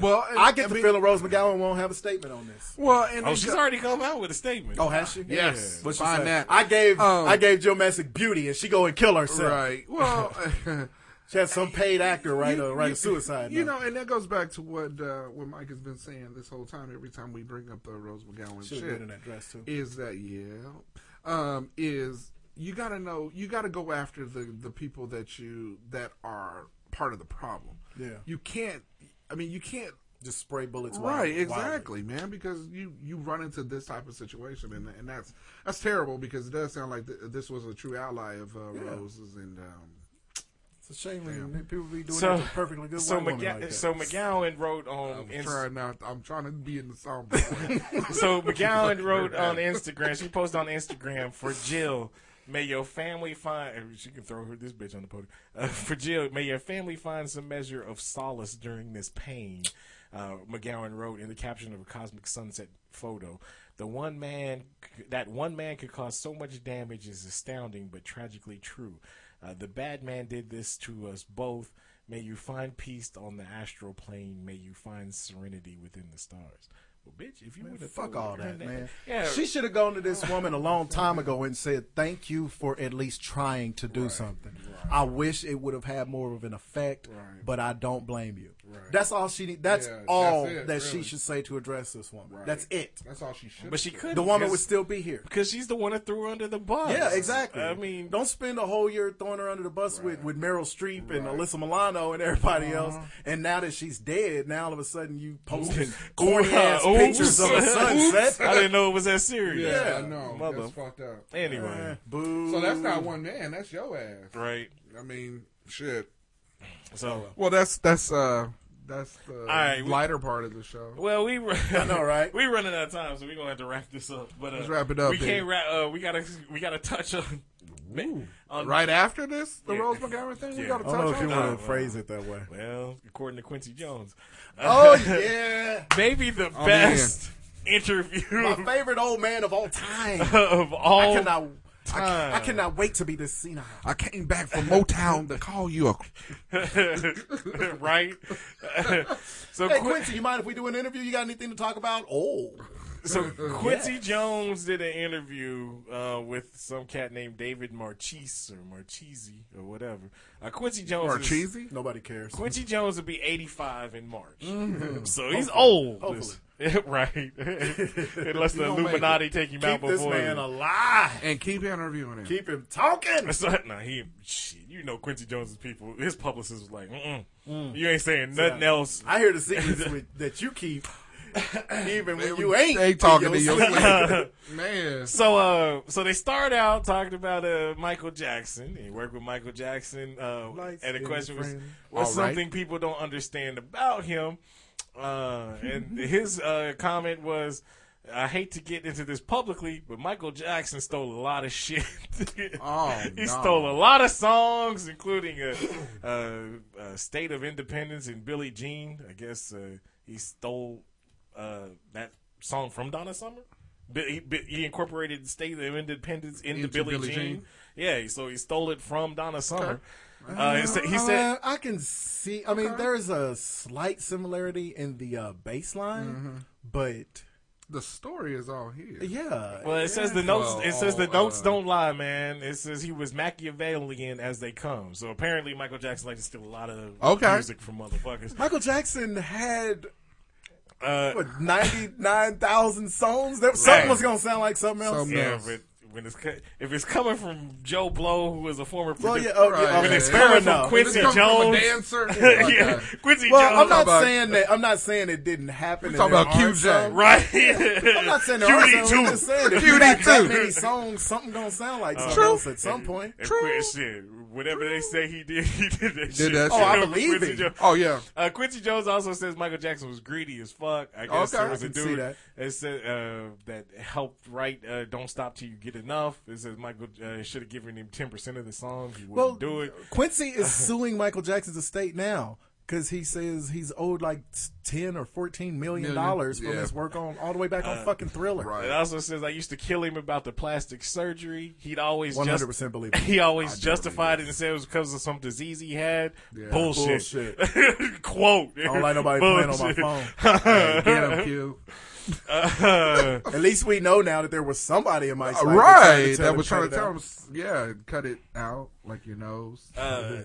Well, [laughs] I get the mean- feeling Rose McGowan won't have a statement on this. Well, and Oh, she's already come out with a statement. Oh, has she? Yes. What'd she Find say? that. I gave Um, I gave Jill Messick beauty, and she go and kill herself. right. Well, [laughs] [laughs] She had some paid actor write you- a write you- a uh, suicide. You note. know, and that goes back to what uh, what Mike has been saying this whole time. Every time we bring up the Rose McGowan Should've shit, been in that dress, too. Is that yeah? Um, is you got to know you got to go after the the people that you that are part of the problem. Yeah. You can't. I mean, you can't. just spray bullets. Right, wildly- exactly, man. Because you you run into this type of situation, and and that's that's terrible. Because it does sound like th- this was a true ally of uh, Rose's, and um, It's a shame when people be doing So- that to perfectly good so white woman McGow- like that. so McGowan wrote um, on I'm Inst- trying not. I'm trying to be in the song. so McGowan wrote on Instagram. She posted on Instagram for Jill. May your family find. She can throw her this bitch on the podium. Uh, for Jill, may your family find some measure of solace during this pain. Uh, McGowan wrote in the caption of a cosmic sunset photo. The one man that one man could cause so much damage is astounding, but tragically true. Uh, the bad man did this to us both. May you find peace on the astral plane. May you find serenity within the stars. Well, bitch, if you would have Fuck all [laughs] that, man. Yeah, She should have gone to this woman a long time ago and said, "Thank you for at least trying to do something." I wish it would have had more of an effect, but I don't blame you. That's all she. need- That's Yeah, that's all it, that she really. should say to address this woman. That's it. That's all she should. but she could. The woman would still be here. because she's the one that threw her under the bus. Yeah, exactly. I mean, don't spend a whole year throwing her under the bus with, with Meryl Streep and Alyssa Milano and everybody Uh-huh. else. And now that she's dead, now all of a sudden you posting [laughs] corny ass Oops. pictures [laughs] of a Oops. sunset. I didn't know it was that serious. Yeah, I know. Mother. That's fucked up. Anyway, Boo. So that's not one man. That's your ass. right. I mean, shit. So, Well, that's that's uh that's the right, we- lighter part of the show. well, we I know, right? [laughs] we running out of time, so we're gonna have to wrap this up. But uh, Let's wrap it up, We then. can't wrap. Uh, we gotta we gotta touch [laughs] on Man, um, right after this, the yeah. Rose McGowan thing, we Yeah. got to I don't know touch if you on. want that. to phrase it that way. Well, according to Quincy Jones. [laughs] [laughs] Oh, yeah. Maybe the Oh, man. best interview [laughs] My favorite old man of all time. Of all I cannot, I, ca- I time. cannot wait to be this senile. I came back from Motown to call you a. [laughs] right? so hey, Quin- Quincy, you mind if we do an interview? You got anything to talk about? Oh. So Quincy Jones did an interview uh, with some cat named David Marchese or Marchese or whatever. Uh, Quincy Jones is- Marchese? Nobody cares. Quincy Jones will be 85 in March. Mhm. So he's Hopefully. old. Hopefully. [laughs] right. Unless He the gonna make Illuminati it. take him Keep out before. this man [laughs] alive. And keep interviewing him. Keep him talking. That's not, nah, he, shit, you know Quincy Jones's people, his publicist was like, Mm-mm, Mm. you ain't saying nothing Yeah. else. I hear the [laughs] secrets with, that you keep, even when you They ain't. in talking to your [laughs] sleep. [laughs] Man. So uh, so they start out talking about uh Michael Jackson. He worked with Michael Jackson. Uh, Lights and the in question the was, frame. what's All right. something people don't understand about him? Uh, [laughs] and his uh comment was. I hate to get into this publicly, but Michael Jackson stole a lot of shit. [laughs] Oh, he no. stole a lot of songs, including a, uh uh "State of Independence" and "Billie Jean." I guess uh, he stole uh, that song from Donna Summer. Bi- He, bi- he incorporated "State of Independence" into, Into Billie, Billie Jean. Jean. Yeah, so he stole it from Donna Summer. Uh, Uh, he said, he said I can see. I mean, there's a slight similarity in the uh, baseline, but The story is all here. yeah. Well, it says the yeah. notes. It says the Well, notes uh, don't lie, man. It says he was Machiavellian as they come. So apparently, Michael Jackson likes to steal a lot of Okay. music from motherfuckers. Michael Jackson had Uh, what ninety nine thousand songs. That, Something was gonna sound like something else. Something yeah, else. but when it's co- if it's coming from Joe Blow, who is a former Well, produ- yeah, oh, yeah, Right. okay. When it's Fair coming from enough. Quincy If it's coming from a Jones, [laughs] dancer, uh, yeah, okay. Quincy Well, I'm Jones, not about- saying that. I'm not saying it didn't happen. We and talking there about aren't QJ. some. [laughs] right? I'm not saying there are QD some. I'm too. just saying if QD you got too. that many songs, something gonna sound like something True. else at some point. And Quin- shit, whatever they say he did, [laughs] he did that shit. that Oh, I Quincy believe it. Jones- [laughs] Oh, yeah. Uh, Quincy Jones also says Michael Jackson was greedy as fuck. I guess Okay. there was I a can see dude that. that. said uh, that helped write uh, "Don't Stop Till You Get Enough." It says Michael uh, should have given him ten percent of the song. He wouldn't Well, do it. Quincy is suing Michael Jackson's estate now because he says he's owed like ten or fourteen million dollars from Yeah. his work on all the way back on fucking Thriller. right. It also says I used to kill him about the plastic surgery. He'd always One just- hundred percent believe. it. He always justified it and said it was because of some disease he had. Bullshit. [laughs] Quote. I don't like nobody playing on my phone. Hey, [laughs] get him, Q. [laughs] Uh, At least we know now that there was somebody in Mike's Uh, life trying right. to tell That him was to trying cut to it tell out. him, s- yeah, cut it out like your nose. uh,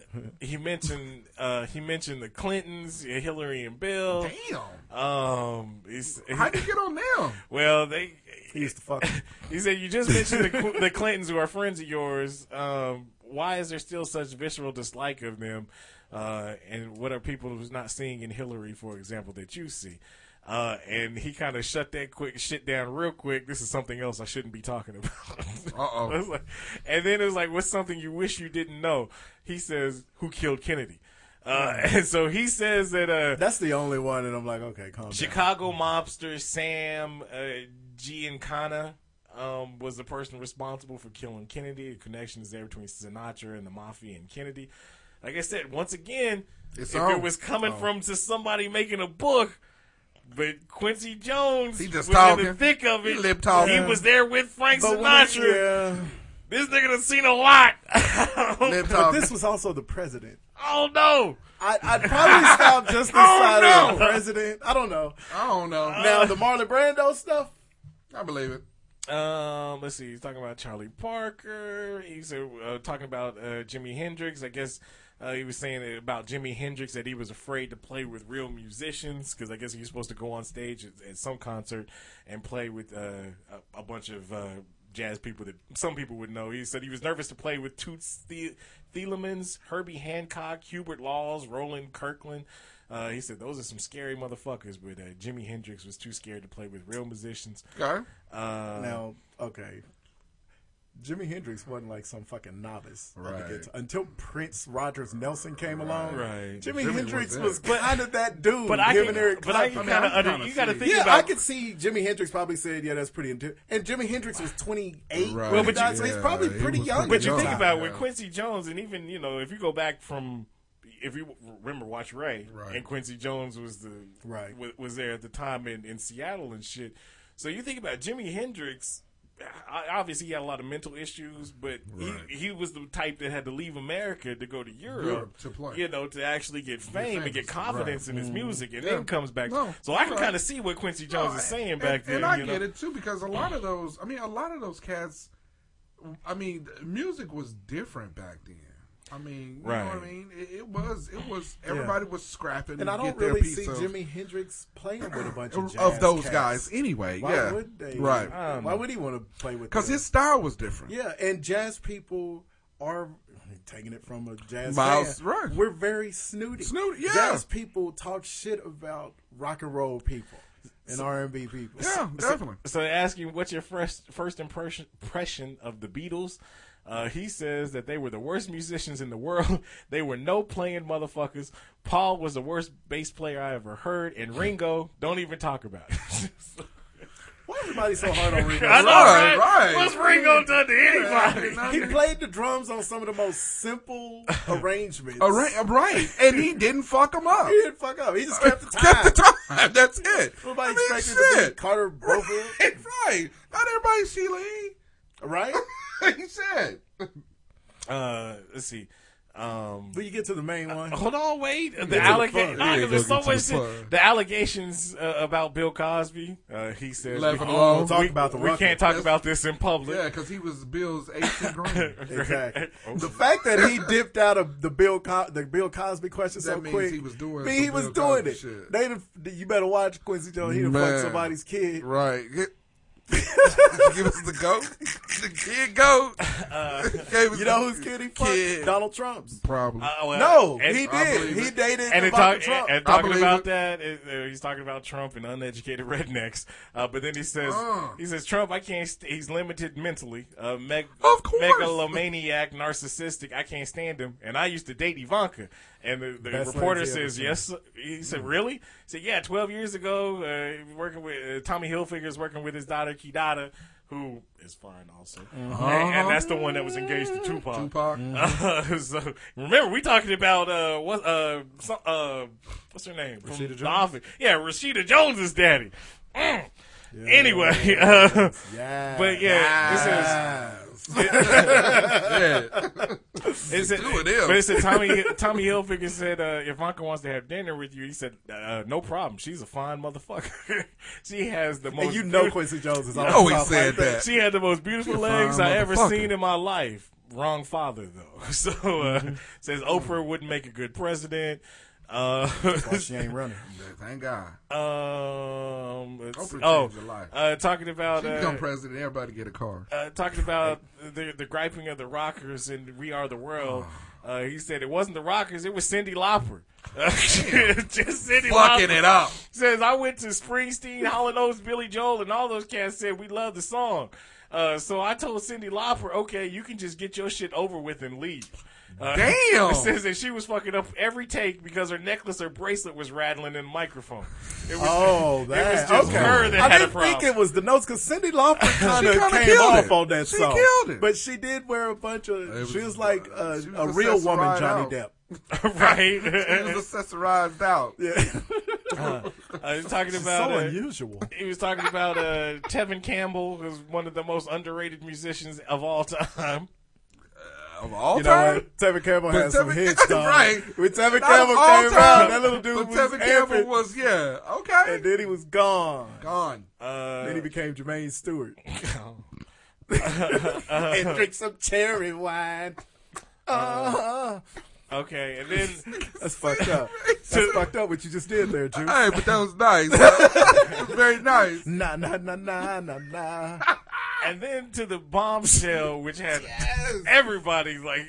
he mentioned uh, he mentioned the Clintons, Hillary and Bill. Damn. Um, he's, How'd you get on them? [laughs] well, they. He used to fuck. him. [laughs] He said you just mentioned the, Cl- the Clintons, who are friends of yours. Um, why is there still such visceral dislike of them? Uh, and what are people who's not seeing in Hillary, for example, that you see? Uh, and he kind of shut that quick shit down real quick. This is something else I shouldn't be talking about. [laughs] Uh-oh. I was like- and then it was like, what's something you wish you didn't know? He says, who killed Kennedy? Uh, [laughs] and so he says that uh, That's the only one, and I'm like, okay, calm [laughs] down. Chicago mobster Sam uh, Giancana um, was the person responsible for killing Kennedy. The connection is there between Sinatra and the mafia and Kennedy. Like I said, once again, It's if on. Oh. it was coming from to somebody making a book, but Quincy Jones He was just in the talking. thick of He it. lip talking. He was there with Frank But when- Sinatra. yeah. This nigga done seen a lot. [laughs] Lip But talk. this was also the president. oh no! I, I'd probably stop just this side of the president. I don't know. I [laughs] don't know. Now the Marlon Brando stuff. I believe it. Um, let's see. He's talking about Charlie Parker. He's uh, uh, talking about uh, Jimi Hendrix. I guess uh, he was saying that about Jimi Hendrix that he was afraid to play with real musicians because I guess he was supposed to go on stage at, at some concert and play with uh, a, a bunch of uh, jazz people that some people would know. He said he was nervous to play with Toots The- Thielemans, Herbie Hancock, Hubert Laws, Roland Kirkland. Uh, he said those are some scary motherfuckers, but uh, Jimi Hendrix was too scared to play with real musicians. Okay. Uh, Now, okay. Jimi Hendrix wasn't like some fucking novice. on the Right. guitar. Until Prince Rogers Nelson came along, Right. Jimi Jimi was Hendrix there. was, kind of that dude. But I him can- and Eric but I Clapton. can kinda I mean, I under- you gotta see think it. yeah, about- I could see Jimi Hendrix probably said, "Yeah, that's pretty intense." And Jimi Hendrix was twenty eight. Right. Well, Well, but but you- so he's yeah, probably he pretty was young. But you at the think time. about with Quincy Jones, and even you know, if you go back from, if you remember Watch Ray, and Quincy Jones was the right was, there at the time in, in Seattle and shit. So you think about Jimi Hendrix. I- Obviously, he had a lot of mental issues, but Right. he, he was the type that had to leave America to go to Europe, Europe to play. you know, to actually get fame and get famous. confidence Right. in his Mm. music, and Yeah. then comes back. No, so I can right. kind of see what Quincy Jones is saying and, back and, then. I you know? get it too because a lot of those, I mean, a lot of those cats, I mean, music was different back then. I mean, you know what Right. I mean? It, it was, it was, everybody was scrapping and I to don't get their really piece see of- Jimi Hendrix playing with a bunch of Of jazz those cats. guys anyway, Why yeah. would they? Um, Right. Why would he want to play with? because them? his style was different. Yeah, and jazz people are taking it from a jazz Miles, fan. We're very snooty. Snooty, yeah. Jazz people talk shit about rock and roll people and R and B people. So- So, they ask you what's your first first impression impression of the Beatles. Uh, he says that they were the worst musicians in the world. [laughs] they were no playing motherfuckers. Paul was the worst bass player I ever heard, and Hmm. Ringo don't even talk about. It. [laughs] [laughs] Why everybody's so hard on Ringo? I know, Right, right? right. What's Ringo done to He anybody? played the drums on some of the most [laughs] simple arrangements. Arra- right, and he didn't fuck him up. He didn't fuck up. He just kept the time. Kept the time. [laughs] That's it. Nobody I mean, expected to be shit. Carter Bofill. Right, right. Not everybody's Sheila E. Right? [laughs] he said. uh, let's see. Um, But you get to the main one. Hold on, wait. Get to The, the allega- fun. no, Yeah, 'cause go there's so get to the much shit. fun. the allegations uh, about Bill Cosby. Uh, he says Left we, it alone. we- Talk about the we record. can't talk about this in public. Oh, Yeah, because he was Bill's 18 green. [laughs] [laughs] Exactly. the fact that he dipped out of the Bill Co- the Bill Cosby question so That means quick, he was doing mean, he some was Bill doing Cosby it. shit. They done, you better watch Quincy Jones. He done fucked Man. somebody's kid. Right. Get- Give us the goat. The [laughs] kid goat. Gave us Uh, you know the whose kid he fucked? Uh, kid. Donald Trump's. Probably. no, uh, and- he I did. believe He it. dated and, it Ivanka talk- Trump. and, and talking about that, it- uh, he's talking about Trump and uneducated [laughs] rednecks. Uh, but then he says, Uh. he says Trump, I can't. St- he's limited mentally. Uh, meg- Of course. megalomaniac, narcissistic. I can't stand him. And I used to date Ivanka. And the, the Best reporter lady ever says, seen. yes. sir." He said, really? He said, yeah. Twelve years ago, uh, working with uh, Tommy Hilfiger is working with his daughter Kidada. Who is fine also, and, and that's the one that was engaged to Tupac. Tupac. Uh, [laughs] so remember, we talking about uh, what uh, some, uh, what's her name? From Rashida The Jones? Office. Yeah, Rashida Jones is daddy. Mm. anyway, uh, Yes. but yeah, [laughs] this is. It said, Two of them. but it said Tommy Tommy Hilfiger said uh, if Ivanka wants to have dinner with you, he said uh, no problem. She's a fine motherfucker. [laughs] she has the most. And you know beautiful- Quincy Jones is You always talking know he said like that. that. she had the most beautiful She's a fine legs I ever motherfucker. seen in my life. Wrong father though. [laughs] So uh, Mm-hmm. says Oprah wouldn't make a good president. Uh, Why [laughs] she ain't running? Thank God. um, let's Oprah see. changed oh, your life. uh, talking about She become uh, president. Everybody get a car. uh, talking [laughs] about the the griping of the rockers and We Are the [sighs] World. Uh, he said it wasn't the rockers; it was Cindy Lauper. [laughs] Just Cindy Fucking Lauper. [laughs] it up. Says I went to Springsteen, Holland Oates, Billy Joel, and all those cats said we love the song. Uh, so I told Cindy Lauper, okay, you can just get your shit over with and leave. Uh, [laughs] Damn. It says that she was fucking up every take because her necklace or bracelet was rattling in the microphone. [laughs] It was, [laughs] Oh, it was that just okay. her that I had a didn't problem. think it was the notes because Cindy [laughs] Lauper kind She of kinda came killed off it. on that She song. killed it. but she did wear a bunch of. was- uh, she was like a, she was a real woman, accessorized Johnny out. Depp. [laughs] right? She was accessorized out. Yeah. I was talking She's about so uh, unusual. He was talking about uh, Tevin Campbell, who's one of the most underrated musicians of all time. Of all You know time? what? Tevin Campbell But had some Tevin- hits, dog. right. When Tevin Not Campbell all came time, out, that little dude but was Tevin Campbell amping. was, yeah, okay. and then he was gone. [laughs] Gone. Uh, Then he became Jermaine Stewart. [laughs] Oh. and uh, drink some cherry wine. Uh, okay, [laughs] and then that's fucked [laughs] up. That's fucked up what you just did there, Juice. Hey, but that was nice. [laughs] It was very [laughs] nice. Nah, nah, nah, nah, nah, [laughs] nah. and then to the bombshell, which had [laughs] everybody like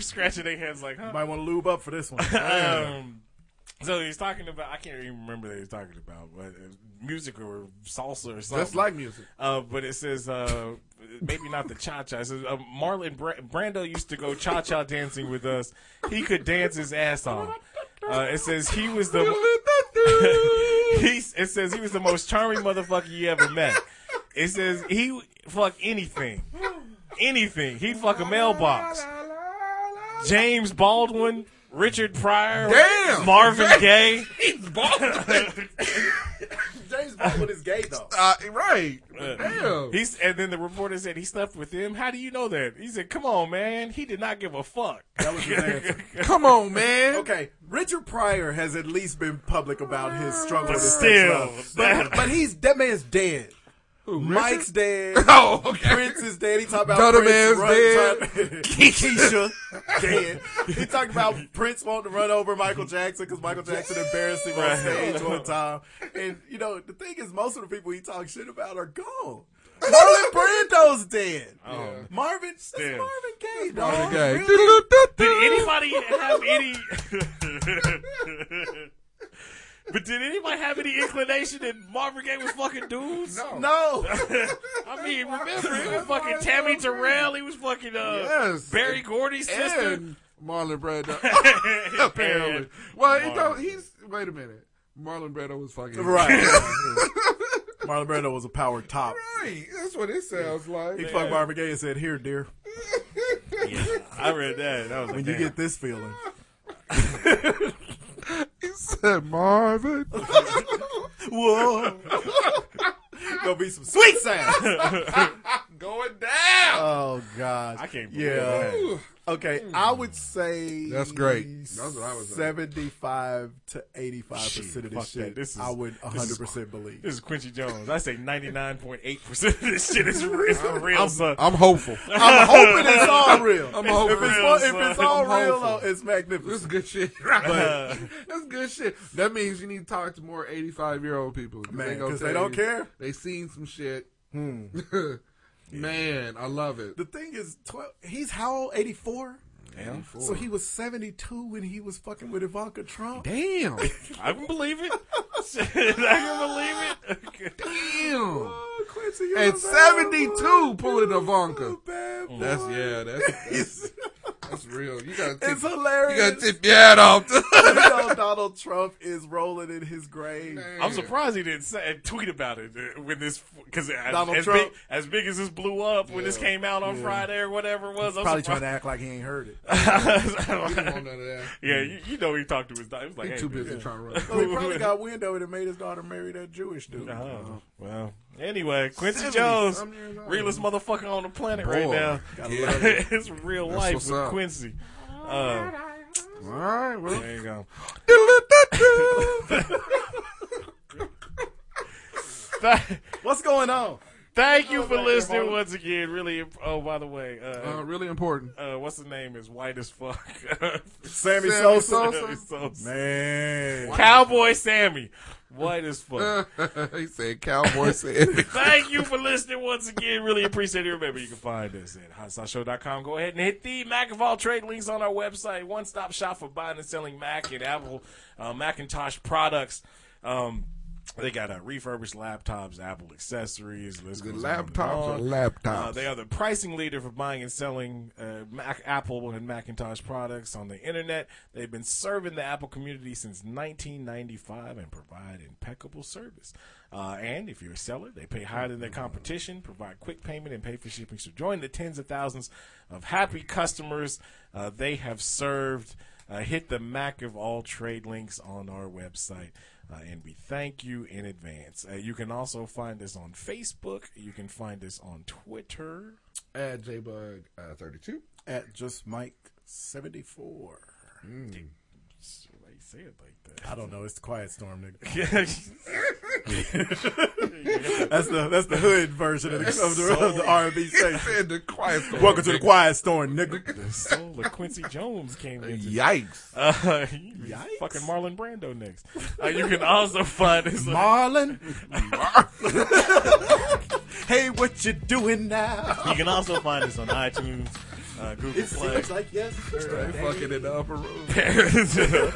scratching their heads, like, huh? [laughs] Might want to lube up for this one. Um, So he's talking about I can't even remember that he's talking about, but uh, music or salsa or something. That's like music. Uh, but it says uh, maybe not the cha cha. It says uh, Marlon Bra- Brando used to go cha cha dancing with us. He could dance his ass off. Uh, it says he was the. [laughs] [laughs] he, it says he was the most charming motherfucker you ever met. It says he w- fuck anything, anything. He fuck a mailbox. James Baldwin, Richard Pryor, Damn! Marvin Gaye. James [laughs] Baldwin. James Baldwin is gay though. Uh, right. Uh, He's and then the reporter said he slept with him. How do you know that? He said, "Come on, man. He did not give a fuck." That was his answer. Come on, man. Okay, Richard Pryor has at least been public about his struggle But with his still, sex love. but, but he's that man's dead. Mike's dead. [laughs] Oh, okay. Prince is dead. He talked about Gutter Prince Man's run- dead. trying- [laughs] Keisha dead. He talked about Prince wanting to run over Michael Jackson because Michael Jackson embarrassed him on Right. stage one time. And you know the thing is, most of the people he talks shit about are [laughs] gone. Marlon Brando's dead. Oh. Marvin, that's Damn. Marvin Gaye, dog. Marvin [laughs] Gaye. Really? Did anybody have any? [laughs] but did anybody have any inclination that Marvin Gaye was fucking dudes? No. I mean, remember it was fucking Tammy Terrell. He was fucking uh, Yes. Barry Gordy's sister. and Marlon Brando. And [laughs] Apparently. Well, it Marlon. don't, he's wait a minute. Marlon Brando was [laughs] fucking Right. Marlon Brando was a power top. Right. That's what it sounds like. He fucked Marvin Gaye and said, "Here, dear, Yeah, [laughs] I read that. That was like, when you damn. get this [laughs] feeling, [laughs] He said Marvin. whoa, gonna be some sweet [laughs] sound." [laughs] Going down. Oh God, I can't believe Yeah. that. Okay, I would say That's great. That's what I uh, would say. Seventy-five to eighty-five percent of Fuck this shit, that. This is- I would this is- hundred percent [laughs] believe. This is Quincy Jones. I say 99.8% of this shit is real. real son. I'm hopeful. I'm hoping it's all real. I'm hoping if it's, it's all- real, if it's son. all I'm real, hopeful. though, it's magnificent. This is good shit. Uh, That's good shit. That means you need to talk to more 85 year old people. Man, gonna 'cause they tell don't care. Hmm. They seen some shit. [laughs] Man, I love it. The thing is, 12, he's how old? 84? So he was 72 when he was fucking with Ivanka Trump. [laughs] Damn. I can believe it. [laughs] Shit, I can believe it. Damn. Oh, Quincy, you're At a bad 72, boy. pulling Ivanka. You're a bad boy. That's, [laughs] yeah, that's, that's, that's real. You gotta tip, It's you gotta hilarious. tip your hat off. [laughs] to- [laughs] You know Donald Trump is rolling in his grave. I'm surprised he didn't say, tweet about it uh, when this because as, Donald as big Trump. as big as this blew up when this came out on Friday or whatever it was. I'm Probably trying to surprised. act like he ain't heard [laughs] it. [laughs] You don't want none of that. yeah, you, you know he talked to his daughter. He was like, He hey, too man. busy trying to [laughs] run. So he probably got wind of it and made his daughter marry that Jewish dude. Oh, well. Anyway, Quincy 70 Jones, some years old. realest motherfucker on the planet right Boy. now. Yeah. [laughs] it's real life what's with up. Quincy. Uh, All right, well. there you go. [laughs] Th- What's going on? Thank you for listening once again. Really. Oh, by the way, Uh, uh, really important. [laughs] uh, what's the name? Is white as fuck. [laughs] Sammy, Sammy Sosa? Sosa. So- [laughs] Man. Cowboy Sammy, white as fuck. he said cowboy said. [laughs] [laughs] [laughs] Thank you for listening once again. Really appreciate it. Remember, you can find us at hotsauceshow.com. Go ahead and hit the Mac of all trade links on our website. One stop shop for buying and selling Mac and Apple uh, Macintosh products. Um, they got uh, refurbished laptops, Apple accessories. The The laptops are laptops. uh, they are the pricing leader for buying and selling uh, Mac, Apple and Macintosh products on the internet. They've been serving the Apple community since 1995 and provide impeccable service. Uh, and if you're a seller, they pay higher than their competition, provide quick payment, and pay for shipping. So join the tens of thousands of happy customers uh, they have served. Uh, hit the Mac of all trade links on our website. Uh, and we thank you in advance. Uh, you can also find us on Facebook. You can find us on Twitter. At JBug uh, 32. At Just Mike 74. Why you say it like Hmm. I don't know. It's Quiet Storm, nigga. [laughs] [laughs] that? That's the that's the hood version [laughs] of the, of the, of the R&B He station. said the quiet storm. Welcome to the Quiet Storm, nigga. the soul of Quincy Jones [laughs] came into Yikes. uh, [laughs] fucking Marlon Brando next. Uh, you can also find [laughs] us. on- Marlon, hey, what you doing now? you can also find us on iTunes. uh, Google It Play. seems like yes. Straight fucking in the upper room. Paris- [laughs]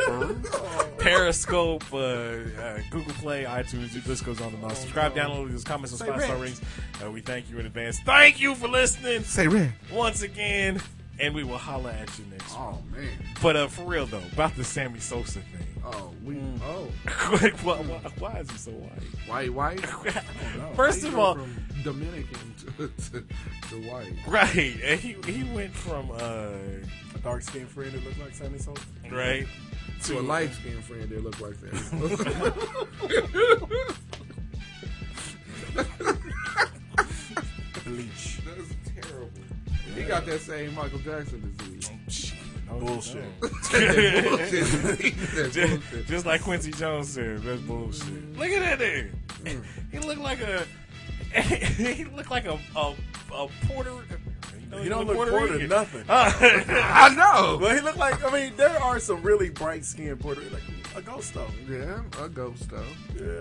Periscope, uh, uh, Google Play, iTunes. The list goes on and on. Subscribe, download, these comments, and Oh, Say five star red. rings. Uh, we thank you in advance. Thank you for listening. Say red. once again, and we will holla at you next. Oh man. But uh, for real though, about the Sammy Sosa thing. [laughs] Oh, we. Mm. Oh. Like, why, why, why is he so white? White, [laughs] white. First of all- from Dominican [laughs] to, to, to white. Right, and he he went from uh A dark skinned friend that looks like Sammy Sosa. right To a light skinned friend that [laughs] looked like [laughs] that. bleach. That's terrible. He got that same Michael Jackson [laughs] disease. Bullshit. That's just, bullshit. just like Quincy Jones said, that's bullshit. Look at that nigga. He looked like a [laughs] he looked like a a, a Puerto. You He don't look Puerto Rican. Uh, nothing. I know. Well, he looked like. I mean, there are some really bright skinned Puerto Rican, like a ghost though. Yeah, a ghost though. Yeah.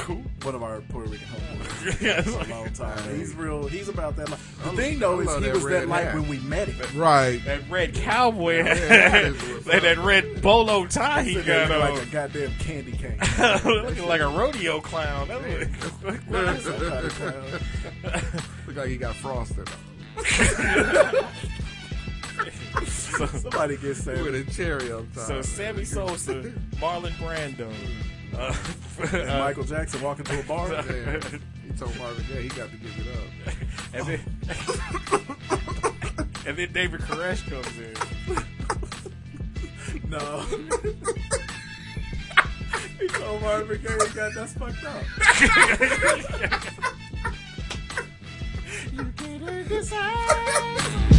Cool. One of our Puerto Rican homeboys. Yeah, it's For a like- long time. Hey. He's real. He's about that. Life. The I thing lo- though I is love he that was red that light hat. when we met [laughs] him. Right. That red [laughs] cowboy, Yeah, that is what's that, that up. red bolo tie he Sitting got there like on, a goddamn candy cane. [laughs] [laughs] looking like a rodeo clown. That look- [laughs] What is that kind of clown? Look like he got frosted. Somebody gets on. With [laughs] Sammy. a cherry on top. So Sammy Sosa, Marlon Brando, uh, And uh, [laughs] Michael Jackson walking to a bar. Yeah. He told Marvin Gaye he got to give it up. and [laughs] then and then David Koresh comes in. No. [laughs] he told Marvin Gaye he got that's fucked up. You can't decide.